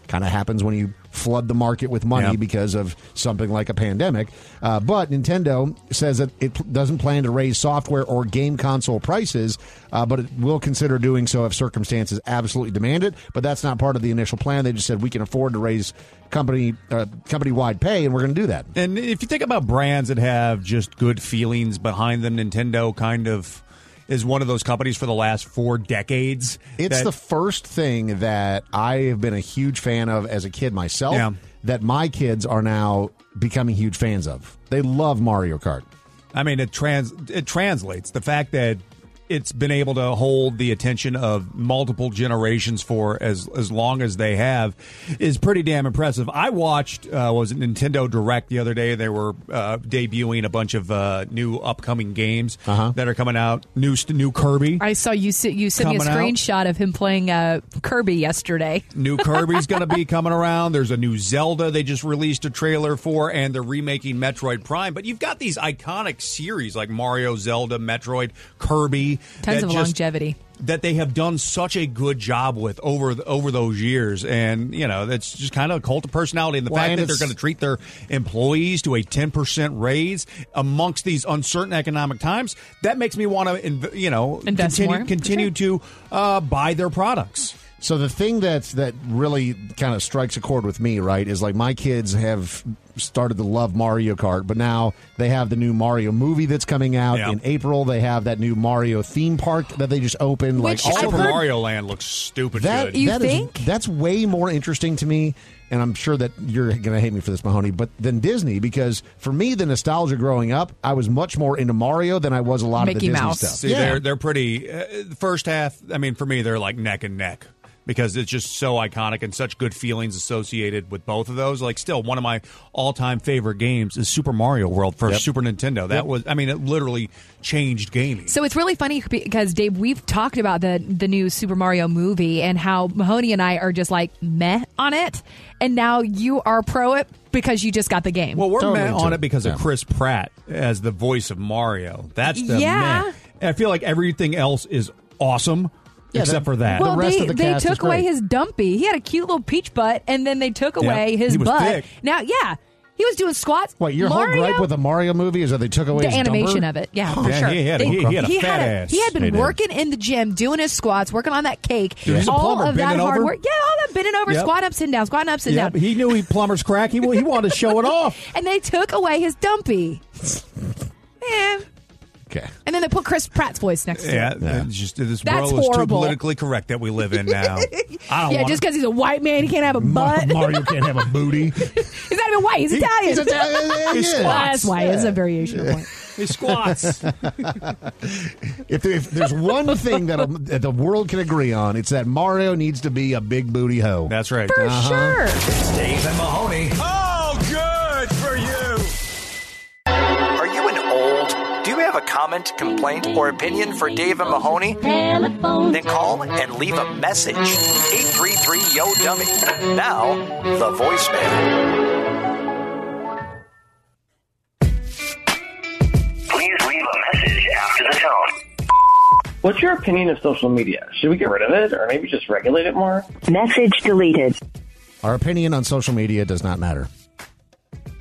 Speaker 5: Kind of happens when you flood the market with money
Speaker 8: Yeah.
Speaker 5: because of something like a pandemic. Uh, but Nintendo says that it pl- doesn't plan to raise software or game console prices, uh, but it will consider doing so if circumstances absolutely demand it. But that's not part of the initial plan. They just said we can afford to raise company uh, company wide pay, and we're going to do that.
Speaker 8: And if you think about brands that have just good feelings behind them, Nintendo kind of is one of those companies for the last four decades.
Speaker 5: It's
Speaker 8: that-
Speaker 5: the first thing that I have been a huge fan of as a kid myself.
Speaker 8: Yeah.
Speaker 5: That my kids are now becoming huge fans of. They love Mario Kart.
Speaker 8: I mean, it trans it translates the fact that it's been able to hold the attention of multiple generations for as as long as they have is pretty damn impressive. I watched uh, what was it Nintendo Direct the other day. They were uh, debuting a bunch of uh, new upcoming games that are coming out. New st- new Kirby.
Speaker 7: I saw you si- you sent me a
Speaker 8: Coming out. Mm.
Speaker 7: screenshot of him playing uh, Kirby yesterday.
Speaker 8: New Kirby's going to be coming around. There's a new Zelda they just released a trailer for, and they're remaking Metroid Prime. But you've got these iconic series like Mario, Zelda, Metroid, Kirby.
Speaker 7: Tons
Speaker 8: that
Speaker 7: of
Speaker 8: just-
Speaker 7: longevity.
Speaker 8: That they have done such a good job with over th- over those years, and you know that's just kind of a cult of personality. And the
Speaker 5: Well,
Speaker 8: fact
Speaker 5: and
Speaker 8: that they're
Speaker 5: it's-
Speaker 8: going to treat their employees to a ten percent raise amongst these uncertain economic times, that makes me want to, inv- you know,
Speaker 7: Invest
Speaker 8: continue,
Speaker 7: more.
Speaker 8: continue to uh, buy their products.
Speaker 5: So the thing that's that really kind of strikes a chord with me, right, is like my kids have started to love Mario Kart, but now they have the new Mario movie that's coming out
Speaker 8: Yeah.
Speaker 5: in April. They have that new Mario theme park that they just opened.
Speaker 8: Like
Speaker 5: like all
Speaker 8: Super
Speaker 5: the-
Speaker 8: Mario Land looks stupid
Speaker 5: that
Speaker 8: good.
Speaker 5: that is- that's way more interesting to me, and I'm sure that you're going to hate me for this, Mahoney, but than Disney because for me, the nostalgia growing up, I was much more into Mario than I was a lot of the Disney stuff.
Speaker 8: See,
Speaker 5: yeah.
Speaker 8: they're they're pretty. Uh, the first half, I mean, for me, they're like neck and neck because it's just so iconic and such good feelings associated with both of those. Like, still, one of my all-time favorite games is Super Mario World for
Speaker 7: Yep.
Speaker 8: Super Nintendo. That
Speaker 7: Yep.
Speaker 8: was, I mean, it literally changed gaming.
Speaker 7: So it's really funny because Dave, we've talked about the the new Super Mario movie and how Mahoney and I are just like meh on it, and now you are pro it because you just got the game.
Speaker 8: Well, we're mad on it because of Chris Pratt as the voice of Mario. That's the
Speaker 7: Yeah.
Speaker 8: man. I feel like everything else is awesome
Speaker 7: Yeah,
Speaker 8: except
Speaker 7: the-
Speaker 8: for that.
Speaker 7: Well, they, they took away his dumpy. He had a cute little peach butt, and then they took
Speaker 5: Yep.
Speaker 7: away his
Speaker 5: He was
Speaker 7: butt.
Speaker 5: thick.
Speaker 7: Now, yeah, he was doing squats.
Speaker 5: What your
Speaker 7: Mario,
Speaker 5: whole gripe with Oh, the Mario movie is that they took away
Speaker 7: the
Speaker 5: his dumper?
Speaker 7: animation of it, yeah, for
Speaker 5: Yeah,
Speaker 7: sure.
Speaker 5: he had a-
Speaker 7: They-
Speaker 5: he- he had a fat
Speaker 7: a-
Speaker 5: ass.
Speaker 7: he had been
Speaker 5: He did.
Speaker 7: working in the gym, doing his squats, working on that cake.
Speaker 8: Dude, he's a
Speaker 7: all
Speaker 8: plumber,
Speaker 7: of that
Speaker 8: bending
Speaker 7: hard
Speaker 8: over.
Speaker 7: work, yeah, all that bending over,
Speaker 8: Yep.
Speaker 7: squat ups and downs, squat ups and
Speaker 8: Yep,
Speaker 7: downs.
Speaker 8: he knew he plumber's crack. He, he wanted to show it off.
Speaker 7: and they took away his dumpy. Man.
Speaker 5: Okay.
Speaker 7: And then they put Chris Pratt's voice next to
Speaker 8: Yeah,
Speaker 7: it.
Speaker 8: it's just this
Speaker 7: That's
Speaker 8: world is too
Speaker 7: horrible.
Speaker 8: politically correct that we live in now. I don't
Speaker 7: Yeah,
Speaker 8: want
Speaker 7: just because he's a white man, he can't have a butt.
Speaker 5: Mario can't have a booty.
Speaker 7: he's not even white. He's
Speaker 5: He-
Speaker 7: Italian.
Speaker 5: he's Italian, yeah, He yeah.
Speaker 7: Well,
Speaker 5: squats.
Speaker 7: That's why it's
Speaker 5: Yeah.
Speaker 7: a variation of white.
Speaker 8: He squats.
Speaker 5: if, there- if there's one thing that, um, that the world can agree on, it's that Mario needs to be a big booty hoe. Uh-huh.
Speaker 8: That's right.
Speaker 4: For
Speaker 5: sure.
Speaker 4: It's Dave and Mahoney. Oh, good for you.
Speaker 3: Are you an old? Do you have a comment, complaint, or opinion for Dave and Mahoney? Then call and leave a message. 833 Yo Dummy. Now, the voicemail.
Speaker 4: Please leave a message after the tone.
Speaker 6: What's your opinion of social media? Should we get rid of it or maybe just regulate it more?
Speaker 5: Message deleted. Our opinion on social media does not matter.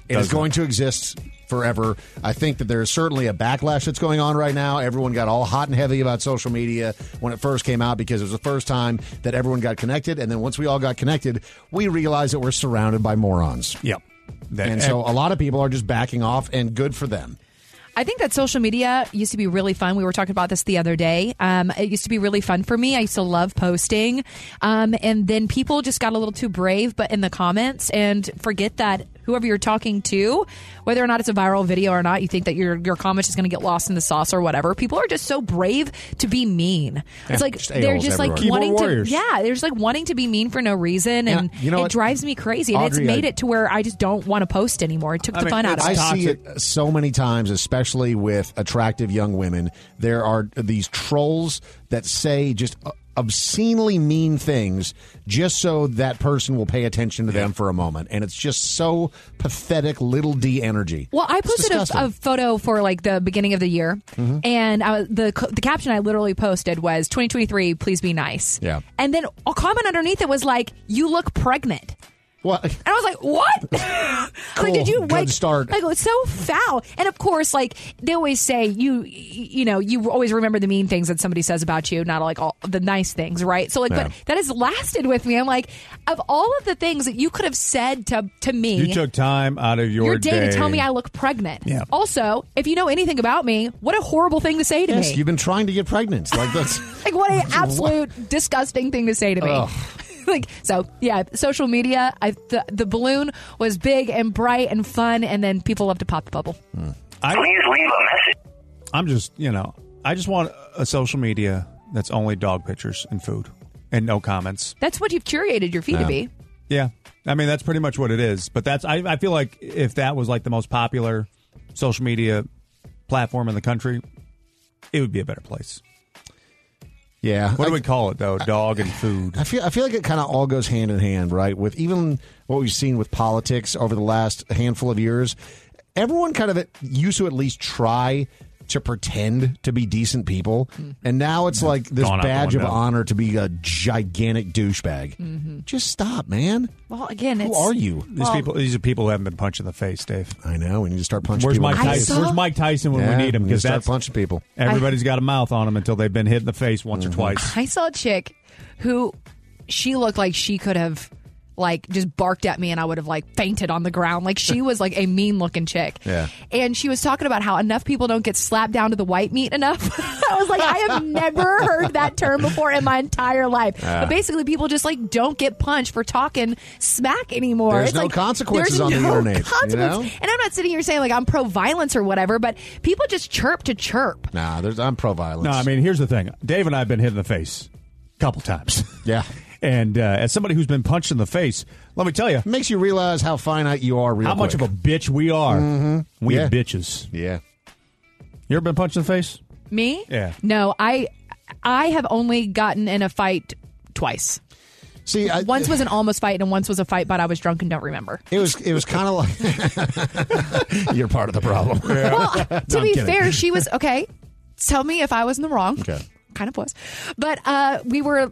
Speaker 5: It is
Speaker 8: Doesn't.
Speaker 5: going to exist forever. I think that there is certainly a backlash that's going on right now. Everyone got all hot and heavy about social media when it first came out because it was the first time that everyone got connected. And then once we all got connected, we realized that we're surrounded by morons.
Speaker 8: Yep.
Speaker 5: and so a lot of people are just backing off, and good for them.
Speaker 7: I think that social media used to be really fun. We were talking about this the other day. Um, it used to be really fun for me. I used to love posting. Um, and then people just got a little too brave, but in the comments and forget that whoever you're talking to, whether or not it's a viral video or not, you think that your, your comment is going to get lost in the sauce or whatever. People are just so brave to be mean.
Speaker 5: Yeah,
Speaker 7: it's like
Speaker 5: just
Speaker 7: they're
Speaker 5: a-holes
Speaker 7: just like
Speaker 5: everywhere.
Speaker 7: wanting
Speaker 5: Keyboard
Speaker 7: to,
Speaker 5: warriors.
Speaker 7: yeah, they're just like wanting to be mean for no reason.
Speaker 5: Yeah,
Speaker 7: And
Speaker 5: you know
Speaker 7: it
Speaker 5: what?
Speaker 7: drives me crazy. And
Speaker 5: Audrey,
Speaker 7: it's made
Speaker 5: I-
Speaker 7: it to where I just don't want to post anymore. It took the fun out of
Speaker 5: I
Speaker 7: it.
Speaker 5: see it so many times, especially with attractive young women. There are these trolls that say just obscenely mean things just so that person will pay attention to them for a moment. And it's just so pathetic, little D energy.
Speaker 7: Well, I
Speaker 5: It's
Speaker 7: posted
Speaker 5: disgusting.
Speaker 7: a, a photo for like the beginning of the year,
Speaker 5: Mhm.
Speaker 7: and I, was- the co- the caption I literally posted was "2023, please be nice."
Speaker 5: Yeah.
Speaker 7: and then a comment underneath it was like, "You look pregnant."
Speaker 5: What?
Speaker 7: And I was like, "What?"
Speaker 5: Cool.
Speaker 7: Like, did you
Speaker 5: Good
Speaker 7: like
Speaker 5: start.
Speaker 7: Like, it's so foul. And of course, like they always say, you you know, you always remember the mean things that somebody says about you, not like all the nice things, right? So like,
Speaker 8: Yeah.
Speaker 7: but that has lasted with me. I'm like, of all of the things that you could have said to to me,
Speaker 8: You took time out of your,
Speaker 7: your day, to tell me I look pregnant.
Speaker 8: Yeah.
Speaker 7: Also, if you know anything about me, what a horrible thing to say to
Speaker 5: yes,
Speaker 7: me.
Speaker 5: you've been trying to get pregnant. Like that's
Speaker 7: like what an absolute disgusting thing to say to me.
Speaker 5: Ugh.
Speaker 7: like so, yeah. Social media. I the, the balloon was big and bright and fun, and then people love to pop the bubble.
Speaker 4: Please leave a message.
Speaker 8: I'm just, you know, I just want a social media that's only dog pictures and food and no comments.
Speaker 7: That's what you've curated your feed to
Speaker 8: Yeah.
Speaker 7: be.
Speaker 8: Yeah. I mean, that's pretty much what it is. But that's, I, I feel like if that was like the most popular social media platform in the country, it would be a better place.
Speaker 5: Yeah.
Speaker 8: What do we call it, though? Dog and food.
Speaker 5: I feel I feel like it kind of all goes hand in hand, right? With even what we've seen with politics over the last handful of years, everyone kind of used to at least try to pretend to be decent people,
Speaker 7: Hmm.
Speaker 5: and now it's like this
Speaker 8: gone out the
Speaker 5: badge of
Speaker 8: window.
Speaker 5: honor to be a gigantic douchebag.
Speaker 7: Mm-hmm.
Speaker 5: Just stop, man.
Speaker 7: Well, again,
Speaker 5: Who
Speaker 7: it's,
Speaker 5: are you?
Speaker 8: These people, these are people who haven't been punched in the face, Dave.
Speaker 5: I know. We need to start punching.
Speaker 8: Where's
Speaker 5: people
Speaker 8: Mike
Speaker 5: in the face.
Speaker 8: Tyson? Where's Mike Tyson when
Speaker 5: Yeah,
Speaker 8: we need him?
Speaker 5: we need to
Speaker 8: Because
Speaker 5: start
Speaker 8: that's
Speaker 5: punching people. Mm-hmm.
Speaker 8: Everybody's got a mouth on them until they've been hit in the face once or twice.
Speaker 7: I saw a chick who she looked like she could have like just barked at me and I would have like fainted on the ground. Like she was like a mean looking chick.
Speaker 5: Yeah.
Speaker 7: And she was talking about how enough people don't get slapped down to the white meat enough. I was like, I have never heard that term before in my entire life.
Speaker 5: Yeah.
Speaker 7: But basically, people just like don't get punched for talking smack anymore.
Speaker 5: There's
Speaker 7: it's
Speaker 5: no
Speaker 7: like,
Speaker 5: consequences
Speaker 7: there's
Speaker 5: on the
Speaker 7: no
Speaker 5: internet, you
Speaker 7: consequence.
Speaker 5: know?
Speaker 7: And I'm not sitting here saying like I'm pro violence or whatever, but people just chirp to chirp.
Speaker 5: Nah, there's I'm pro violence.
Speaker 8: No, I mean here's the thing. Dave and I have been hit in the face a couple times.
Speaker 5: Yeah.
Speaker 8: And uh, as somebody who's been punched in the face, let me tell you,
Speaker 5: makes you realize how finite you are. Real
Speaker 8: how much of a bitch we are.
Speaker 5: Mhm.
Speaker 8: We
Speaker 5: Yeah.
Speaker 8: bitches.
Speaker 5: Yeah.
Speaker 8: You ever been punched in the face?
Speaker 7: Me?
Speaker 8: Yeah.
Speaker 7: No, I I have only gotten in a fight twice.
Speaker 5: See,
Speaker 7: once was an almost fight, and once was a fight, but I was drunk and don't remember.
Speaker 5: It was it was kind of like you're part of the problem.
Speaker 7: Well, to be fair, she was okay. Tell me if I was in the wrong.
Speaker 5: Okay.
Speaker 7: Kind of was, but uh, we were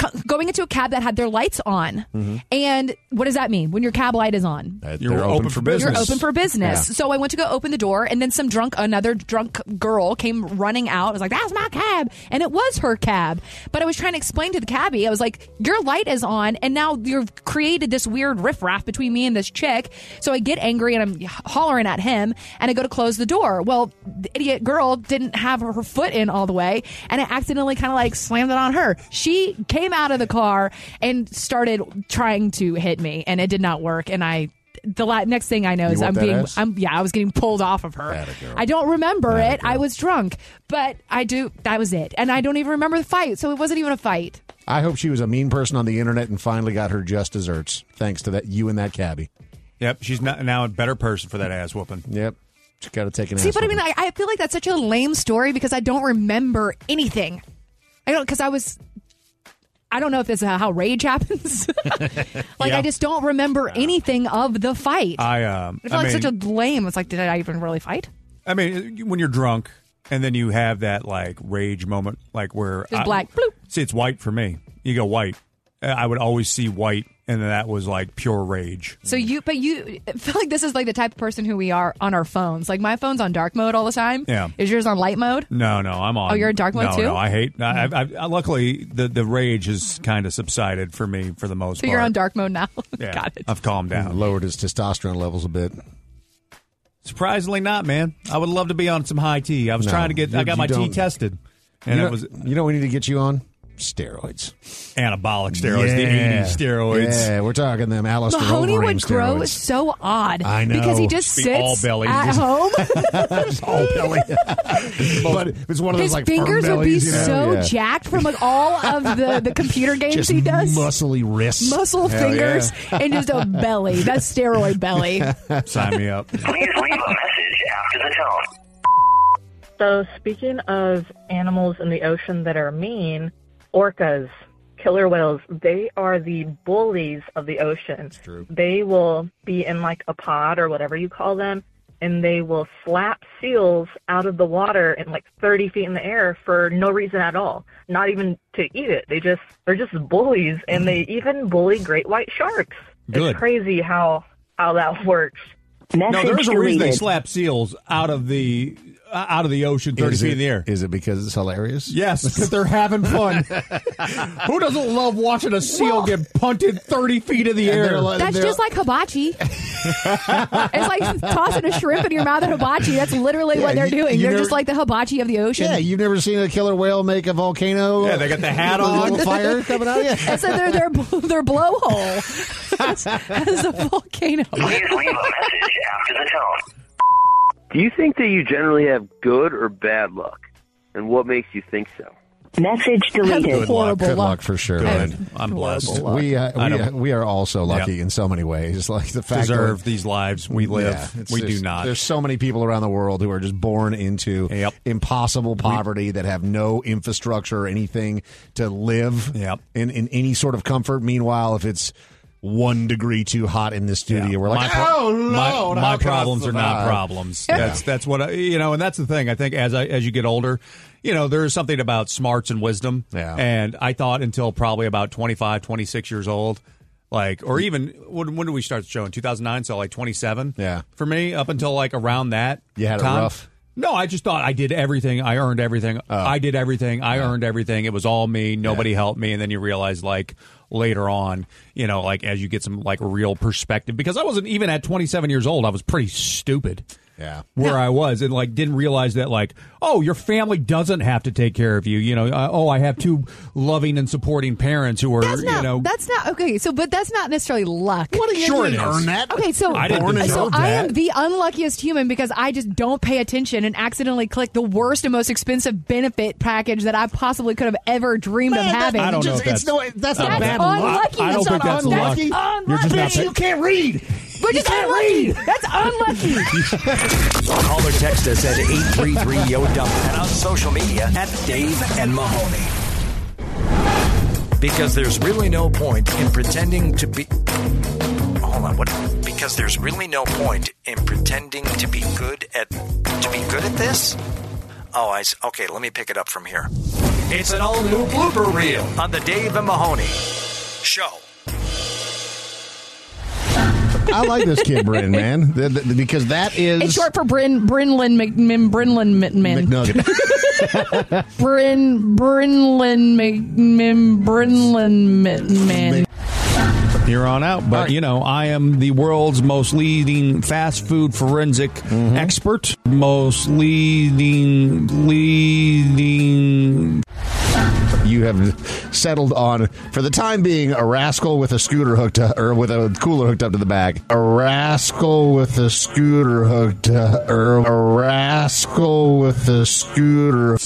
Speaker 7: c- going into a cab that had their lights on.
Speaker 5: Mm-hmm.
Speaker 7: And what does that mean? When your cab light is on,
Speaker 5: You're open, for business.
Speaker 7: You're open for business.
Speaker 5: Yeah.
Speaker 7: So I went to go open the door, and then some drunk, another drunk girl came running out. I was like, "That's my cab," and it was her cab. But I was trying to explain to the cabbie, I was like, "Your light is on, and now you've created this weird riffraff between me and this chick." So I get angry and I'm hollering at him, and I go to close the door. Well, the idiot girl didn't have her foot in all the way, and I accidentally kind of like slammed it on her. She came out of the car and started trying to hit me, and it did not work, and I the la- next thing I know
Speaker 5: You
Speaker 7: is
Speaker 5: want
Speaker 7: I'm
Speaker 5: that
Speaker 7: being,
Speaker 5: ass?
Speaker 7: I'm yeah, I was getting pulled off of her. I don't remember it. I was drunk, but I do. That was it, and I don't even remember the fight. So it wasn't even a fight.
Speaker 5: I hope she was a mean person on the internet and finally got her just desserts thanks to that you and that cabbie.
Speaker 8: Yep. She's not, now a better person for that ass whooping.
Speaker 5: Yep. She got to take an
Speaker 7: See,
Speaker 5: ass
Speaker 7: but I
Speaker 5: whooping.
Speaker 7: mean, I, I feel like that's such a lame story because I don't remember anything. I don't because I was. I don't know if this is how rage happens. like
Speaker 8: Yeah.
Speaker 7: I just don't remember anything of the fight.
Speaker 8: I um.
Speaker 7: I feel
Speaker 8: I
Speaker 7: like
Speaker 8: mean,
Speaker 7: such a lame. It's like, did I even really fight?
Speaker 8: I mean, when you're drunk and then you have that like rage moment, like where
Speaker 7: Just
Speaker 8: I-
Speaker 7: black, bloop.
Speaker 8: See, it's white for me. You go white. Uh, I would always see white, and then that was like pure rage.
Speaker 7: So you, but you I feel like this is like the type of person who we are on our phones. Like my phone's on dark mode all the time.
Speaker 8: Yeah.
Speaker 7: Is yours on light mode?
Speaker 8: No, no, I'm on.
Speaker 7: Oh, you're in dark mode
Speaker 8: no,
Speaker 7: too? Mm-hmm.
Speaker 8: No, I hate. I, I, I, luckily, the the rage has kind of subsided for me for the most
Speaker 7: So
Speaker 8: part.
Speaker 7: you're on dark mode now.
Speaker 8: Yeah,
Speaker 7: Got it.
Speaker 8: I've calmed down.
Speaker 5: Lowered his testosterone levels a bit.
Speaker 8: Surprisingly, not man. I would love to be on some high tea. I was
Speaker 5: No,
Speaker 8: trying to get. I
Speaker 5: you-
Speaker 8: got
Speaker 5: you
Speaker 8: my tea
Speaker 5: don't-
Speaker 8: tested, and
Speaker 5: you
Speaker 8: it
Speaker 5: know,
Speaker 8: was
Speaker 5: you know what we need to get you on steroids,
Speaker 8: anabolic steroids,
Speaker 5: Yeah.
Speaker 8: the 80s steroids.
Speaker 5: Yeah, we're talking them. Alistair
Speaker 7: Mahoney
Speaker 5: Overeem
Speaker 7: would grow
Speaker 5: steroids.
Speaker 7: so odd.
Speaker 5: I know.
Speaker 7: Because he just
Speaker 5: Be
Speaker 7: sits
Speaker 5: all belly.
Speaker 7: at
Speaker 5: Just-
Speaker 7: home.
Speaker 5: Just all belly. but Oh, it's one of those
Speaker 7: His
Speaker 5: like firm
Speaker 7: fingers would be
Speaker 5: bellies, you know?
Speaker 7: so
Speaker 5: Yeah.
Speaker 7: jacked from like all of the, the computer games
Speaker 5: Just
Speaker 7: he does.
Speaker 5: muscly wrists,
Speaker 7: Muscle
Speaker 5: Hell
Speaker 7: fingers
Speaker 5: yeah.
Speaker 7: and just a belly. That's steroid belly.
Speaker 8: Sign me up.
Speaker 16: Please leave a message after the tone.
Speaker 6: So, speaking of animals in the ocean that are mean, orcas, killer whales, they are the bullies of the ocean.
Speaker 5: true.
Speaker 6: They will be in like a pod or whatever you call them, and they will slap seals out of the water and like 30 feet in the air for no reason at all. Not even to eat it. They just, they're just bullies, and they even bully great white sharks.
Speaker 8: Good.
Speaker 6: It's crazy how, how that works.
Speaker 8: no, there is a reason they
Speaker 6: deleted.
Speaker 8: slap seals out of the uh, out of the ocean, thirty
Speaker 5: Is
Speaker 8: feet
Speaker 5: it-
Speaker 8: in the air.
Speaker 5: Is it because it's hilarious?
Speaker 8: Yes, because they're having fun. Who doesn't love watching a seal get punted thirty feet in the
Speaker 5: And
Speaker 8: air?
Speaker 5: they're like-
Speaker 7: That's just like hibachi. it's like tossing a shrimp in your mouth at hibachi. That's literally
Speaker 5: Yeah,
Speaker 7: what they're
Speaker 5: you-
Speaker 7: doing.
Speaker 5: you
Speaker 7: They're
Speaker 5: never-
Speaker 7: just like the hibachi of the ocean.
Speaker 5: Yeah, you've never seen a killer whale make a volcano.
Speaker 8: Yeah, they got the hat
Speaker 5: with a
Speaker 8: on.
Speaker 5: little fire coming out. Yeah,
Speaker 7: That's like their their their blowhole. That's, that's a volcano.
Speaker 16: After the tone.
Speaker 25: Do you think that you generally have good or bad luck? And what makes you think so?
Speaker 6: Message
Speaker 5: Good luck. Good luck for sure.
Speaker 8: Good.
Speaker 5: man.
Speaker 8: I'm blessed.
Speaker 5: We uh,
Speaker 8: I
Speaker 5: we,
Speaker 8: don't
Speaker 5: uh, we are all so lucky in so many ways. Like the fact
Speaker 8: deserve
Speaker 5: that,
Speaker 8: these lives we live.
Speaker 5: Yeah, it's
Speaker 8: we do
Speaker 5: just-
Speaker 8: not.
Speaker 5: There's so many people around the world who are just born into impossible poverty that have no infrastructure or anything to live in, in any sort of comfort. Meanwhile, if it's one degree too hot in this studio, we're like, oh, Lord,
Speaker 8: my,
Speaker 5: how
Speaker 8: my
Speaker 5: can I
Speaker 8: problems are not
Speaker 5: survive?"
Speaker 8: problems.
Speaker 5: Yeah.
Speaker 8: That's that's what I, you know, and that's the thing. I think as I as you get older, you know, there's something about smarts and wisdom. Yeah. And I thought until probably about 25, 26 years old, like, or even when, when did we start the show in 2009? So like 27. Yeah. For me, up until like around that,
Speaker 5: You had it
Speaker 8: time-
Speaker 5: rough?
Speaker 8: No, I just thought I did everything. I earned everything. I did everything. I earned everything. It was all me. Nobody helped me. And then you realize, like, later on, you know, like as you get some like real perspective. Because I wasn't even at 27 years old, I was pretty stupid.
Speaker 5: Yeah.
Speaker 8: Where I was and like didn't realize that like oh your family doesn't have to take care of you you know uh, oh I have two loving and supporting parents who are
Speaker 7: That's not.
Speaker 8: you know
Speaker 7: that's not okay. So, but that's not necessarily luck. What
Speaker 8: do you- Sure you it didn't is. earn that.
Speaker 7: Okay, so
Speaker 8: I didn't Born and
Speaker 7: so
Speaker 8: deserve
Speaker 7: I am
Speaker 8: that.
Speaker 7: the unluckiest human because I just don't pay attention and accidentally click the worst and most expensive benefit package that I possibly could have ever dreamed of having.
Speaker 8: I don't know. if that's, I don't know.
Speaker 7: unlucky.
Speaker 8: I don't think that's
Speaker 7: unlucky.
Speaker 8: luck. You're just not
Speaker 7: Unlucky.
Speaker 8: paying-
Speaker 5: can't read.
Speaker 7: We're just unlucky. That's unlucky.
Speaker 4: Call or text us at 833 yo dump and on social media at Dave and Mahoney. Because there's really no point in pretending to be. Hold on, what? Because there's really no point in pretending to be good at to be good at this. Oh, I s- okay. Let me pick it up from here. It's an all new blooper reel on the Dave and Mahoney show.
Speaker 5: I like this kid, Bryn, man, Th- th- because that is
Speaker 7: It's short for Bryn Brynlin Mc, Min- Brynlin Min, Min.
Speaker 5: McNugget.
Speaker 7: Bryn Brynlin Mc, Min, Brynlin Min, Min.
Speaker 8: Here on out, but you know, I am the world's most leading fast food forensic
Speaker 5: Mm-hmm.
Speaker 8: expert, most leading leading.
Speaker 5: You have settled on, for the time being, a rascal with a scooter hooked up, or with a cooler hooked up to the back. A rascal with a scooter hooked up, or a rascal with a scooter.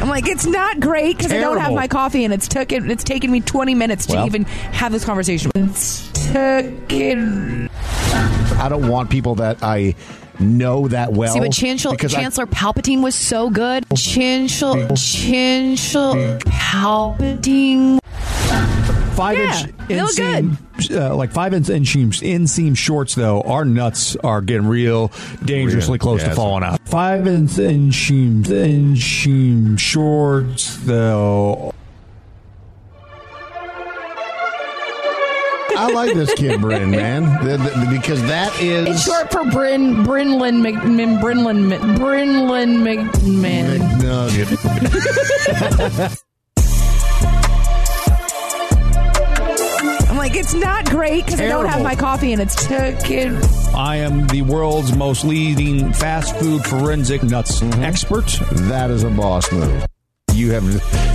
Speaker 7: I'm like, it's not great because I don't have
Speaker 5: Terrible.
Speaker 7: my coffee, and it's took it, it's taken me 20 minutes to
Speaker 5: Well.
Speaker 7: even have this conversation. It's taken.
Speaker 5: I don't want people that I know that well.
Speaker 7: See, but Chancellor,
Speaker 5: because I-
Speaker 7: Chancellor Palpatine was so good. Chancellor, Chancellor Palpatine.
Speaker 8: Five
Speaker 7: yeah, feel good.
Speaker 8: inseam, uh, like five inch inseam, inseam shorts though. Our nuts are getting real dangerously
Speaker 26: Real.
Speaker 8: close
Speaker 26: Yes.
Speaker 8: to falling out. Five inch inseam inseam shorts though.
Speaker 5: I like this kid, Bryn, man, Th- th- because that is.
Speaker 7: It's short for Bryn Brynlin Mc, Min, Brynlin Min, Brynlin Mc, Min.
Speaker 5: McNugget.
Speaker 7: I'm like, it's not great because I don't have my coffee, and it's taken.
Speaker 8: I am the world's most leading fast food forensic nuts expert.
Speaker 5: Mm-hmm. That is a boss move. You have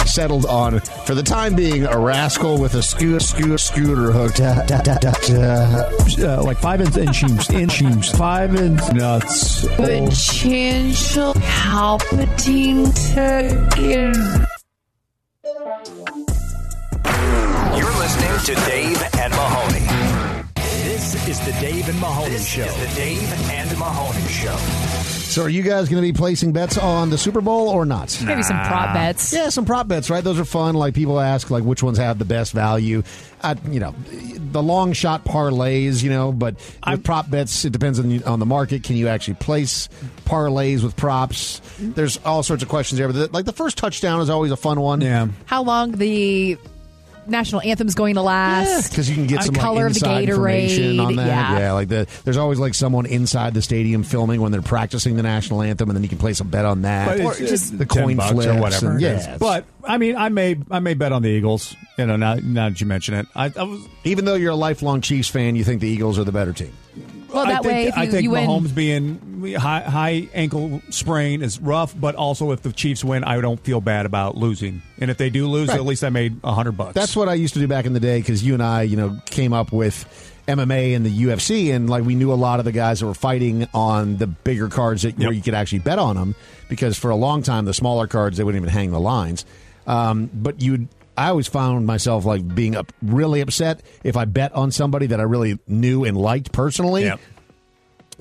Speaker 5: settled on, for the time being, a rascal with a scooter, scooter, scooter hooked up. da- da- da- da.
Speaker 8: Uh, like five inch inseams, inseams, five inch nuts.
Speaker 7: Potential Palpatine taken.
Speaker 4: You're listening to Dave and Mahoney. This is the Dave and Mahoney Show. the Dave and Mahoney Show.
Speaker 5: So, are you guys going to be placing bets on the Super Bowl or not?
Speaker 7: Maybe some prop bets.
Speaker 5: Yeah, some prop bets, right? Those are fun. Like people ask, like which ones have the best value. Uh, you know, the long shot parlays. You know, but with prop bets, it depends on the, on the market. Can you actually place parlays with props? There's all sorts of questions there. But the, like the first touchdown is always a fun one. Yeah,
Speaker 7: How long the national anthem's going to last?
Speaker 5: because you can get some
Speaker 7: the
Speaker 5: like,
Speaker 7: color of the
Speaker 5: inside information
Speaker 7: Gatorade.
Speaker 5: on that.
Speaker 7: Yeah.
Speaker 5: like the, there's always like someone inside the stadium filming when they're practicing the national anthem, and then you can place a bet on that.
Speaker 8: But
Speaker 5: Or
Speaker 8: it's- it's
Speaker 5: the
Speaker 8: 10
Speaker 5: coin
Speaker 8: bucks
Speaker 5: flips
Speaker 8: or whatever.
Speaker 5: and-
Speaker 8: it
Speaker 5: yeah,
Speaker 8: is. But I mean, I may I may bet on the Eagles. You know, now, now that you mention it, I, I was.
Speaker 5: Even though you're a lifelong Chiefs fan, you think the Eagles are the better team.
Speaker 7: Well,
Speaker 8: I
Speaker 7: that
Speaker 8: think,
Speaker 7: way, if
Speaker 8: I
Speaker 7: you-
Speaker 8: think
Speaker 7: you win-
Speaker 8: Mahomes being high, high ankle sprain is rough, but also if the Chiefs win, I don't feel bad about losing. And if they do lose,
Speaker 5: Right.
Speaker 8: at least I made a hundred bucks.
Speaker 5: That's what I used to do back in the day because you and I, you know, came up with MMA and the UFC, and like we knew a lot of the guys that were fighting on the bigger cards that, where you could actually bet on them because for a long time the smaller cards they wouldn't even hang the lines. Um, but you, I always found myself like being up, really upset if I bet on somebody that I really knew and liked personally.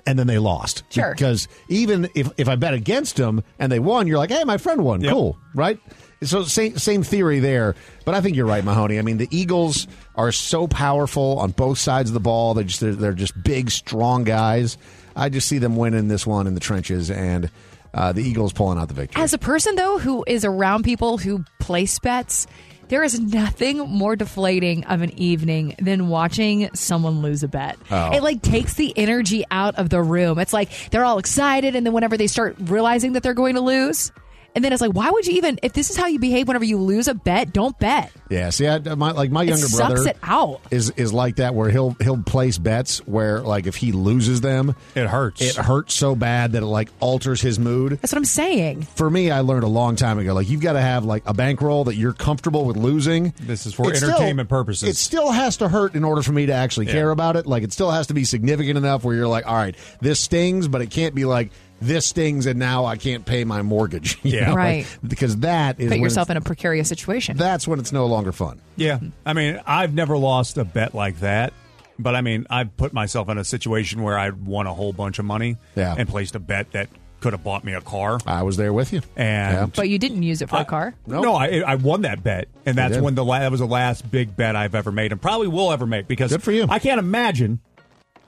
Speaker 5: And then they lost.
Speaker 7: Sure.
Speaker 5: Because even if, if I bet against them and they won, you're like, hey, my friend won. Cool. Right? So same same theory there. But I think you're right, Mahoney. I mean, the Eagles are so powerful on both sides of the ball. They're just they're, they're just big, strong guys. I just see them winning this one in the trenches and uh, the Eagles pulling out the victory.
Speaker 7: As a person, though, who is around people who place bets, there is nothing more deflating of an evening than watching someone lose a bet.
Speaker 6: Oh.
Speaker 7: It like takes the energy out of the room. It's like they're all excited, and then whenever they start realizing that they're going to lose, And then it's like, why would you even? If this is how you behave whenever you lose a bet, don't bet.
Speaker 5: Yeah, see, I, my, like my
Speaker 7: It
Speaker 5: younger
Speaker 7: sucks
Speaker 5: brother
Speaker 7: it out.
Speaker 5: is is like that where he'll he'll place bets where like if he loses them,
Speaker 8: it hurts.
Speaker 5: It hurts so bad that it like alters his mood.
Speaker 7: That's what I'm saying.
Speaker 5: For me, I learned a long time ago like you've got to have like a bankroll that you're comfortable with losing.
Speaker 8: This is for
Speaker 5: It still-
Speaker 8: entertainment purposes.
Speaker 5: It still has to hurt in order for me to actually care about it. Like it still has to be significant enough where you're like, all right, this stings, but it can't be like this stings and now I can't pay my mortgage. You
Speaker 7: Yeah.
Speaker 5: know, like,
Speaker 7: Right.
Speaker 5: because that is
Speaker 7: Put
Speaker 5: when
Speaker 7: yourself in
Speaker 5: it's-
Speaker 7: a precarious situation.
Speaker 5: That's when it's no longer fun.
Speaker 8: Yeah. I mean, I've never lost a bet like that. But I mean, I've put myself in a situation where I won a whole bunch of money
Speaker 5: Yeah.
Speaker 8: and placed a bet that could have bought me a car.
Speaker 5: I was there with you.
Speaker 8: And
Speaker 7: But you didn't use it for a car.
Speaker 8: No, I, I won that bet, and that's
Speaker 5: did.
Speaker 8: when the la- that was the last big bet I've ever made, and probably will ever make because good for you. I can't imagine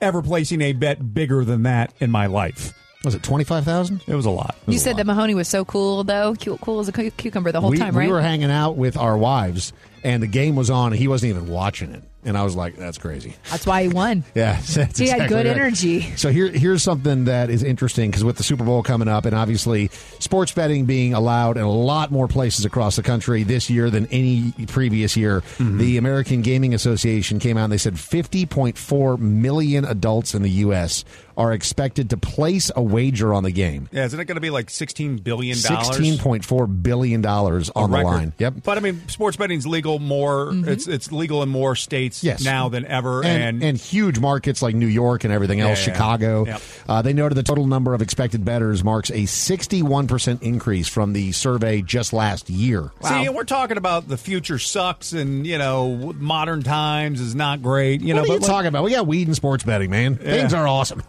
Speaker 8: ever placing a bet bigger than that in my life.
Speaker 5: Was it twenty five thousand?
Speaker 8: It was a lot.
Speaker 7: You said that Mahoney was so cool, though. Cute, cool as a cu- cucumber the whole
Speaker 5: we,
Speaker 7: time,
Speaker 5: we
Speaker 7: right?
Speaker 5: were hanging out with our wives, and the game was on, and he wasn't even watching it. And I was like, "That's crazy."
Speaker 7: That's why he won.
Speaker 5: Yeah, that's
Speaker 7: he had
Speaker 5: exactly
Speaker 7: good
Speaker 5: right.
Speaker 7: energy.
Speaker 5: So here, here's something that is interesting because with the Super Bowl coming up, and obviously sports betting being allowed in a lot more places across the country this year than any previous year,
Speaker 8: Mm-hmm.
Speaker 5: the American Gaming Association came out and they said 50.4 million adults in the U.S. are expected to place a wager on the game.
Speaker 8: Yeah, isn't it going to be like sixteen billion dollars?
Speaker 5: $16.4 billion on the
Speaker 8: record.
Speaker 5: line. Yep.
Speaker 8: But I mean, sports betting's legal more.
Speaker 7: Mm-hmm.
Speaker 8: It's it's legal in more states
Speaker 5: Yes.
Speaker 8: now than ever,
Speaker 5: and, and huge markets like New York and everything
Speaker 8: Yeah,
Speaker 5: else,
Speaker 8: yeah, yeah.
Speaker 5: Chicago.
Speaker 8: Yep.
Speaker 5: Uh, they noted the total number of expected bettors marks a 61% increase from the survey just last year.
Speaker 8: See, and we're talking about the future sucks, and you know, modern times is not great. You
Speaker 5: what
Speaker 8: know,
Speaker 5: are you
Speaker 8: but like-
Speaker 5: talking about? We got weed and sports betting, man. Things are awesome.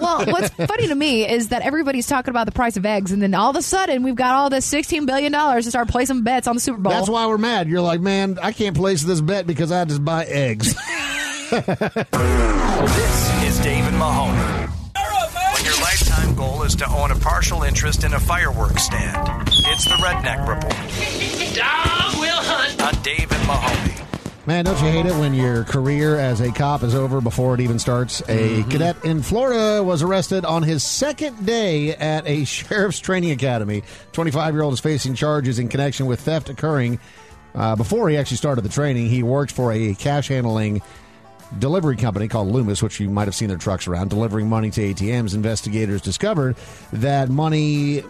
Speaker 7: Well, what's funny to me is that everybody's talking about the price of eggs, and then all of a sudden we've got all this sixteen billion dollars to start placing bets on the Super Bowl.
Speaker 5: That's why we're mad. You're like, man, I can't place this bet because I just buy eggs.
Speaker 3: This is David Mahoney. When your lifetime goal is to own a partial interest in a fireworks stand, it's the Redneck Report. Dog will hunt. On David Mahoney.
Speaker 5: Man, don't you hate it when your career as a cop is over before it even starts? A cadet in Florida was arrested on his second day at a sheriff's training academy. 25 year old is facing charges in connection with theft occurring. Uh, before he actually started the training, he worked for a cash handling delivery company called Loomis, which you might have seen their trucks around, delivering money to ATMs. Investigators discovered that money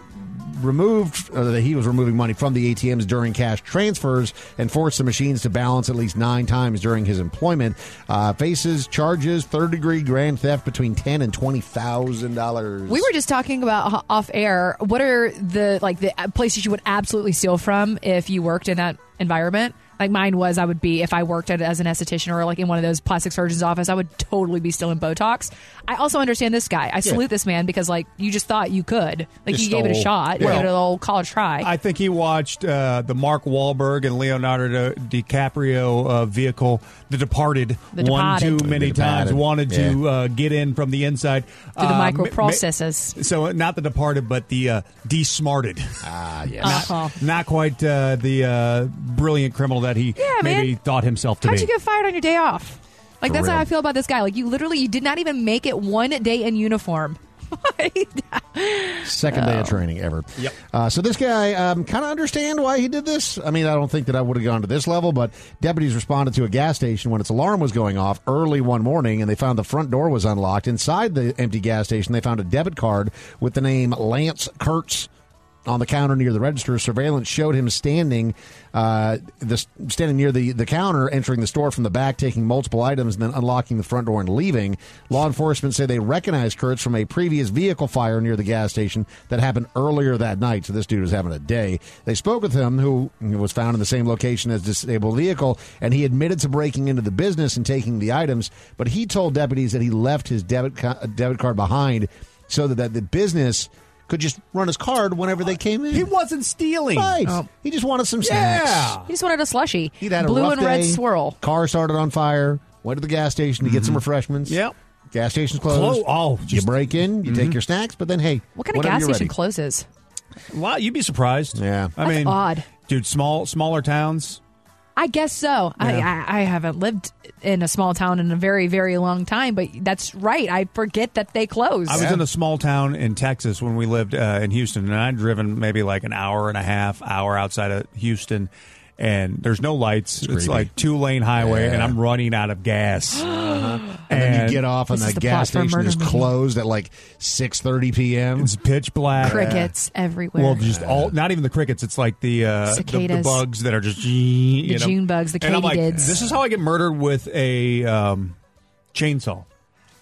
Speaker 5: removed uh, that he was removing money from the ATMs during cash transfers and forced the machines to balance at least nine times during his employment. Uh, faces charges third degree grand theft between ten and twenty thousand dollars.
Speaker 7: We were just talking about ho- off air. What are the like the places you would absolutely steal from if you worked in that environment? Like mine was, I would be if I worked at, as an esthetician or like in one of those plastic surgeons' office, I would totally be stealing Botox. I also understand this guy. I salute this man because like you just thought you could, like
Speaker 8: Just
Speaker 7: you gave it a
Speaker 8: stole-
Speaker 7: shot,
Speaker 8: Well-
Speaker 7: you gave it a little college try.
Speaker 8: I think he watched uh, the Mark Wahlberg and Leonardo Di- DiCaprio uh, vehicle, The Departed,
Speaker 7: The
Speaker 8: one
Speaker 7: Departed.
Speaker 8: too many
Speaker 7: The
Speaker 8: times.
Speaker 7: Departed.
Speaker 8: Wanted to
Speaker 7: Yeah.
Speaker 8: uh, get in from the inside
Speaker 7: Through the
Speaker 8: Uh, ma-
Speaker 7: microprocesses.
Speaker 8: ma- so uh, not The Departed, but the uh, De-Smarted. Ah, Not,
Speaker 5: yes.
Speaker 7: Uh-huh.
Speaker 8: not quite uh, the uh, brilliant criminal that he
Speaker 7: Yeah,
Speaker 8: maybe
Speaker 7: man.
Speaker 8: thought himself to
Speaker 7: How'd
Speaker 8: be.
Speaker 7: you get fired on your day off? Like
Speaker 8: For
Speaker 7: that's how
Speaker 8: real.
Speaker 7: I feel about this guy. Like you literally, you did not even make it one day in uniform.
Speaker 5: Second day of training ever. Yep. Uh, so this guy um, kind of understand why he did this. I mean, I don't think that I would have gone to this level, but deputies responded to a gas station when its alarm was going off early one morning, and they found the front door was unlocked. Inside the empty gas station, they found a debit card with the name Lance Kurtz. On the counter near the register, surveillance showed him standing, uh, the, standing near the, the counter, entering the store from the back, taking multiple items, and then unlocking the front door and leaving. Law enforcement say they recognized Kurtz from a previous vehicle fire near the gas station that happened earlier that night. So this dude was having a day. They spoke with him, who was found in the same location as disabled vehicle, and he admitted to breaking into the business and taking the items. But he told deputies that he left his debit ca- debit card behind so that, that the business could just run his card whenever they came in. He
Speaker 8: wasn't stealing.
Speaker 5: Right.
Speaker 7: Oh.
Speaker 5: He just wanted some snacks.
Speaker 7: He just wanted a slushy.
Speaker 5: He'd had a
Speaker 7: Blue
Speaker 5: rough
Speaker 7: and red
Speaker 5: day.
Speaker 7: swirl.
Speaker 5: Car started on fire. Went to the gas station to get some refreshments. Yep. Gas station's closed.
Speaker 8: Mm-hmm. Clo- oh, Mm-hmm.
Speaker 5: you break in, you take your snacks, but then hey,
Speaker 7: What kind of
Speaker 5: whenever
Speaker 7: gas
Speaker 5: you're
Speaker 7: station
Speaker 5: ready.
Speaker 7: closes?
Speaker 8: Wow, you'd be surprised.
Speaker 5: Yeah,
Speaker 8: I mean,
Speaker 7: odd.
Speaker 8: dude, small smaller towns.
Speaker 7: I guess so.
Speaker 8: Yeah.
Speaker 7: I, I, I haven't lived in a small town in a very, very long time, but that's right. I forget that they close.
Speaker 8: I was in a small town in Texas when we lived uh, in Houston, and I'd driven maybe like an hour and a half, hour outside of Houston, and there's no lights. It's,
Speaker 5: creepy.
Speaker 8: like two lane highway,
Speaker 5: Yeah.
Speaker 8: and I'm running out of gas.
Speaker 5: And, then you get off, and
Speaker 8: This is
Speaker 5: that
Speaker 8: the
Speaker 5: gas
Speaker 8: plot for a
Speaker 5: station
Speaker 8: murder
Speaker 5: is
Speaker 8: movie.
Speaker 5: closed at like six thirty p.m. It's
Speaker 8: pitch black.
Speaker 7: Crickets everywhere.
Speaker 8: Well, just all, not even the crickets. It's like the uh, the- the,
Speaker 7: Cicadas.
Speaker 8: bugs that are just you
Speaker 7: The
Speaker 8: know.
Speaker 7: June bugs, the
Speaker 8: And I'm like,
Speaker 7: katydids.
Speaker 8: this is how I get murdered with a um, chainsaw.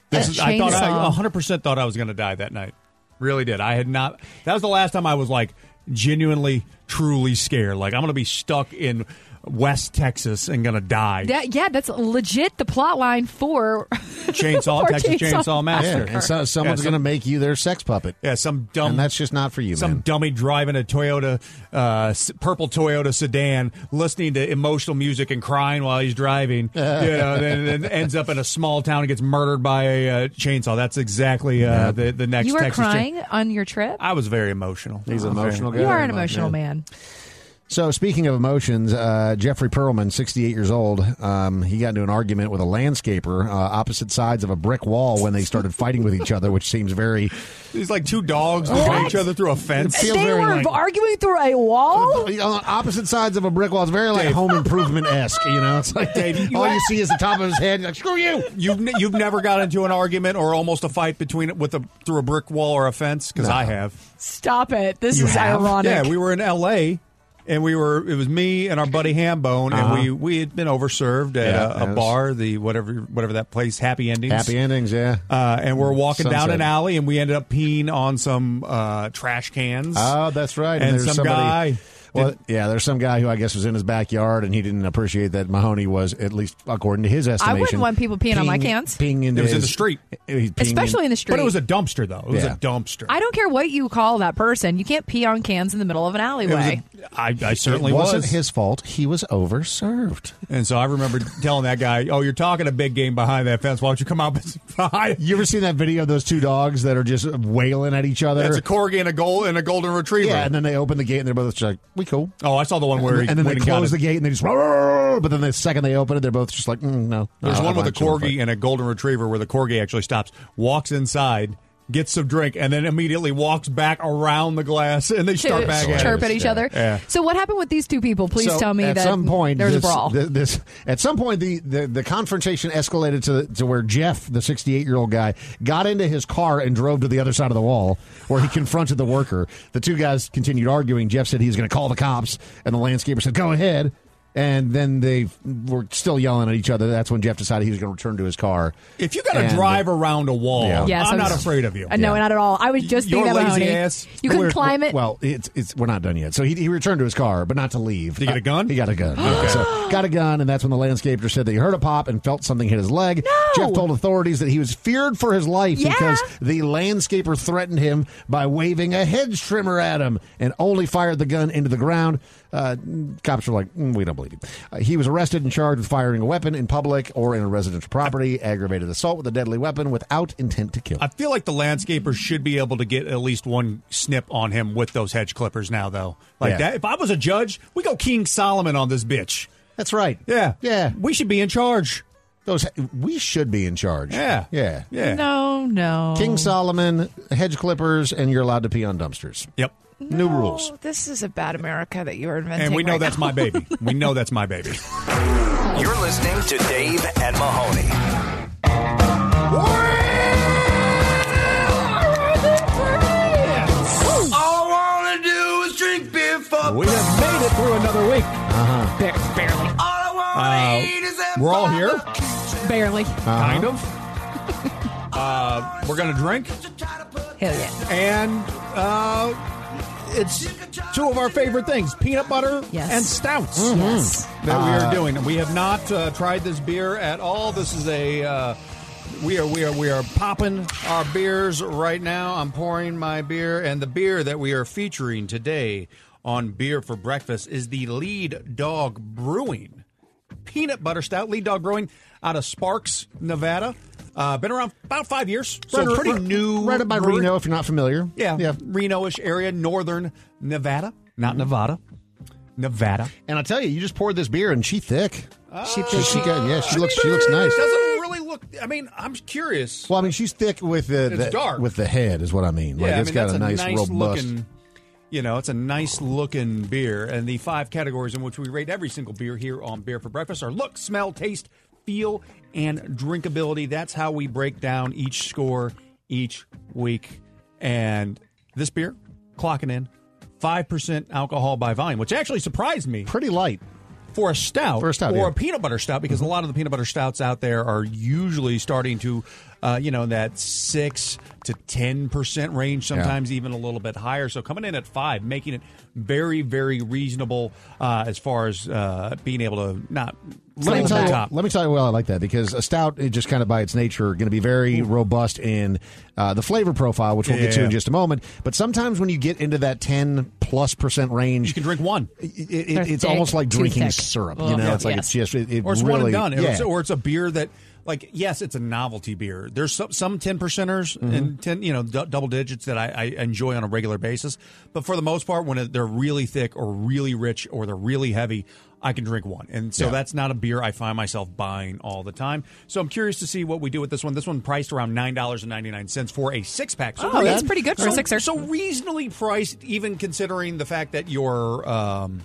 Speaker 8: This
Speaker 7: A
Speaker 8: is, I thought I
Speaker 7: chainsaw.
Speaker 8: 100 percent thought I was going to die that night. Really did. I had not. That was the last time I was like genuinely, truly scared. Like I'm going to be stuck in West Texas and going to die.
Speaker 7: That, yeah, that's legit the plot line for
Speaker 8: Chainsaw,
Speaker 7: for
Speaker 8: Texas Chainsaw, Massacre.
Speaker 5: Yeah, and so,
Speaker 8: Yeah,
Speaker 5: someone's
Speaker 8: some-
Speaker 5: going to make you their sex puppet.
Speaker 8: Yeah, some dumb.
Speaker 5: And that's just not for you,
Speaker 8: some
Speaker 5: man.
Speaker 8: dummy driving a Toyota, uh, s- purple Toyota sedan, listening to emotional music and crying while he's driving. you know, then, then ends up in a small town and gets murdered by a uh, chainsaw. That's exactly uh, the the next.
Speaker 7: You were
Speaker 8: Texas chain-
Speaker 7: crying on your trip.
Speaker 8: I was very emotional.
Speaker 5: He's an
Speaker 8: I was very-
Speaker 5: emotional guy.
Speaker 7: You are an emotional man.
Speaker 5: So, speaking of emotions, uh, Jeffrey Perlman, 68 years old, um, he got into an argument with a landscaper, uh, opposite sides of a brick wall when they started fighting with each other, which seems very.
Speaker 8: He's like two dogs looking at
Speaker 5: What?
Speaker 8: each other through a fence.
Speaker 5: Feels They very were like-
Speaker 7: arguing through a wall?
Speaker 5: On opposite sides of a brick wall. It's very like home improvement esque, you know? It's like
Speaker 8: Dave, you-
Speaker 5: all you see is the top of his head. You're like, screw you.
Speaker 8: You've ne- you've never got into an argument or almost a fight between with a through a brick wall or a fence because
Speaker 5: No.
Speaker 8: I have.
Speaker 7: Stop it. This
Speaker 8: You
Speaker 7: is
Speaker 8: have?
Speaker 7: ironic.
Speaker 8: Yeah, we were in L.A. and we were. It was me and our buddy Hambone,
Speaker 5: Uh-huh.
Speaker 8: and we we had been overserved at
Speaker 5: Yeah,
Speaker 8: a, a
Speaker 5: yes.
Speaker 8: bar, the whatever whatever that place, Happy Endings.
Speaker 5: Happy endings, yeah.
Speaker 8: Uh, and we're walking down
Speaker 5: Sunset.
Speaker 8: an alley, and we ended up peeing on some uh, trash cans.
Speaker 5: Oh, that's right.
Speaker 8: And
Speaker 5: there's
Speaker 8: some
Speaker 5: somebody-
Speaker 8: guy
Speaker 5: Well, yeah, there's some guy who I guess was in his backyard, and he didn't appreciate that Mahoney was, at least according to his estimation.
Speaker 7: I wouldn't want people peeing on my cans.
Speaker 5: Peeing into
Speaker 8: It was in
Speaker 5: his-
Speaker 8: the street.
Speaker 5: he's peeing
Speaker 7: Especially in the street.
Speaker 8: but it was a dumpster though. It was
Speaker 5: Yeah.
Speaker 8: a dumpster.
Speaker 7: I don't care what you call that person. You can't pee on cans in the middle of an
Speaker 8: It was
Speaker 7: alleyway.
Speaker 8: a- I I certainly
Speaker 5: it wasn't
Speaker 8: was.
Speaker 5: his fault. He was overserved.
Speaker 8: And so I remember telling that guy, "Oh, you're talking a big game behind that fence. Why don't you come out behind?"
Speaker 5: You ever seen that video of those two dogs that are just wailing at each other?
Speaker 8: That's a corgi and a gold and a golden retriever.
Speaker 5: yeah, and then they open the gate and they're both just like, "We cool."
Speaker 8: Oh, I saw the one where he
Speaker 5: and, then they
Speaker 8: went and got
Speaker 5: close
Speaker 8: it.
Speaker 5: the gate and they just, "Roar," but then the second they open it, they're both just like, mm, "No."
Speaker 8: There's
Speaker 5: no,
Speaker 8: one
Speaker 5: I'm
Speaker 8: with a
Speaker 5: not sure if I-
Speaker 8: corgi and a golden retriever where the corgi actually stops, walks inside, gets some drink, and then immediately walks back around the glass, and they start
Speaker 7: to
Speaker 8: back
Speaker 7: chirp
Speaker 8: at,
Speaker 7: at
Speaker 8: it.
Speaker 7: each
Speaker 8: Yeah.
Speaker 7: other.
Speaker 8: Yeah.
Speaker 7: So what happened with these two people? Please
Speaker 5: So,
Speaker 7: tell me
Speaker 5: at
Speaker 7: that
Speaker 5: some point
Speaker 7: there was
Speaker 5: this,
Speaker 7: a brawl.
Speaker 5: thi- This at some point the, the, the confrontation escalated to to where Jeff, the 68 year old guy, got into his car and drove to the other side of the wall where he confronted the worker. The two guys continued arguing. Jeff said he was going to call the cops, and the landscaper said, "Go ahead." And then they were still yelling at each other. That's when Jeff decided he was going to return to his car.
Speaker 8: If you got to
Speaker 5: And-
Speaker 8: drive around a wall,
Speaker 5: Yeah.
Speaker 7: Yes,
Speaker 8: I'm
Speaker 7: I
Speaker 8: not
Speaker 7: was-
Speaker 8: afraid of you.
Speaker 7: Uh, no, not at all. I was just
Speaker 8: Your
Speaker 7: thinking about
Speaker 8: lazy
Speaker 7: honey.
Speaker 8: ass.
Speaker 7: You couldn't
Speaker 5: We're-
Speaker 7: climb it.
Speaker 5: Well, it's it's we're not done yet. So he, he returned to his car, but not to leave. Did
Speaker 8: he get a gun?
Speaker 5: he got a gun. okay. So got a gun, and that's when the landscaper said that he heard a pop and felt something hit his leg. Jeff told authorities that he was feared for his life
Speaker 7: Yeah.
Speaker 5: because the landscaper threatened him by waving a hedge trimmer at him and only fired the gun into the ground. Uh, cops were like, "Mm, we don't believe you. Uh, he was arrested and charged with firing a weapon in public or in a residential property, aggravated assault with a deadly weapon without intent to kill.
Speaker 8: I feel like the landscaper should be able to get at least one snip on him with those hedge clippers now, though. Like
Speaker 5: Yeah.
Speaker 8: that. If I was a judge, we go King Solomon on this bitch.
Speaker 5: That's right.
Speaker 8: Yeah,
Speaker 5: Yeah.
Speaker 8: We should be in charge.
Speaker 5: Those we should be in charge.
Speaker 8: Yeah,
Speaker 5: Yeah.
Speaker 8: yeah.
Speaker 7: No, no.
Speaker 5: King Solomon, hedge clippers, and you're allowed to pee on dumpsters.
Speaker 8: Yep.
Speaker 5: New rules.
Speaker 7: This is a bad America that you are inventing.
Speaker 8: And we know
Speaker 7: right
Speaker 8: that's
Speaker 7: now.
Speaker 8: my baby. We know that's my baby.
Speaker 3: You're listening to Dave and Mahoney.
Speaker 9: All I want to do is drink beer for
Speaker 8: We have made it through another week.
Speaker 5: Uh-huh.
Speaker 7: barely.
Speaker 8: Uh, we're all here,
Speaker 7: Barely.
Speaker 5: Uh-huh.
Speaker 8: kind of. Uh, we're gonna drink,
Speaker 7: Hell yeah.
Speaker 8: and uh, it's two of our favorite things: peanut butter
Speaker 7: Yes.
Speaker 8: and stouts.
Speaker 7: Yes.
Speaker 8: Mm. That we
Speaker 5: Uh,
Speaker 8: are doing. We have not uh, tried this beer at all. This is a. Uh, we are we are we are popping our beers right now. I'm pouring my beer, and the beer that we are featuring today on Beer for Breakfast is the Lead Dog Brewing Peanut Butter Stout. Lead Dog Brewing out of Sparks, Nevada. Uh, been around about five years, so
Speaker 5: Right-
Speaker 8: pretty
Speaker 5: right-
Speaker 8: new.
Speaker 5: Right up by
Speaker 8: brewery.
Speaker 5: Reno, if you're not familiar.
Speaker 8: Yeah, Reno-ish area, northern Nevada, not Nevada.
Speaker 14: Nevada.
Speaker 5: And I tell you, you just poured this beer, and she thick. she she, got, yeah, she looks she looks nice.
Speaker 8: Doesn't really look. I mean, I'm curious.
Speaker 5: Well, I mean, she's thick with the,
Speaker 8: It's
Speaker 5: the-
Speaker 8: dark.
Speaker 5: with the head, is what I mean. Like
Speaker 8: I
Speaker 5: it's
Speaker 8: mean,
Speaker 5: got
Speaker 8: that's
Speaker 5: a nice, robust.
Speaker 8: Looking, you know, it's a nice looking beer. And the five categories in which we rate every single beer here on Beer for Breakfast are look, smell, taste, feel, and drinkability. That's how we break down each score each week. And this beer, clocking in 5% alcohol by volume, which actually surprised me.
Speaker 5: Pretty light.
Speaker 8: For a stout,
Speaker 5: For a stout,
Speaker 8: or
Speaker 5: yeah.
Speaker 8: a peanut butter stout, because a lot of the peanut butter stouts out there are usually starting to, uh, you know, that six to ten percent range,
Speaker 5: Yeah.
Speaker 8: sometimes even a little bit higher. So coming in at five, making it very, very reasonable uh, as far as uh, being able to not
Speaker 5: Let
Speaker 8: over
Speaker 5: me,
Speaker 8: the
Speaker 5: tell you,
Speaker 8: top.
Speaker 5: let me tell you why I like that because a stout is just kind of by its nature going to be very robust in uh, the flavor profile, which we'll get to
Speaker 8: Yeah.
Speaker 5: in just a moment. But sometimes when you get into that ten plus percent range, you
Speaker 8: can drink one.
Speaker 5: It, it-
Speaker 8: They're
Speaker 5: it's
Speaker 8: thick,
Speaker 5: almost like
Speaker 8: too
Speaker 5: drinking
Speaker 8: thick.
Speaker 5: syrup. You
Speaker 8: Ugh.
Speaker 5: know,
Speaker 8: Yeah.
Speaker 5: it's like it's
Speaker 8: Yes.
Speaker 5: just it, it
Speaker 8: or it's
Speaker 5: really,
Speaker 8: one and done.
Speaker 5: Yeah.
Speaker 8: It's- or it's a beer that, like, yes, it's a novelty beer. There's some some ten percenters
Speaker 5: Mm-hmm.
Speaker 8: and ten, you know, d- double digits that I, I enjoy on a regular basis. But for the most part, when it, they're really thick or really rich or they're really heavy, I can drink one. And so
Speaker 5: Yeah.
Speaker 8: that's not a beer I find myself buying all the time. So I'm curious to see what we do with this one. This one priced around nine dollars and ninety nine cents for a six pack.
Speaker 7: Oh, that's pretty good for a
Speaker 8: so-
Speaker 7: sixer.
Speaker 8: So reasonably priced, even considering the fact that your, um,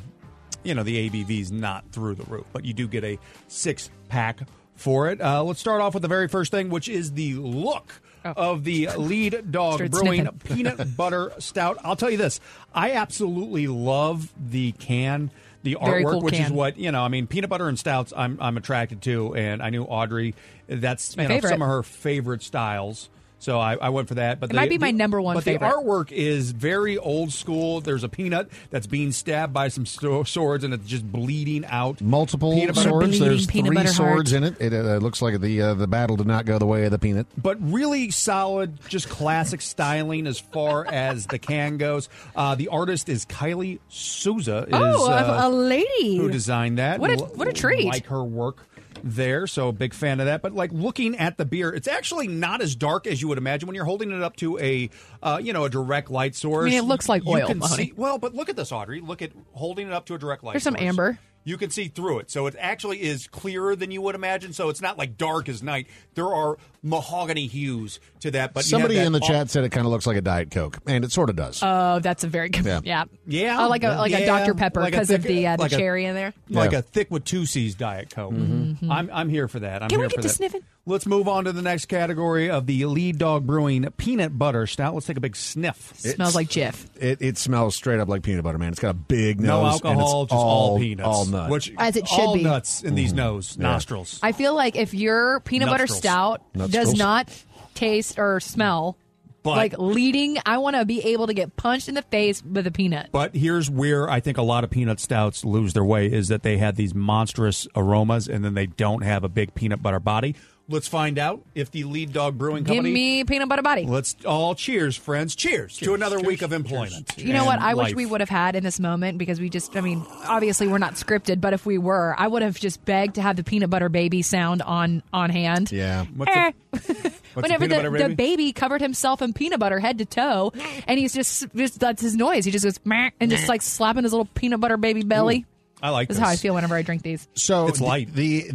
Speaker 8: you know, the ABV is not through the roof, but you do get a six pack for it. Uh, let's start off with the very first thing, which is the look of the lead dog
Speaker 14: Oh. Started
Speaker 8: brewing
Speaker 14: sniffing.
Speaker 8: peanut butter stout. I'll tell you this: I absolutely love the can. The
Speaker 14: Very
Speaker 8: artwork,
Speaker 14: cool
Speaker 8: which is
Speaker 14: can.
Speaker 8: what you know, I mean, peanut butter and stouts, I'm I'm attracted to, and I knew Audrey. That's
Speaker 7: my
Speaker 8: you know,
Speaker 7: favorite.
Speaker 8: some of her favorite styles, so I, I went for that. But
Speaker 7: It might be my number one
Speaker 8: But
Speaker 7: favorite.
Speaker 8: the artwork is very old school. There's a peanut that's being stabbed by some sto- swords, and it's just bleeding out.
Speaker 5: multiple
Speaker 8: Peanut butter-
Speaker 5: swords.
Speaker 8: Bleeding
Speaker 5: There's
Speaker 8: peanut
Speaker 5: three
Speaker 8: butter
Speaker 5: swords
Speaker 8: heart.
Speaker 5: in it. It uh, looks like the uh, the battle did not go the way of the peanut.
Speaker 8: but really solid, just classic styling as far as the can goes. Uh, the artist is Kylie Souza. Is,
Speaker 7: Oh, a-
Speaker 8: uh,
Speaker 7: a lady.
Speaker 8: who designed that.
Speaker 7: What a-
Speaker 8: L-
Speaker 7: what a treat.
Speaker 8: Like her work there, so a big fan of that. But like looking at the beer, it's actually not as dark as you would imagine when you're holding it up to a uh, you know a direct light source.
Speaker 7: I mean, it looks like
Speaker 8: You
Speaker 7: oil,
Speaker 8: can
Speaker 7: Mahoney.
Speaker 8: see- well, but look at this, Audrey. Look at holding it up to a direct light.
Speaker 7: There's some
Speaker 8: source.
Speaker 7: amber.
Speaker 8: You can see through it. So it actually is clearer than you would imagine. So it's not like dark as night. There are mahogany hues to that. But you have
Speaker 5: Somebody
Speaker 8: that
Speaker 5: in the
Speaker 8: au-
Speaker 5: chat said it kind of looks like a diet coke, and it sort of does.
Speaker 7: Oh, that's a very good.
Speaker 5: Yeah.
Speaker 7: Yeah,
Speaker 8: Yeah.
Speaker 7: Oh, like a like a
Speaker 8: Yeah.
Speaker 7: Dr Pepper
Speaker 8: Like a
Speaker 7: because of
Speaker 8: thick-
Speaker 7: the uh, the
Speaker 8: like a-
Speaker 7: cherry in there. Mm-hmm.
Speaker 8: Like
Speaker 5: Yeah.
Speaker 8: a thick with two C's Diet Coke. Mm-hmm. I'm, I'm here for that. I'm
Speaker 7: Can we
Speaker 8: here
Speaker 7: get
Speaker 8: for
Speaker 7: to
Speaker 8: that.
Speaker 7: sniffing?
Speaker 8: Let's move on to the next category of the Lead Dog Brewing Peanut Butter Stout. Let's take a big sniff.
Speaker 5: It smells like
Speaker 7: Jif.
Speaker 5: It, it smells straight up like peanut butter, man. It's got a big nose.
Speaker 8: No
Speaker 5: and it's
Speaker 8: alcohol, just all, peanuts.
Speaker 5: All nuts.
Speaker 8: Which,
Speaker 7: As it should
Speaker 8: all
Speaker 7: be.
Speaker 8: nuts in these
Speaker 5: Mhm.
Speaker 8: nose,
Speaker 5: Yeah.
Speaker 8: nostrils.
Speaker 7: I feel like if your peanut butter
Speaker 8: Nostrils.
Speaker 7: stout does
Speaker 8: Nostrils.
Speaker 7: not taste or smell
Speaker 8: But-
Speaker 7: like leading, I want to be able to get punched in the face with a peanut.
Speaker 8: But here's where I think a lot of peanut stouts lose their way is that they have these monstrous aromas and then they don't have a big peanut butter body. Let's find out if the Lead Dog Brewing
Speaker 7: Give
Speaker 8: Company.
Speaker 7: me peanut butter body.
Speaker 8: Let's all cheers, friends. Cheers, to another week of employment.
Speaker 7: You know what?
Speaker 8: and
Speaker 7: I wish
Speaker 8: life.
Speaker 7: we would have had in this moment because we just, I mean, obviously we're not scripted, but if we were, I would have just begged to have the peanut butter baby sound on on hand.
Speaker 5: Yeah.
Speaker 8: What's
Speaker 7: Eh.
Speaker 8: what's
Speaker 7: Whenever
Speaker 8: peanut
Speaker 7: the,
Speaker 8: butter
Speaker 7: the
Speaker 8: baby?
Speaker 7: baby covered himself in peanut butter head to toe, and he's just, just that's his noise. He just goes "Meh," and just like slapping his little peanut butter baby belly.
Speaker 8: I like
Speaker 7: This
Speaker 5: this.
Speaker 7: is how I feel whenever I drink these.
Speaker 5: So it's light. The,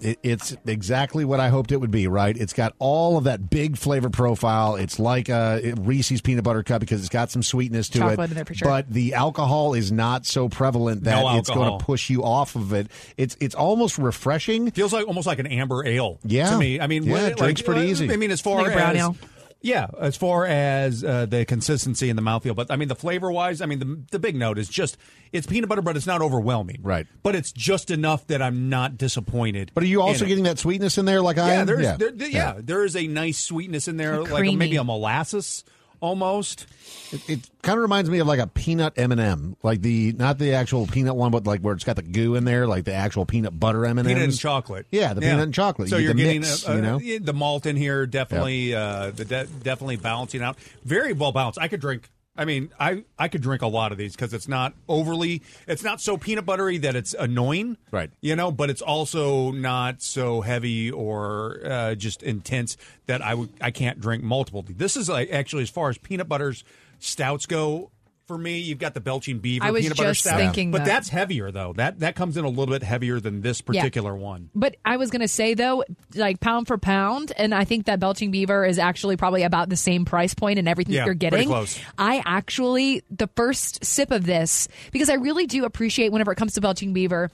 Speaker 5: it, it's exactly what I hoped it would be. Right? It's got all of that big flavor profile. It's like a Reese's peanut butter cup because it's got some sweetness to
Speaker 7: Chocolate
Speaker 5: it.
Speaker 7: in there for sure.
Speaker 5: But the alcohol is not so prevalent that
Speaker 8: No
Speaker 5: it's going
Speaker 8: alcohol.
Speaker 5: to push you off of it. It's it's almost refreshing.
Speaker 8: Feels like almost like an amber ale.
Speaker 5: Yeah.
Speaker 8: to me. I mean,
Speaker 5: Yeah,
Speaker 8: what-
Speaker 5: it
Speaker 8: like,
Speaker 5: drinks pretty
Speaker 8: uh,
Speaker 5: easy.
Speaker 8: I mean, as far
Speaker 5: Like a brown
Speaker 8: as
Speaker 5: ale.
Speaker 8: yeah, as far as uh, the consistency and the mouthfeel, but I mean, the flavor wise, I mean, the the big note is just it's peanut butter, but it's not overwhelming, right? But it's just enough that I'm not disappointed.
Speaker 5: But are you
Speaker 8: in
Speaker 5: also
Speaker 8: it.
Speaker 5: getting that sweetness in there? Like I
Speaker 8: yeah,
Speaker 5: am?
Speaker 8: there's, There, there- yeah, there is a nice sweetness in there, like
Speaker 5: creamy.
Speaker 8: maybe a molasses almost.
Speaker 5: It, it kind of reminds me of like a peanut M and m like the not the actual peanut one, but like where it's got the goo in there, like the actual peanut butter M and
Speaker 8: Peanut and chocolate.
Speaker 5: Yeah, the peanut and chocolate.
Speaker 8: So
Speaker 5: You
Speaker 8: are
Speaker 5: get the
Speaker 8: getting
Speaker 5: mix,
Speaker 8: a, a-
Speaker 5: you know?
Speaker 8: yeah, the malt in here definitely uh, the de- definitely balancing out. Very well balanced. I could drink. I mean, I I could drink a lot of these because it's not overly. It's not so peanut buttery that it's annoying. Right. You know, but it's also not so heavy or uh, just intense that I would I can't drink multiple. This is like actually as far as peanut butters stouts go. For me, you've got the belching beaver
Speaker 7: I was
Speaker 8: peanut butter
Speaker 7: just
Speaker 8: stout,
Speaker 7: thinking
Speaker 8: but
Speaker 7: that.
Speaker 8: that's heavier though. That that comes in a little bit heavier than this
Speaker 7: Yeah.
Speaker 8: particular one.
Speaker 7: But I was gonna say though, like pound for pound, and I think that Belching Beaver is actually probably about the same price point and everything
Speaker 8: Yeah,
Speaker 7: that you're
Speaker 8: pretty
Speaker 7: getting.
Speaker 8: close.
Speaker 7: I actually the first sip of this because I really do appreciate whenever it comes to Belching Beaver.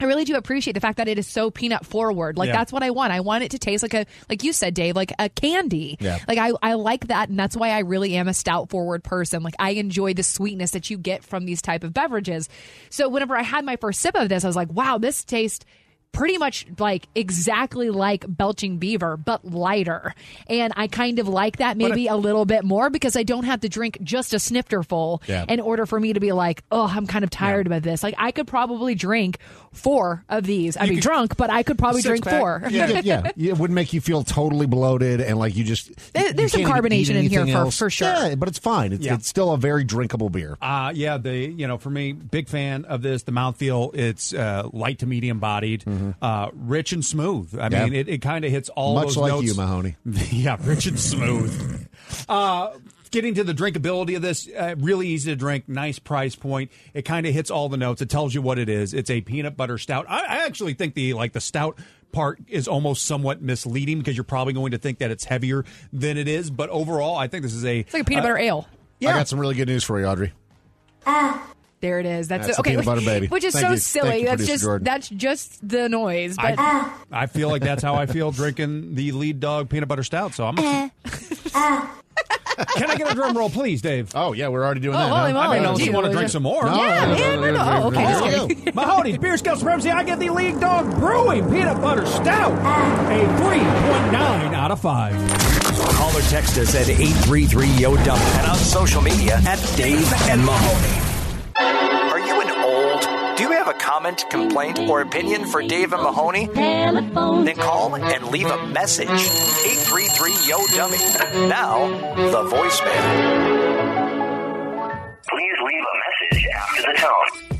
Speaker 7: I really do appreciate the fact that it is so peanut forward. Like
Speaker 4: Yeah.
Speaker 7: that's what I want. I want it to taste like a like you said, Dave, like a candy.
Speaker 4: Yeah.
Speaker 7: Like I, I like that and that's why I really am a stout forward person. Like I enjoy the sweetness that you get from these type of beverages. So whenever I had my first sip of this, I was like, wow, this tastes pretty much like exactly like belching beaver but lighter and i kind of like that
Speaker 4: But
Speaker 7: maybe a little bit more because i don't have to drink just a snifter full
Speaker 4: Yeah.
Speaker 7: in order for me to be like oh i'm kind of tired about this like i could probably drink four of these i'd be drunk but i could probably drink four
Speaker 5: yeah, yeah, it wouldn't make you feel totally bloated and like you just.
Speaker 7: There-
Speaker 5: you
Speaker 7: there's some
Speaker 5: can't even eat
Speaker 7: carbonation in here
Speaker 5: anything
Speaker 7: for-
Speaker 5: else.
Speaker 7: for sure.
Speaker 5: Yeah, but it's fine. It's,
Speaker 8: Yeah.
Speaker 5: it's still a very drinkable beer.
Speaker 8: Uh yeah, the you know, for me, big fan of this. The mouthfeel, it's uh, light to medium bodied, uh, rich and smooth. I
Speaker 5: Mm-hmm. Yeah.
Speaker 8: mean, it, it kind of hits all
Speaker 5: Much
Speaker 8: those
Speaker 5: like
Speaker 8: notes.
Speaker 5: you, Mahoney.
Speaker 8: yeah, rich and smooth. uh, getting to the drinkability of this, uh, really easy to drink, nice price point. It kind of hits all the notes. It tells you what it is. It's a peanut butter stout. I, I actually think the like the stout part is almost somewhat misleading because you're probably going to think that it's heavier than it is. But overall, I think this is a uh,
Speaker 7: it's like a peanut butter ale
Speaker 5: I got some really good news for you, Audrey.
Speaker 7: there it is that's,
Speaker 5: That's
Speaker 7: it.
Speaker 5: the
Speaker 7: okay
Speaker 5: peanut butter baby.
Speaker 7: which is
Speaker 5: Thank
Speaker 7: so
Speaker 5: you. Thank
Speaker 7: silly
Speaker 5: you,
Speaker 7: that's
Speaker 5: Producer
Speaker 7: just
Speaker 5: Jordan.
Speaker 7: that's just the noise but
Speaker 8: I feel like that's how I feel drinking the lead dog peanut butter stout. So I'm. Can I get a drum roll, please, Dave?
Speaker 5: Oh yeah, we're already doing
Speaker 8: oh,
Speaker 5: that, huh?
Speaker 8: I mean, unless
Speaker 5: Gee,
Speaker 8: you want to
Speaker 5: well,
Speaker 8: drink
Speaker 5: yeah.
Speaker 8: some more.
Speaker 5: No, Yeah, no, man, no, no,
Speaker 9: Oh,
Speaker 5: no. no, okay, no, let's no. go.
Speaker 8: Mahoney's Beer Scale Supremacy. I get the lead dog brewing peanut butter stout. A three point nine out of five.
Speaker 3: Call or text us at 833-YO-DUMP and on social media at Dave and Mahoney. Are you an old? Do you have a comment, complaint, or opinion for Dave and Mahoney? Then call and leave a message. 833-YO-DUMMY. Now, the voicemail.
Speaker 16: Please leave a message after the tone.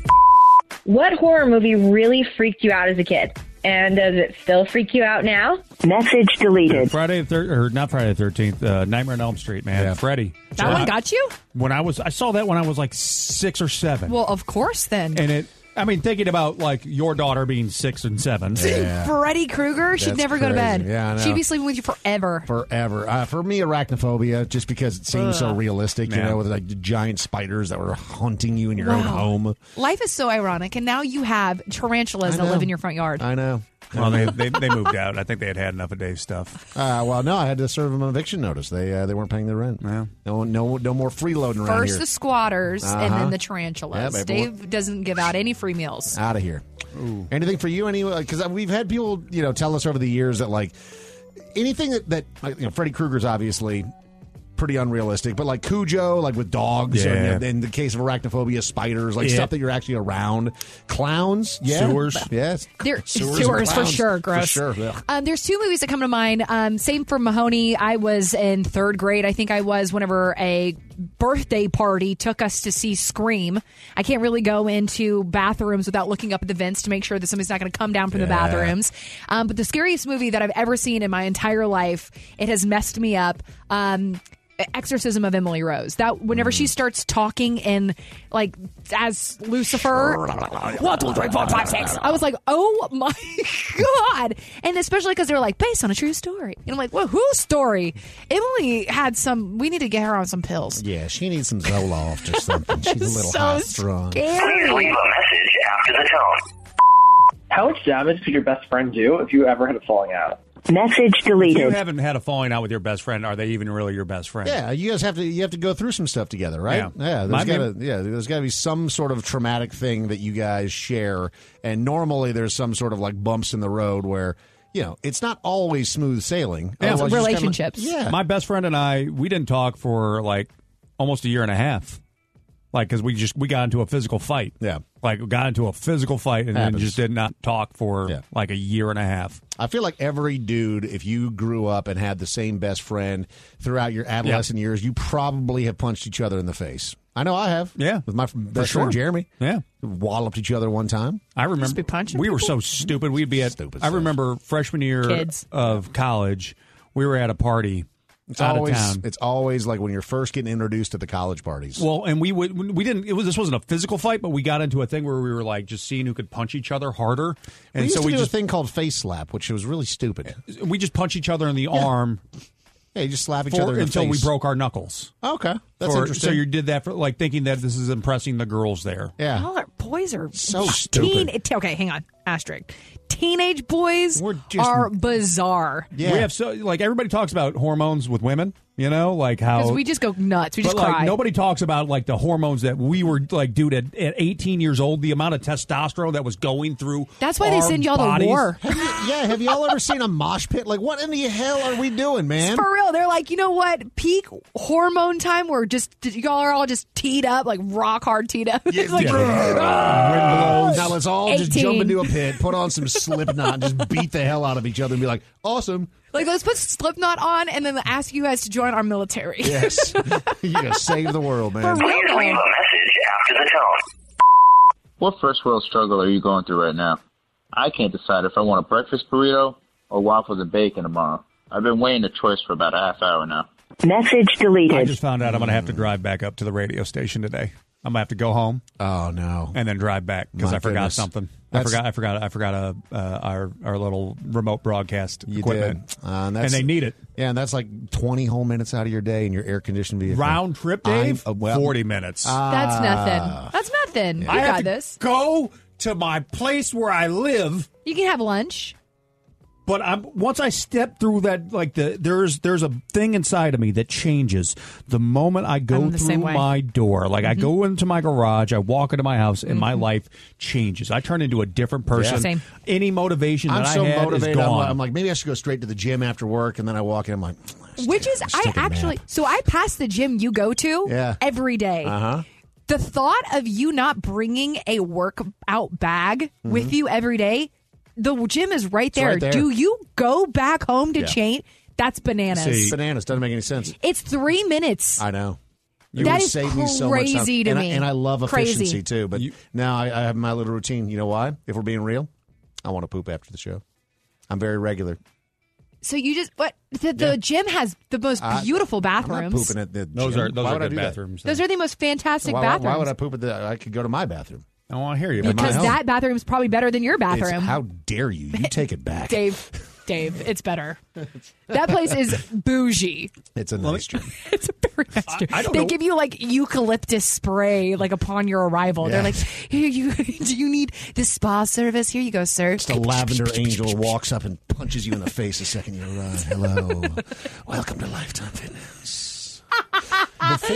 Speaker 11: What horror movie really freaked you out as a kid? And does it still freak you out now?
Speaker 8: Message deleted. Friday the thir- or not Friday the thirteenth. Uh, Nightmare on Elm Street, man. Freddy.
Speaker 7: that one got you
Speaker 8: when I was I saw that when I was like six or seven.
Speaker 7: well of course then
Speaker 8: and it I mean thinking about like your daughter being six and seven.
Speaker 7: Freddy Krueger, she'd
Speaker 5: That's
Speaker 7: never go to
Speaker 5: crazy.
Speaker 7: bed.
Speaker 5: Yeah, I know.
Speaker 7: she'd be sleeping with you forever.
Speaker 5: Forever. Uh, for me, arachnophobia, just because it seems so
Speaker 7: Ugh.
Speaker 5: realistic, you
Speaker 8: Yeah.
Speaker 5: know, with like the giant spiders that were haunting you in your own
Speaker 7: Wow.
Speaker 5: home.
Speaker 7: Life is so ironic, and now you have tarantulas
Speaker 5: I
Speaker 7: that
Speaker 5: know.
Speaker 7: live in your front yard.
Speaker 5: I know.
Speaker 8: Well, they, they they moved out. I think they had had enough of Dave's stuff.
Speaker 5: Uh, well, no, I had to serve them an eviction notice. They uh, they weren't paying their rent. No, no, no more freeloading around
Speaker 7: First
Speaker 5: here.
Speaker 7: the squatters, and
Speaker 5: Uh-huh.
Speaker 7: then the tarantulas.
Speaker 5: Yeah, baby.
Speaker 7: Dave doesn't give out any free meals.
Speaker 5: out of here. Anything for you? Any because we've had people you know tell us over the years that like anything that that like, you know Freddy Krueger's obviously pretty unrealistic, but like Cujo, like with dogs,
Speaker 8: Yeah.
Speaker 5: and, in the case of arachnophobia, spiders, like
Speaker 8: Yeah.
Speaker 5: stuff that you're actually around, clowns, yeah,
Speaker 8: Sewers.
Speaker 5: yes,
Speaker 7: There,
Speaker 5: Sewers
Speaker 7: sewers,
Speaker 5: and
Speaker 7: for
Speaker 5: clowns,
Speaker 7: sure,
Speaker 5: for
Speaker 7: gross.
Speaker 5: sure, yeah.
Speaker 7: Um, there's two movies that come to mind. Um, same for Mahoney. I was in third grade. I think I was whenever a birthday party took us to see Scream. I can't really go into bathrooms without looking up at the vents to make sure that somebody's not going to come down from the
Speaker 4: Yeah.
Speaker 7: bathrooms. Um, but the scariest movie that I've ever seen in my entire life, it has messed me up. Um, Exorcism of Emily Rose. That whenever
Speaker 5: Hmm.
Speaker 7: she starts talking in like as Lucifer, one, two, three, four, five, six. I was like, oh my god! And especially because they were like based on a true story, and I'm like, well, whose story? Emily had some. We need to get her on some pills.
Speaker 5: Yeah, she needs some Zoloft or something. She's a little
Speaker 7: So
Speaker 5: high strung.
Speaker 16: Please leave a message after the tone.
Speaker 6: How much damage could your best friend do if you ever had a falling out?
Speaker 8: Message
Speaker 6: deleted.
Speaker 8: If you haven't had a falling out with your best friend, are they even really your best friend?
Speaker 5: Yeah, you guys have to you have to go through some stuff together, right?
Speaker 8: Yeah.
Speaker 5: Yeah,
Speaker 8: My
Speaker 5: there's gotta yeah, there's gotta be some sort of traumatic thing that you guys share. And normally there's some sort of like bumps in the road where, you know, it's not always smooth sailing.
Speaker 8: Yeah.
Speaker 5: Otherwise you just kinda- yeah.
Speaker 8: My best friend and I, we didn't talk for like almost a year and a half. Like, because we just, we got into a physical fight. Yeah. Like, we got into a physical fight and then
Speaker 5: Happens.
Speaker 8: just did not talk for like a year and a half.
Speaker 5: I feel like every dude, if you grew up and had the same best friend throughout your adolescent years, you probably have punched each other in the face. I know I have. Yeah. With my f- best
Speaker 8: sure.
Speaker 5: friend Jeremy.
Speaker 8: Yeah.
Speaker 5: Walloped each other one time.
Speaker 8: I remember we were so stupid. We'd be at. I remember freshman year
Speaker 5: Kids.
Speaker 8: of college. We were at a party,
Speaker 5: It's
Speaker 8: out
Speaker 5: always
Speaker 8: of town.
Speaker 5: it's always like when you're first getting introduced at the college parties.
Speaker 8: Well, and we would we didn't. It was this wasn't a physical fight, but we got into a thing where we were like just seeing who could punch each other harder,
Speaker 5: We
Speaker 8: and
Speaker 5: used
Speaker 8: so
Speaker 5: to
Speaker 8: we
Speaker 5: do
Speaker 8: just
Speaker 5: a thing called face slap, which was really stupid.
Speaker 8: we just punch each other in the arm.
Speaker 5: Yeah, you just slap each
Speaker 8: for-
Speaker 5: other in the
Speaker 8: until we
Speaker 5: face.
Speaker 8: broke our knuckles.
Speaker 5: Okay, that's
Speaker 8: For-
Speaker 5: interesting.
Speaker 8: So you did that for like thinking that this is impressing the girls there.
Speaker 5: Yeah.
Speaker 7: Y'all are, boys are
Speaker 5: So
Speaker 7: Teen,
Speaker 5: stupid.
Speaker 7: t- okay, hang on. Asterisk. Teenage boys are bizarre.
Speaker 8: We have so like everybody talks about hormones with women, you know, like how
Speaker 7: because we just go nuts. We
Speaker 8: but
Speaker 7: just
Speaker 8: like
Speaker 7: cry.
Speaker 8: nobody talks about like the hormones that we were like, dude, at, at 18 years old, the amount of testosterone that was going through.
Speaker 5: That's why they
Speaker 8: our
Speaker 5: send y'all to
Speaker 8: bodies.
Speaker 5: war. yeah, have y'all ever seen a mosh pit? Like, what in the hell are we doing, man?
Speaker 7: For real, they're like, you know what? Peak hormone time where just y'all are all just teed up, like rock hard teed up. It's like, Ah.
Speaker 5: Wind blows. Now let's all just
Speaker 7: 18.
Speaker 5: jump into a pit, put on some Slipknot, and just beat the hell out of each other, and be like, "Awesome,
Speaker 7: Like let's put Slipknot on and then ask you guys to join our military.
Speaker 5: yes, you're gonna save the world, man."
Speaker 7: For real,
Speaker 9: Please leave a message after the tone.
Speaker 10: What first world struggle are you going through right now? I can't decide if I want a breakfast burrito or waffles and bacon tomorrow. I've been weighing the choice for about a half hour now.
Speaker 8: Message deleted. I just found out I'm going to have to drive back up to the radio station today. I'm going to have to go home.
Speaker 5: Oh no!
Speaker 8: And then drive back because
Speaker 5: My
Speaker 8: I forgot
Speaker 5: goodness.
Speaker 8: something.
Speaker 5: That's-
Speaker 8: I forgot. I forgot. I forgot uh, uh, our our little remote broadcast
Speaker 5: You
Speaker 8: equipment.
Speaker 5: did, Uh, and, that's,
Speaker 8: And they need it.
Speaker 5: Yeah, and that's like twenty whole minutes out of your day in your air conditioned vehicle.
Speaker 8: Round trip, Dave? 40 minutes.
Speaker 7: That's
Speaker 5: uh, Ah.
Speaker 7: nothing. That's nothing. You
Speaker 5: Yeah. I have
Speaker 7: got
Speaker 5: to
Speaker 7: this.
Speaker 8: Go to my place where I live.
Speaker 7: You can have lunch.
Speaker 8: But I'm once I step through that, like the there's there's a thing inside of me that changes the moment I go
Speaker 7: I'm the
Speaker 8: through
Speaker 7: same way. Mm-hmm.
Speaker 8: my door. Like I go into my garage, I walk into my house, and my life changes. I turn into a different person.
Speaker 5: Yeah. Same.
Speaker 8: Any motivation
Speaker 5: I'm
Speaker 8: that
Speaker 5: so
Speaker 8: I had
Speaker 5: motivated.
Speaker 8: is
Speaker 5: I'm,
Speaker 8: gone.
Speaker 5: like- I'm like, maybe I should go straight to the gym after work, and then I walk in. I'm like,
Speaker 7: Which is I
Speaker 5: stick a
Speaker 7: actually so I pass the gym you go to
Speaker 5: Yeah.
Speaker 7: every day.
Speaker 5: uh huh.
Speaker 7: The thought of you not bringing a workout bag with
Speaker 5: Mhm.
Speaker 7: you every day, the gym is right
Speaker 5: It's
Speaker 7: there.
Speaker 5: right there.
Speaker 7: Do you go back home to
Speaker 5: Yeah.
Speaker 7: change? That's bananas.
Speaker 5: bananas doesn't make any sense.
Speaker 7: It's three minutes.
Speaker 5: I know.
Speaker 7: That
Speaker 5: would
Speaker 7: is
Speaker 5: save me so much time.
Speaker 7: crazy to
Speaker 5: and
Speaker 7: me.
Speaker 5: I, and I love
Speaker 7: Crazy.
Speaker 5: efficiency too. But now I, I have my little routine. You know why? If we're being real, I want to poop after the show. I'm very regular.
Speaker 7: So you just what the, the gym has the most
Speaker 5: I-
Speaker 7: beautiful bathrooms.
Speaker 5: I'm not pooping at the
Speaker 8: Those
Speaker 5: gym.
Speaker 8: are- those
Speaker 5: Why
Speaker 8: are
Speaker 5: would I
Speaker 8: good
Speaker 5: do that?
Speaker 8: bathrooms.
Speaker 7: Those are the most fantastic
Speaker 5: Why- why,
Speaker 7: bathrooms.
Speaker 5: why would I poop at the? I could go to my bathroom.
Speaker 8: I want to hear you.
Speaker 7: because that bathroom's probably better than your bathroom.
Speaker 5: how dare you? You take it back.
Speaker 7: Dave, Dave, it's better. that place is bougie.
Speaker 5: It's a nice gym.
Speaker 7: they give you like eucalyptus spray like upon your arrival.
Speaker 5: Yeah.
Speaker 7: They're like, here you do you need this spa service? Here you go, sir.
Speaker 5: Just a lavender angel walks up and punches you in the face the second you arrive. Hello, welcome to Lifetime Fitness. Before-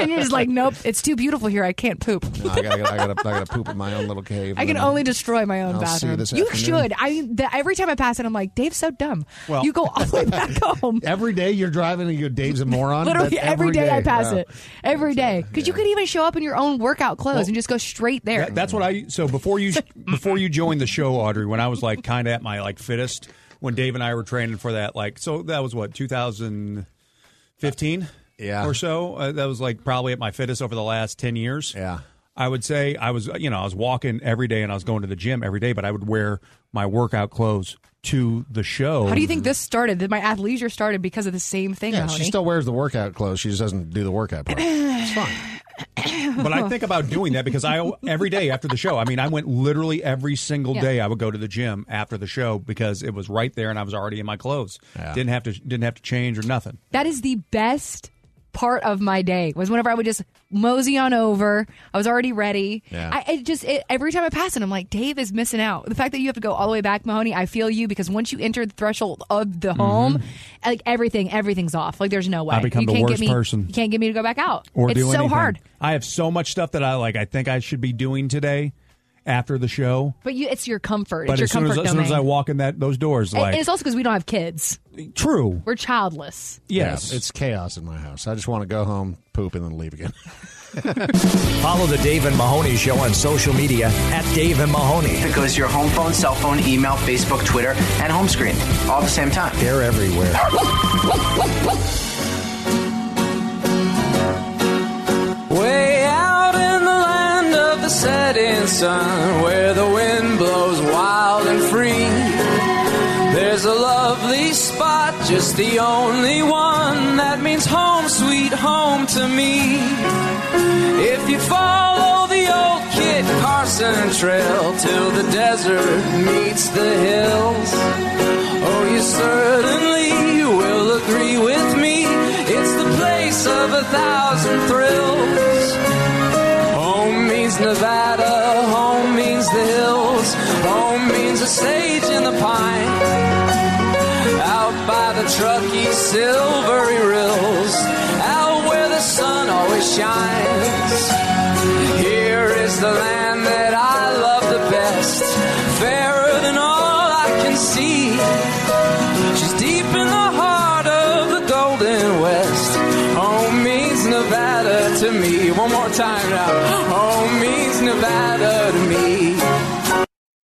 Speaker 7: and you're just like, nope, it's too beautiful here. I can't poop.
Speaker 5: No, I gotta, I gotta, I gotta poop in my own little cave.
Speaker 7: I can only destroy my own
Speaker 5: I'll see you
Speaker 7: bathroom.
Speaker 5: this afternoon.
Speaker 7: should. I the, every time I pass it, I'm like, Dave's so dumb.
Speaker 5: Well-
Speaker 7: you go all the way back home.
Speaker 5: Every day you're driving and you go, Dave's a moron.
Speaker 7: Literally
Speaker 5: That's
Speaker 7: every day, I pass
Speaker 5: Wow.
Speaker 7: it. Every day. Because you could even show up in your own workout clothes and just go straight there.
Speaker 8: That- that's what I. So before you before you joined the show, Audrey, when I was like kind of at my like fittest, when Dave and I were training for that, like so that was what 2015, yeah, or so. Uh, that was like probably at my fittest over the last 10 years. Yeah, I would say I was you know I was walking every day and I was going to the gym every day, but I would wear my workout clothes to the show.
Speaker 7: How do you think this started? That my athleisure started because of the same thing,
Speaker 5: Yeah,
Speaker 7: honey.
Speaker 5: she still wears the workout clothes. She just doesn't do the workout part.
Speaker 7: it's fine.
Speaker 8: but I think about doing that because I every day after the show. I mean, I went literally every single
Speaker 7: Yeah.
Speaker 8: day. I would go to the gym after the show because it was right there, and I was already in my clothes. Didn't have to didn't have to change or nothing.
Speaker 7: That is the best part of my day was whenever I would just mosey on over. I was already ready.
Speaker 8: Yeah.
Speaker 7: I it just it, every time I pass it, I'm like, Dave is missing out. The fact that you have to go all the way back, Mahoney, I feel you because once you enter the threshold of the home, like everything, everything's off. Like there's no way.
Speaker 8: Mm-hmm. I become
Speaker 7: you
Speaker 8: the
Speaker 7: can't get
Speaker 8: worst
Speaker 7: me,
Speaker 8: person.
Speaker 7: You can't get me to go back out.
Speaker 8: Or
Speaker 7: it's
Speaker 8: do
Speaker 7: so
Speaker 8: anything.
Speaker 7: hard.
Speaker 8: I have so much stuff that I like. I think I should be doing today after the show.
Speaker 7: But you, it's your comfort.
Speaker 8: But
Speaker 7: it's your
Speaker 8: as soon as,
Speaker 7: comfort
Speaker 8: as soon
Speaker 7: domain.
Speaker 8: as I walk in that those doors,
Speaker 7: And- and
Speaker 8: like
Speaker 7: it's also because we don't have kids.
Speaker 8: true.
Speaker 7: We're childless.
Speaker 8: Yes.
Speaker 5: Yeah, it's chaos in my house. I just want to go home, poop, and then leave again.
Speaker 3: Follow the Dave and Mahoney Show on social media at Dave and Mahoney.
Speaker 15: Because your home phone, cell phone, email, Facebook, Twitter, and home screen all at the same time.
Speaker 3: They're everywhere.
Speaker 17: Way out in the land of the setting sun, where the wind blows wild and free. There's a lovely spot just is the only one that means home, sweet home to me. If you follow the old Kit Carson trail till the desert meets the hills, oh, you certainly will agree with me. It's the place of a thousand thrills. Home means Nevada, home means the hills, home means a sage in the pine out by the Truckee silvery rills, out where the sun always shines. Here is the land that I love the best, fairer than all I can see. She's deep in the heart of the golden west. Home means Nevada to me. One more time now. Home means Nevada to me.